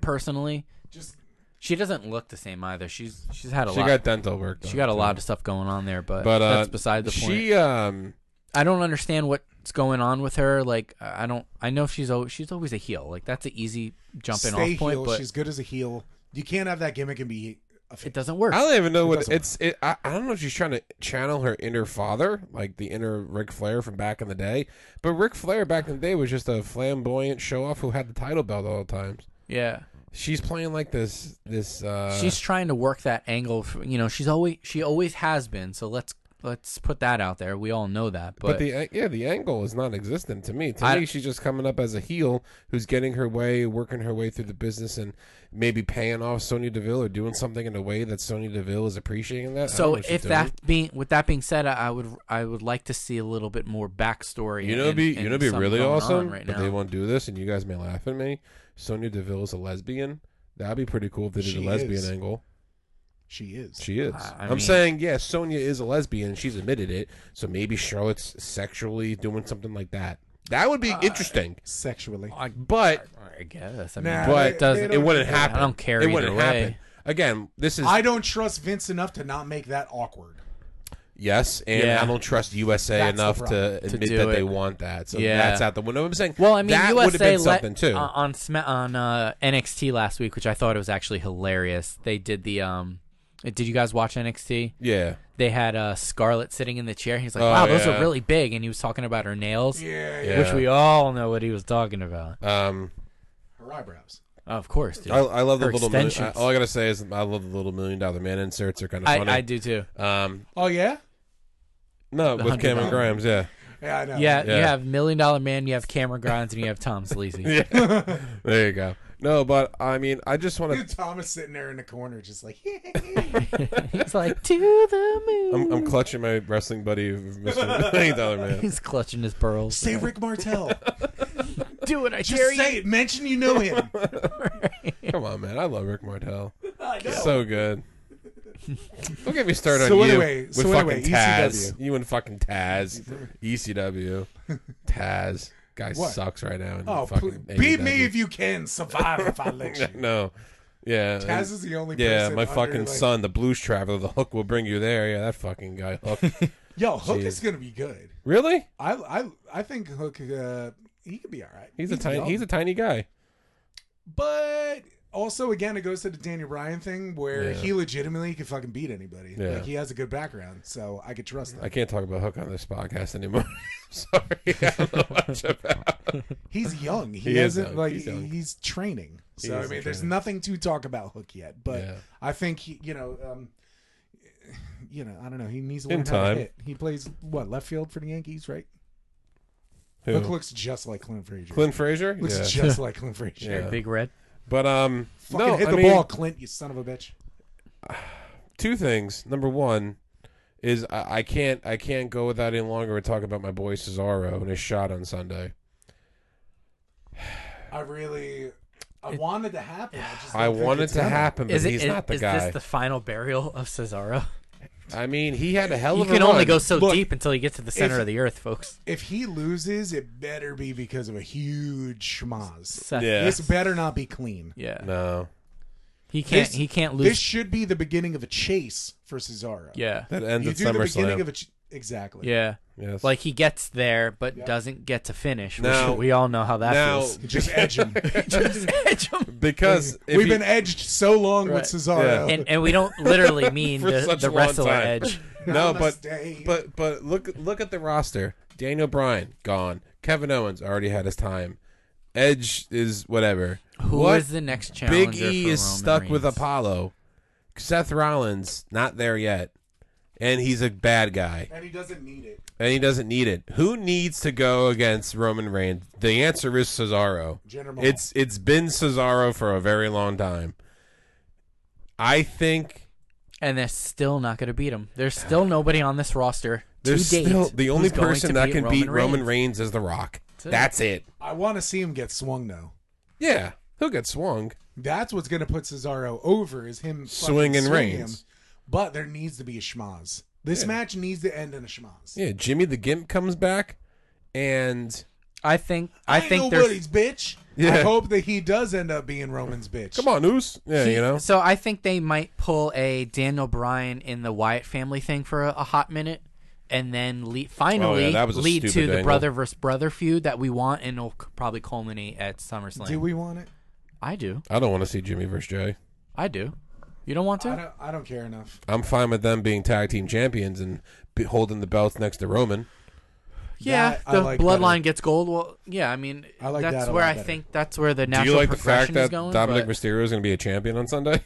S3: Personally,
S4: Just
S3: she doesn't look the same either. She's she's had a
S2: She
S3: lot.
S2: got dental work. Done,
S3: she got a lot of stuff going on there, but,
S2: But uh,
S3: that's beside the point.
S2: She um
S3: I don't understand what's going on with her. Like I don't. I know she's always she's always a heel. Like that's an easy jumping
S4: stay
S3: off point,
S4: heel.
S3: but
S4: She's good as a heel. You can't have that gimmick and be a
S3: it
S4: face.
S3: doesn't work.
S2: I don't even know what
S4: doesn't
S2: it's. It, I, I don't know if she's trying to channel her inner father, like the inner Ric Flair from back in the day. But Ric Flair back in the day was just a flamboyant show off who had the title belt all the times.
S3: yeah.
S2: She's playing like this. This. uh
S3: she's trying to work that angle. f you know, she's always she always has been. So let's let's put that out there. We all know that, but,
S2: But the yeah, the angle is non-existent to me. To
S3: I-
S2: me, she's just coming up as a heel who's getting her way, working her way through the business, and maybe paying off Sonya Deville or doing something in a way that Sonya Deville is appreciating that. I don't know
S3: so
S2: what she's
S3: if
S2: doing.
S3: that being with that being said, I, I would I would like to see a little bit more backstory.
S2: you know,
S3: and-
S2: be
S3: and
S2: you know, be
S3: something
S2: really
S3: going on
S2: awesome.
S3: right
S2: but
S3: now.
S2: they won't do this, and you guys may laugh at me. Sonya Deville is a lesbian. That'd be pretty cool if they did a
S4: She
S2: lesbian
S4: is.
S2: angle.
S4: She is.
S2: She is.
S3: I- I
S2: I am
S3: mean-
S2: saying, yeah, Sonya is a lesbian. She's admitted it. So maybe Charlotte's sexually doing something like that. That would be
S3: Uh,
S2: interesting.
S4: sexually.
S2: But
S3: I guess. I mean,
S4: Nah,
S3: but
S2: but
S4: they-
S3: it doesn't.
S4: they
S2: it
S4: don't
S2: wouldn't
S4: do that.
S2: happen.
S3: I don't care
S2: It
S3: either
S2: wouldn't
S3: way.
S2: happen. Again, this is
S4: I don't trust Vince enough to not make that awkward.
S2: yes, and
S3: Yeah.
S2: I don't trust USA
S4: That's the
S2: enough
S4: problem.
S2: to admit
S3: do
S2: that
S3: it.
S2: they want that. So
S3: Yeah.
S2: that's out the window. I'm saying,
S3: well, I mean,
S2: that would have
S3: USA
S2: been
S3: let-
S2: something too.
S3: uh, on Sma- on uh, NXT last week, which I thought it was actually hilarious. They did the um. Did you guys watch NXT?
S2: yeah,
S3: They had uh, Scarlett sitting in the chair. He's like,
S2: Oh,
S3: "Wow, those
S2: yeah.
S3: are really big," and he was talking about her nails.
S4: Yeah,
S2: yeah.
S3: Which we all know what he was talking about.
S2: um,
S4: Her eyebrows.
S3: Of course, dude.
S2: I, I love the
S3: Or
S2: little. Million, I,
S3: extensions.
S2: all I gotta say is I love the little million dollar man inserts are kind of
S3: I,
S2: funny.
S3: I do too.
S2: Um,
S4: Oh yeah,
S2: no, with
S3: hundred
S2: Cameron
S3: dollar-
S2: Grimes, yeah,
S4: yeah, I know.
S3: Yeah, you
S2: Uh, Yeah.
S3: have Million Dollar Man, you have Cameron Grimes, and you have Tom Sleazy.
S2: yeah. there you go. No, but I mean, I just want to.
S4: Dude, Thomas sitting there in the corner, just like
S3: He's like to the
S2: I'm,
S3: moon.
S2: I'm clutching my wrestling buddy, Mr. Million Dollar Man.
S3: He's clutching his pearls.
S4: say Rick Martel.
S3: Do it, I
S4: Just say it. Mention you know him.
S2: Come on, man, I love Rick Martel. So good. Don't get me started
S4: So
S2: on you
S4: anyway-
S2: with
S4: so
S2: fucking
S4: anyway, E
S2: Taz.
S4: ECW.
S2: You and fucking Taz, ECW, Taz. Guy
S4: E What?
S2: sucks right now. in
S4: Oh,
S2: fucking
S4: please, beat
S2: AEW.
S4: me if you can. Survive if I let you.
S2: No, yeah.
S4: Taz is the only
S2: Yeah,
S4: person
S2: my
S4: under,
S2: fucking
S4: like-
S2: son, the blues traveler, the hook will bring you there. Yeah, that fucking guy, Hook.
S4: Yo, Hook is gonna be good.
S2: really?
S4: I I I think Hook uh, he could be all right.
S2: He's
S4: He
S2: a
S4: could
S2: tiny,
S4: be
S2: he's a tiny guy.
S4: But also, again, it goes to the Daniel Bryan thing where
S2: Yeah.
S4: he legitimately could fucking beat anybody.
S2: Yeah.
S4: Like he has a good background, so I could trust him.
S2: I can't talk about Hook on this podcast anymore. Sorry, I don't know much about.
S4: He's young. He,
S2: He is
S4: hasn't
S2: young.
S4: like
S2: He's
S4: he's,
S2: young.
S4: training. So I
S2: is
S4: mean, there's
S2: training.
S4: nothing to talk about Hook yet. But
S2: Yeah.
S4: I think he, you know, um, you know, I don't know. He needs to
S2: In
S4: learn how
S2: time.
S4: to hit. He plays what left field for the Yankees, right? Hook
S2: Who?
S4: looks just like Clint Frazier.
S2: Clint Frazier.
S4: looks
S2: Yeah.
S4: just like Clint Frazier.
S2: Yeah.
S3: Big Red.
S2: But um,
S4: Fucking
S2: no,
S4: hit
S2: I
S4: the
S2: mean,
S4: ball, Clint. You son of a bitch.
S2: two things. Number one is I, I can't I can't go without any longer and talk about my boy Cesaro and his shot on Sunday.
S4: I really, I wanted to happen. I, just
S2: I want it to happen, but
S3: Is it?
S2: he's
S3: is-
S2: not the
S3: is
S2: guy.
S3: this the final burial of Cesaro?
S2: I mean, he had a hell
S3: You
S2: of a
S3: can only
S2: run.
S3: go so
S4: Look,
S3: deep until you get to the center
S4: if-
S3: of the earth, folks.
S4: If he loses, it better be because of a huge schmaz.
S3: Seth-
S2: Yeah.
S4: This better not be clean.
S3: Yeah.
S2: No,
S3: He can't.
S4: This-
S3: he can't lose.
S4: This should be the beginning of a chase for Cesaro.
S3: yeah.
S2: that ends
S4: you
S2: at
S4: do the beginning of
S2: SummerSlam.
S4: a ch- exactly.
S3: Yeah.
S2: Yes.
S3: Like he gets there, but
S4: Yep.
S3: doesn't get to finish. which
S2: Now-
S3: we all know how that
S2: now-
S3: feels.
S4: just edge him.
S3: Just edge him.
S2: because if
S4: We've
S2: he-
S4: been edged so long
S3: Right.
S4: with Cesaro.
S2: Yeah.
S3: And, and we don't literally mean
S2: for
S3: the,
S2: such
S3: the
S2: a long
S3: wrestler
S2: time.
S3: edge.
S2: No, but
S4: Namaste.
S2: but but look look at the roster. Daniel Bryan gone. Kevin Owens already had his time. Edge is whatever.
S3: Who is
S2: what?
S3: the next challenger?
S2: Big E
S3: for
S2: is
S3: Roman
S2: stuck with
S3: Reigns?
S2: Apollo. Seth Rollins not there yet, and he's a bad guy,
S4: and he doesn't need it.
S2: and he doesn't need it. Who needs to go against Roman Reigns? The answer is Cesaro.
S4: Jinder Mahal.
S2: It's it's been Cesaro for a very long time. I think
S3: and they're still not going to beat him. There's still nobody on this roster
S2: There's
S3: to date.
S2: still the only
S3: who's going
S2: person
S3: to
S2: that can beat Roman
S3: Reigns.
S2: Reigns is The Rock.
S3: it.
S2: That's it.
S4: I want to see him get swung though.
S2: Yeah, he'll get swung.
S4: That's what's going to put Cesaro over is him fucking
S2: Swing and
S4: swinging
S2: Reigns.
S4: him. But there needs to be a schmaz. This
S2: Yeah.
S4: match needs to end in a schmaz.
S2: Yeah, Jimmy the Gimp comes back, and
S3: I think. I,
S4: ain't
S3: think there's.
S4: nobody's bitch.
S2: Yeah.
S4: I hope that he does end up being Roman's bitch.
S2: come on, Oos. Yeah, you know.
S3: So I think they might pull a Daniel Bryan in the Wyatt family thing for a, a hot minute, and then le- finally
S2: Oh, that was a
S3: lead to
S2: stupid
S3: the
S2: angle.
S3: brother versus brother feud that we want, and it'll c- probably culminate at SummerSlam.
S4: Do we want it?
S3: I do.
S2: I don't want to see Jimmy versus Jay.
S3: I do. You don't want
S4: I
S3: to?
S4: don't, I don't care enough.
S2: I'm fine with them being tag team champions and be holding the belts next to Roman.
S3: Yeah,
S4: That I
S3: the
S4: like
S3: bloodline
S4: better.
S3: gets gold. Well, yeah, I mean,
S4: I like
S3: that's
S4: that a
S3: where
S4: lot
S3: I
S4: better.
S3: think that's where the
S2: Do
S3: natural
S2: you like the fact
S3: progression is
S2: that
S3: going.
S2: Dominic
S3: but-
S2: Mysterio is going to be a champion on Sunday?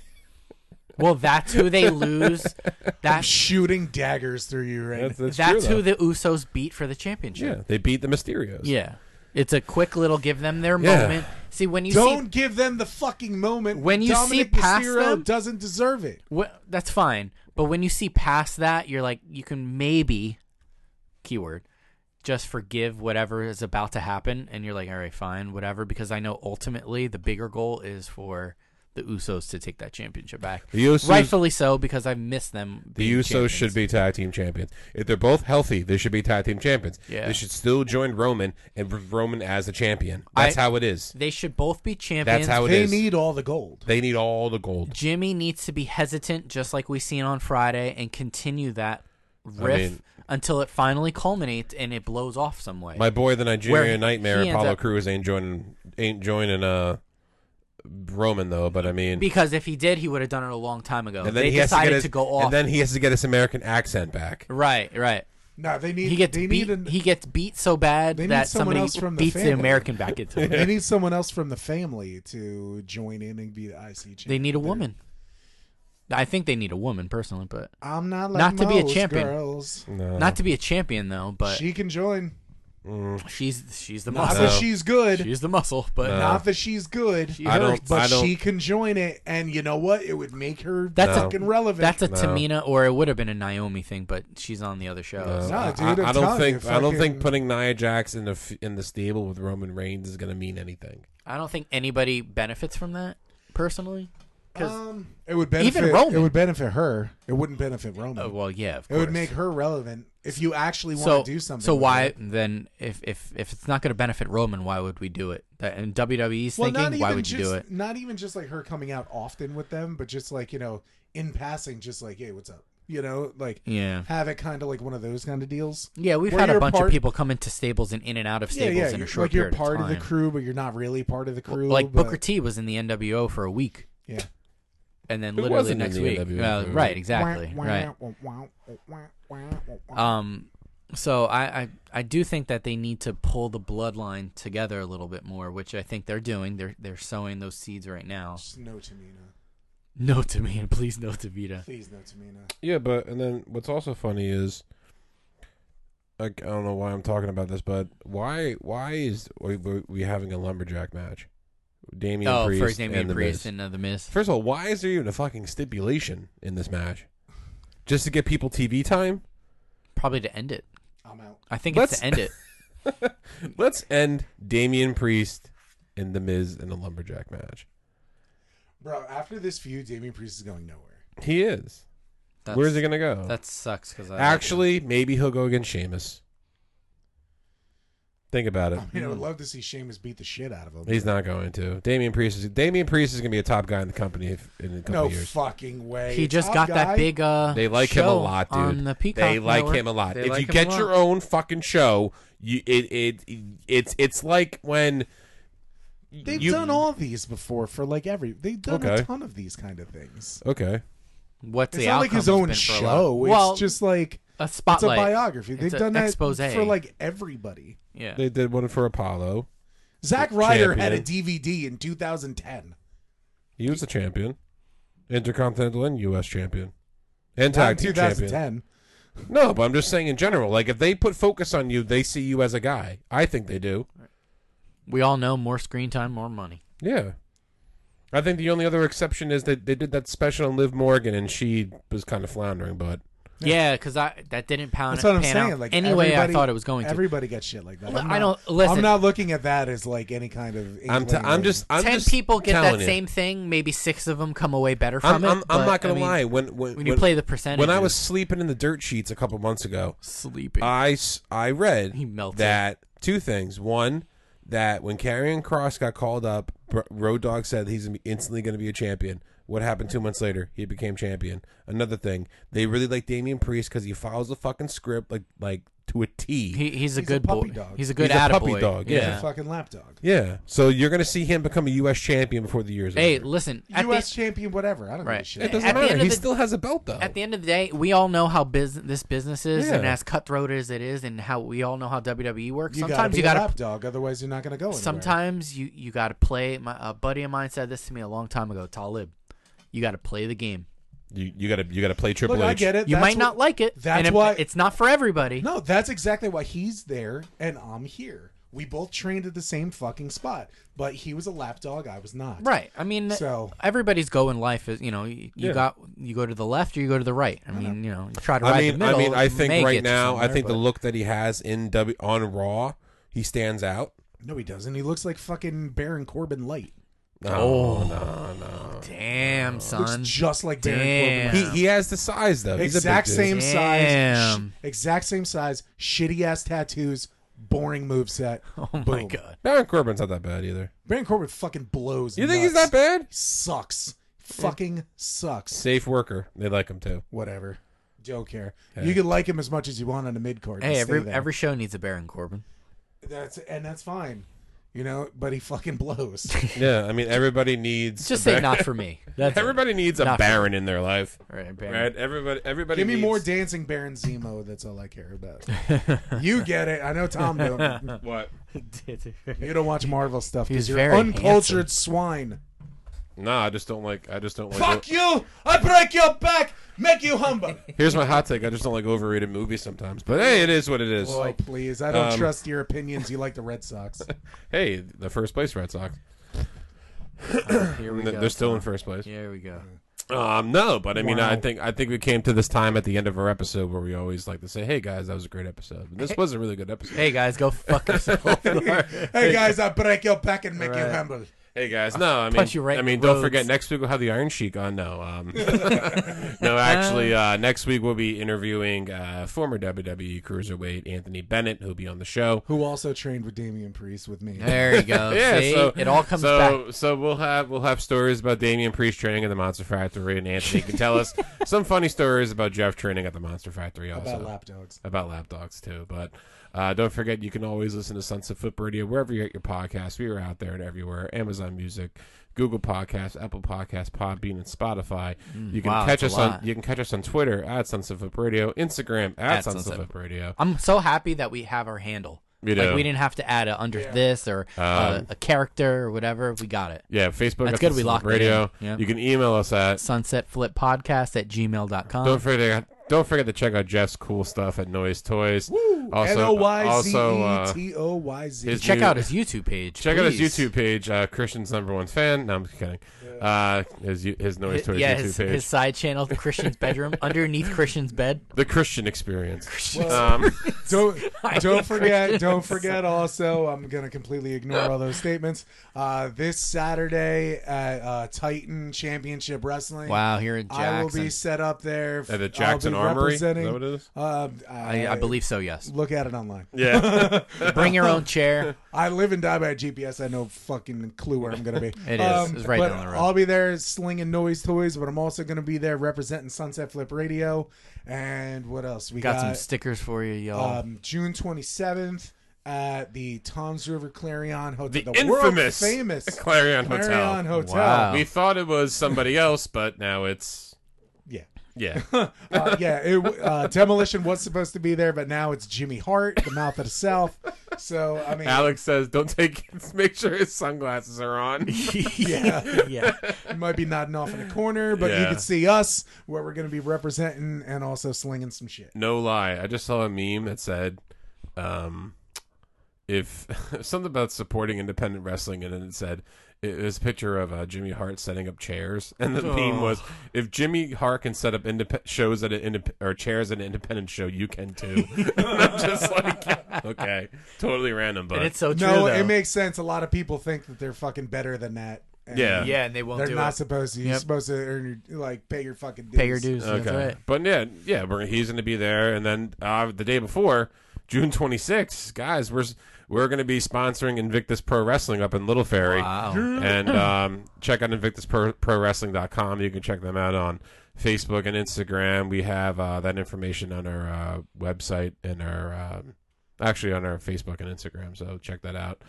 S3: well, that's who they lose.
S4: I'm
S3: That's
S4: shooting daggers through you right
S2: That's,
S4: now.
S2: that's,
S3: that's
S2: true,
S3: who
S2: though.
S3: the Usos beat for the championship.
S2: yeah, they beat the Mysterios.
S3: Yeah. It's a quick little give them their
S2: Yeah.
S3: moment. See, when you
S4: Don't
S3: see
S4: give them the fucking moment.
S3: When you see
S4: Dominic
S3: past
S4: Mysterio
S3: them-
S4: doesn't deserve it.
S3: wh- that's fine, but when you see past that, you're like you can maybe keyword just forgive whatever is about to happen and you're like, "All right, fine, whatever," because I know ultimately the bigger goal is for the Usos to take that championship back.
S2: The Usos-
S3: Rightfully so because I've missed them.
S2: The
S3: being
S2: Usos
S3: champions.
S2: should be tag team champions. If they're both healthy, they should be tag team champions.
S3: Yeah.
S2: They should still join Roman and with Roman as a champion. That's
S3: I-
S2: how it is.
S3: They should both be champions.
S2: That's how it
S4: they
S2: is.
S4: need all the gold.
S2: they need all the gold.
S3: Jimmy needs to be hesitant, just like we seen on Friday, and continue that riff
S2: mean-
S3: until it finally culminates and it blows off some way.
S2: My boy, the
S3: Where
S2: Nigerian
S3: he
S2: nightmare,
S3: ends
S2: Apollo
S3: up-
S2: Cruz ain't joining. Ain't joining. Uh, Roman though, but I mean,
S3: because if he did, he would have done it a long time ago.
S2: and then
S3: they
S2: he has to
S3: decided
S2: get
S3: to,
S2: his,
S3: go off.
S2: and then he has to get his American accent back.
S3: right, right.
S4: No, they need
S3: He gets
S4: they
S3: beat.
S4: need an,
S3: he gets beat so bad
S4: They need
S3: that
S4: someone
S3: somebody
S4: else from the
S3: beats the,
S4: family.
S3: American back into him.
S4: they need someone else from the family to join in and be the IC champion.
S3: They need a woman. I think they need a woman personally, but
S4: I'm not like
S3: Not to be a
S4: most
S3: champion.
S4: Girls.
S2: No.
S3: not to be a champion though. But
S4: She can join.
S3: she's she's the
S4: Not
S3: muscle.
S4: that she's
S2: Uh-huh.
S4: good.
S3: She's the muscle, but
S4: not that she's good.
S3: She
S2: I don't.
S3: hurts,
S2: I
S4: but
S2: don't.
S4: she can join it, and you know what? It would make her
S3: That's
S2: a-
S4: fucking relevant.
S3: that's a
S2: No.
S3: Tamina or it would have been a Naomi thing, but she's on the other show.
S2: no,
S3: so-
S4: Nah, dude,
S2: I-
S4: I'm
S2: I, don't
S4: telling
S2: think.
S4: you,
S2: I don't think
S4: fucking-
S2: putting Nia Jax in the f- in the stable with Roman Reigns is going to mean anything.
S3: I don't think anybody benefits from that personally. 'Cause-
S4: um, it would benefit.
S3: Even Roman.
S4: It would benefit her. It wouldn't benefit Roman.
S3: oh, well, yeah, of
S4: it would
S3: course.
S4: make her relevant if you actually want
S3: so
S4: to do something.
S3: So
S4: with
S3: why
S4: her.
S3: then if if if it's not going to benefit Roman, why would we do it? That, and WWE's
S4: Well, not
S3: thinking,
S4: even
S3: why would you
S4: just
S3: do it?
S4: not even just like her coming out often with them, but just like you know, in passing, just like hey, what's up? You know, like
S3: Yeah.
S4: have it kind of like one of those kind of deals.
S3: Yeah, we've
S4: Where
S3: had a
S4: you're
S3: bunch
S4: part-
S3: of people come into stables and in and out of stables in a
S4: you're-
S3: short
S4: like you're
S3: period
S4: part
S3: of
S4: of,
S3: time.
S4: the crew, but you're not really part of the crew.
S3: like
S4: but,
S3: Booker T was in the NWO for a week,
S4: Yeah.
S3: and then
S2: Who
S3: literally
S2: wasn't in
S3: next
S2: the
S3: week,
S2: NWO
S3: Well,
S2: for a
S3: right?
S2: week?
S3: Exactly, right. Um, so I, I I do think that they need to pull the bloodline together a little bit more, which I think they're doing. They're they're sowing those seeds right now.
S4: Just no Tamina.
S3: No Tamina, please no Tamina.
S4: Please no Tamina.
S2: Yeah, but and then what's also funny is, like, I don't know why I'm talking about this, but why why is we, we, we having a lumberjack match? Damian
S3: Oh,
S2: Priest
S3: first Damian
S2: and the
S3: Priest
S2: Miz.
S3: and uh, the Miz.
S2: First of all, why is there even a fucking stipulation in this match? Just to get people TV time?
S3: Probably to end it.
S4: I'm out.
S3: I think
S2: Let's-
S3: it's to end it.
S2: Let's end Damian Priest and the Miz in a lumberjack match.
S4: Bro, after this feud, Damien Priest is going nowhere.
S2: He is.
S3: That's,
S2: Where's he gonna go?
S3: That sucks because
S2: Actually, maybe he'll go against Sheamus. Think about it.
S4: I mean, I
S3: Hmm.
S4: would love to see Sheamus beat the shit out of him.
S2: He's not going to. Damian Priest is Damian Priest is going to be a top guy in the company if, in a couple
S4: no
S2: years.
S4: fucking way.
S3: he just got
S4: Top guy?
S3: that big. Uh,
S2: They like him a
S3: show
S2: lot, dude.
S3: On the Peacock
S2: they like
S3: Network.
S2: him a lot.
S3: They
S2: if
S3: like
S2: you
S3: him a
S2: get
S3: lot.
S2: your own fucking show, you it it, it's it's like when
S4: They've
S2: you-
S4: done all these before for like every. They've done
S2: Okay.
S4: a ton of these kind of things.
S2: okay.
S3: what's
S4: It's
S3: the
S4: not like
S3: outcome's
S4: his own
S3: been for a lot-
S4: show.
S3: well,
S4: it's just like
S3: a
S4: it's a
S3: spotlight.
S4: biography. They've
S3: It's a
S4: done that
S3: expose.
S4: for like everybody.
S3: yeah.
S2: They did one for Apollo.
S4: Zack Ryder had a
S2: Champion.
S4: DVD in 2010.
S2: He was the champion, Intercontinental and U.S. champion, and tag
S4: Not in
S2: team champion.
S4: 2010.
S2: No, but I'm just saying in general. Like if they put focus on you, they see you as a guy. I think they do.
S3: we all know more screen time, more money.
S2: Yeah. I think the only other exception is that they did that special on Liv Morgan, and she was kind of floundering, but
S3: Yeah, because I that didn't pound.
S4: That's what I'm
S3: pan
S4: saying.
S3: Out.
S4: Like
S3: anyway, I
S4: everybody-
S3: thought it was going to.
S4: Everybody gets shit like that.
S3: Well,
S4: I'm
S3: I
S4: not-
S3: don't- listen.
S4: I'm not looking at that as like any kind of.
S2: I'm t-
S4: inkling
S2: I'm
S4: of-
S2: just I'm
S3: Ten
S2: just
S3: people get that
S2: telling you.
S3: same thing. Maybe six of them come away better from
S2: I'm,
S3: it.
S2: I'm, I'm
S3: but,
S2: not gonna
S3: I mean,
S2: lie. When when,
S3: when you play the percentages,
S2: when I was sleeping in the dirt sheets a couple months ago,
S3: sleeping,
S2: I s- I read
S3: He melted.
S2: that two things. One, that when Karrion Cross got called up, Bro- Road Dog said he's gonna be- instantly going to be a champion. What happened two months later? He became champion. Another thing, they really like Damian Priest because he follows the fucking script like like to a T.
S3: he, he's a
S4: He's a
S3: good boy.
S4: puppy dog.
S3: He's a good
S2: He's a puppy
S3: attaboy.
S2: dog,
S4: He's
S2: yeah.
S4: a fucking lapdog.
S2: yeah, so you're going to see him become a U.S. champion before the year's
S3: Hey,
S2: over.
S3: listen. At
S4: U.S.
S3: the,
S4: champion, whatever. I don't give a
S3: Right.
S2: it
S4: shit.
S2: doesn't
S3: at the
S2: matter.
S3: end of
S2: He
S3: the-
S2: still has a belt though.
S3: at the end of the day, we all know how business this business is,
S2: Yeah.
S3: and as cutthroat as it is, and how we all know how WWE works.
S4: You
S3: sometimes
S4: gotta
S3: you
S4: got
S3: gotta
S4: a lapdog, otherwise you're not gonna go anywhere.
S3: Sometimes you you got to play. My a buddy of mine said this to me a long time ago. Talib, you got to play the game.
S2: you you got to you got to play Triple
S4: look,
S2: H.
S4: I get it.
S3: You
S4: That's
S3: might
S4: wh-
S3: not like it.
S4: that's
S3: and it-
S4: why-
S3: it's not for everybody.
S4: No, that's exactly why he's there and I'm here. We both trained at the same fucking spot, but he was a lapdog. I was not.
S3: Right. I mean,
S4: So-
S3: everybody's go in life is you know you, you
S2: Yeah.
S3: got you go to the left or you go to the right. I mean, you know, you try to ride
S2: I
S3: the
S2: mean, I
S3: middle.
S2: mean, I
S3: you may
S2: think
S3: get
S2: right
S3: to
S2: now, I
S3: somewhere,
S2: think the
S3: but-
S2: look that he has in W on Raw, he stands out.
S4: No, he doesn't. He looks like fucking Baron Corbin light.
S2: Oh, no, no.
S3: damn
S4: Looks
S3: son.
S4: just like Baron
S3: Mm. Damn.
S4: Corbin.
S2: He he has the size though. He's a big
S4: exact
S2: dude.
S4: same size.
S3: Damn.
S4: Sh- exact same size. Shitty ass tattoos. Boring moveset.
S3: Oh my
S4: Boom.
S3: god.
S2: Baron Corbin's not that bad either.
S4: Baron Corbin fucking blows.
S2: You think he's
S4: nuts.
S2: that bad?
S4: Sucks. Fucking sucks.
S2: Safe worker. They like him too.
S4: Whatever. Don't care. You can like him as much as you want on the mid card.
S3: Hey, every every show needs a Baron Corbin.
S4: that's and that's fine. you know, but he fucking blows.
S2: Yeah, I mean everybody needs
S3: Just
S2: a
S3: say
S2: Bar-
S3: not for me. That's it.
S2: everybody needs a
S3: Not for me.
S2: Baron in their life,
S3: All right, Baron.
S2: right? Everybody, everybody.
S4: Give me
S2: needs-
S4: more dancing Baron Zemo. That's all I care about. you get it. I know Tom don't.
S2: what?
S4: You don't watch Marvel stuff because
S3: He's
S4: you're
S3: very
S4: uncultured
S3: handsome.
S4: swine.
S2: No, I just don't like. I just don't like.
S4: Fuck you! I break your back, make you humble.
S2: Here's my hot take. I just don't like overrated movies sometimes. But hey, it is what it is.
S4: Boy, please, I don't
S2: Um,
S4: trust your opinions. You like the Red Sox.
S2: hey, the first place Red Sox.
S3: Here we go.
S2: They're still in first place.
S3: Here we go.
S2: Um, no, but I mean,
S4: Wow.
S2: I think I think we came to this time at the end of our episode where we always like to say, "Hey guys, that was a great episode. And this was a really good episode."
S3: Hey guys, go fuck yourself.
S4: hey guys, I break your back and make you
S3: Right.
S4: humble.
S2: Hey guys, no, I mean,
S3: Punch you right
S2: I
S3: in
S2: mean,
S3: the
S2: don't
S3: roads.
S2: forget next week we'll have the Iron Sheik on. No, um, no, actually, uh, next week we'll be interviewing uh, former WWE cruiserweight Anthony Bennett, who'll be on the show.
S4: Who also trained with Damian Priest with me?
S3: there you go.
S2: Yeah,
S3: See?
S2: so
S3: it all comes
S2: so,
S3: back.
S2: So we'll have we'll have stories about Damian Priest training at the Monster Factory, and Anthony can tell us some funny stories about Jeff training at the Monster Factory. Also,
S4: About lapdogs.
S2: about lapdogs too. But uh, don't forget, you can always listen to Sunset Flip Radio wherever you get your podcasts. We are out there and everywhere: Amazon Music, Google Podcasts, Apple Podcasts, Podbean, and Spotify. you can
S3: Mm, wow,
S2: catch
S3: that's
S2: us
S3: a
S2: on
S3: lot.
S2: you can catch us on Twitter at Sunset Flip Radio, Instagram at,
S3: At
S2: Sunset,
S3: Sunset.
S2: Flip Radio.
S3: I'm so happy that we have our handle.
S2: We
S3: like
S2: do. Um,
S3: we didn't have to add a under this or uh, a character or whatever. We got it.
S2: Yeah, Facebook.
S3: That's
S2: at
S3: good,
S2: Sunset
S3: we
S2: Flip
S3: locked it
S2: Radio.
S3: in. Yeah.
S2: You can email us at
S3: Sunsetflippodcast at gmail.com.
S2: Don't forget, don't forget to check out Jeff's cool stuff at Noise Toys.
S4: N
S2: Also,
S4: o y z
S2: also
S4: e
S2: uh,
S4: t o y z.
S2: his
S3: Check
S2: new-
S3: out his YouTube page.
S2: check out his
S3: please.
S2: YouTube page. Uh, Christian's number one fan. No, I'm just kidding. Uh, his his Noise Toys
S3: yeah,
S2: YouTube
S3: his,
S2: page.
S3: his side channel, Christian's bedroom, underneath Christian's bed.
S2: The Christian Experience.
S4: Well,
S2: Um,
S4: don't
S3: I
S4: don't
S3: hate
S4: forget
S3: Christians.
S4: don't forget also i'm gonna completely ignore all those statements uh this saturday at uh titan championship wrestling
S3: Wow, here in Jackson.
S4: i will be set up there
S2: at the
S4: I'll
S2: Jackson
S4: be
S2: Armory. Is that
S4: representing-
S2: what it is?
S4: uh, I,
S3: I, I believe so, yes.
S4: look at it online
S2: Yeah.
S3: Bring your own chair.
S4: I live and die by GPS. I have no fucking clue where I'm gonna be. Um,
S3: It is. It's right
S4: but
S3: down the road.
S4: I'll be there slinging noise toys, but I'm also gonna be there representing Sunset Flip Radio. And what else? We
S3: Got,
S4: got,
S3: some stickers for you,
S2: Oh.
S3: y'all.
S4: um, June 27th at the Tom's River Clarion
S2: the
S4: Hotel.
S2: infamous
S4: world famous
S2: Clarion Hotel.
S4: Clarion Hotel.
S3: Wow.
S2: We thought it was somebody else, but now it's
S4: Yeah.
S2: yeah.
S4: Uh, yeah, it, w- uh, Demolition was supposed to be there, but now it's Jimmy Hart, the mouth of the South. So, I mean,
S2: Alex says, "Don't take. Make sure his sunglasses are on."
S4: yeah,
S3: yeah.
S4: you might be nodding off in a corner, but you
S2: Yeah.
S4: can see us where we're going to be representing and also slinging some shit.
S2: no lie, I just saw a meme that said, um, if something about supporting independent wrestling, and then it said it was a picture of uh, Jimmy Hart setting up chairs, and the meme was,
S3: Oh.
S2: if Jimmy Hart can set up indep- shows at an indep- or chairs at an independent show, you can too. And I'm just like, okay, totally random, but
S3: And it's so true,
S4: no,
S3: though.
S4: it makes sense. A lot of people think that they're fucking better than that. And
S2: Yeah.
S3: yeah, and they won't
S4: They're
S3: do
S4: not
S3: it.
S4: supposed to. You're
S3: Yep.
S4: supposed to earn your, like pay your fucking dues.
S3: Pay your dues. That's
S2: okay.
S3: right.
S2: But yeah, yeah, we're, he's going to be there, and then uh, the day before, June 26th, guys, we're s- we're going to be sponsoring Invictus Pro Wrestling up in Little Ferry.
S3: Wow.
S2: and
S3: Mm-hmm.
S2: um, check out invictuspro.wrestling.com. You can check them out on Facebook and Instagram. We have uh, that information on our uh, website and our um actually on our Facebook and Instagram. So check that out.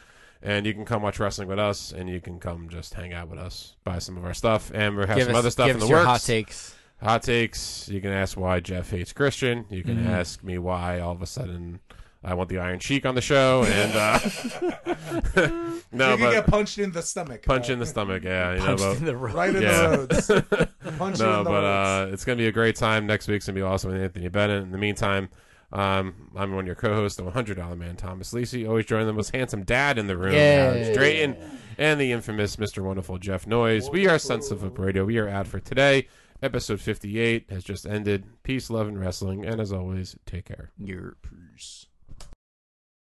S2: And you can come watch wrestling with us, and you can come just hang out with us, buy some of our stuff, and we have
S3: Give
S2: some
S3: us,
S2: other stuff
S3: give
S2: in
S3: us
S2: the
S3: your
S2: works.
S3: hot takes.
S2: Hot takes. You can ask why Jeff hates Christian. You can
S3: Mm-hmm.
S2: ask me why all of a sudden I want the Iron Cheek on the show. And uh, no,
S4: you can
S2: but
S4: get punched in the stomach.
S2: punch
S4: uh,
S2: in the stomach. Yeah, you know,
S3: Punched
S2: but-
S3: in the ro-
S4: right in
S2: Yeah.
S4: the roads. punch
S2: no,
S4: in the
S2: but uh,
S4: roads.
S2: it's gonna be a great time. Next week's gonna be awesome with Anthony Bennett. In the meantime, um, I'm one of your co-hosts, the $100 man, Thomas Lisi. Always joining the most handsome dad in the room,
S3: Yeah.
S2: Alex Drayton, and the infamous Mr. Wonderful Jeff Noyes. We are Sense of Hope Radio. We are out for today. Episode 58 has just ended. Peace, love, and wrestling. And as always, take care.
S3: Your
S4: Peace.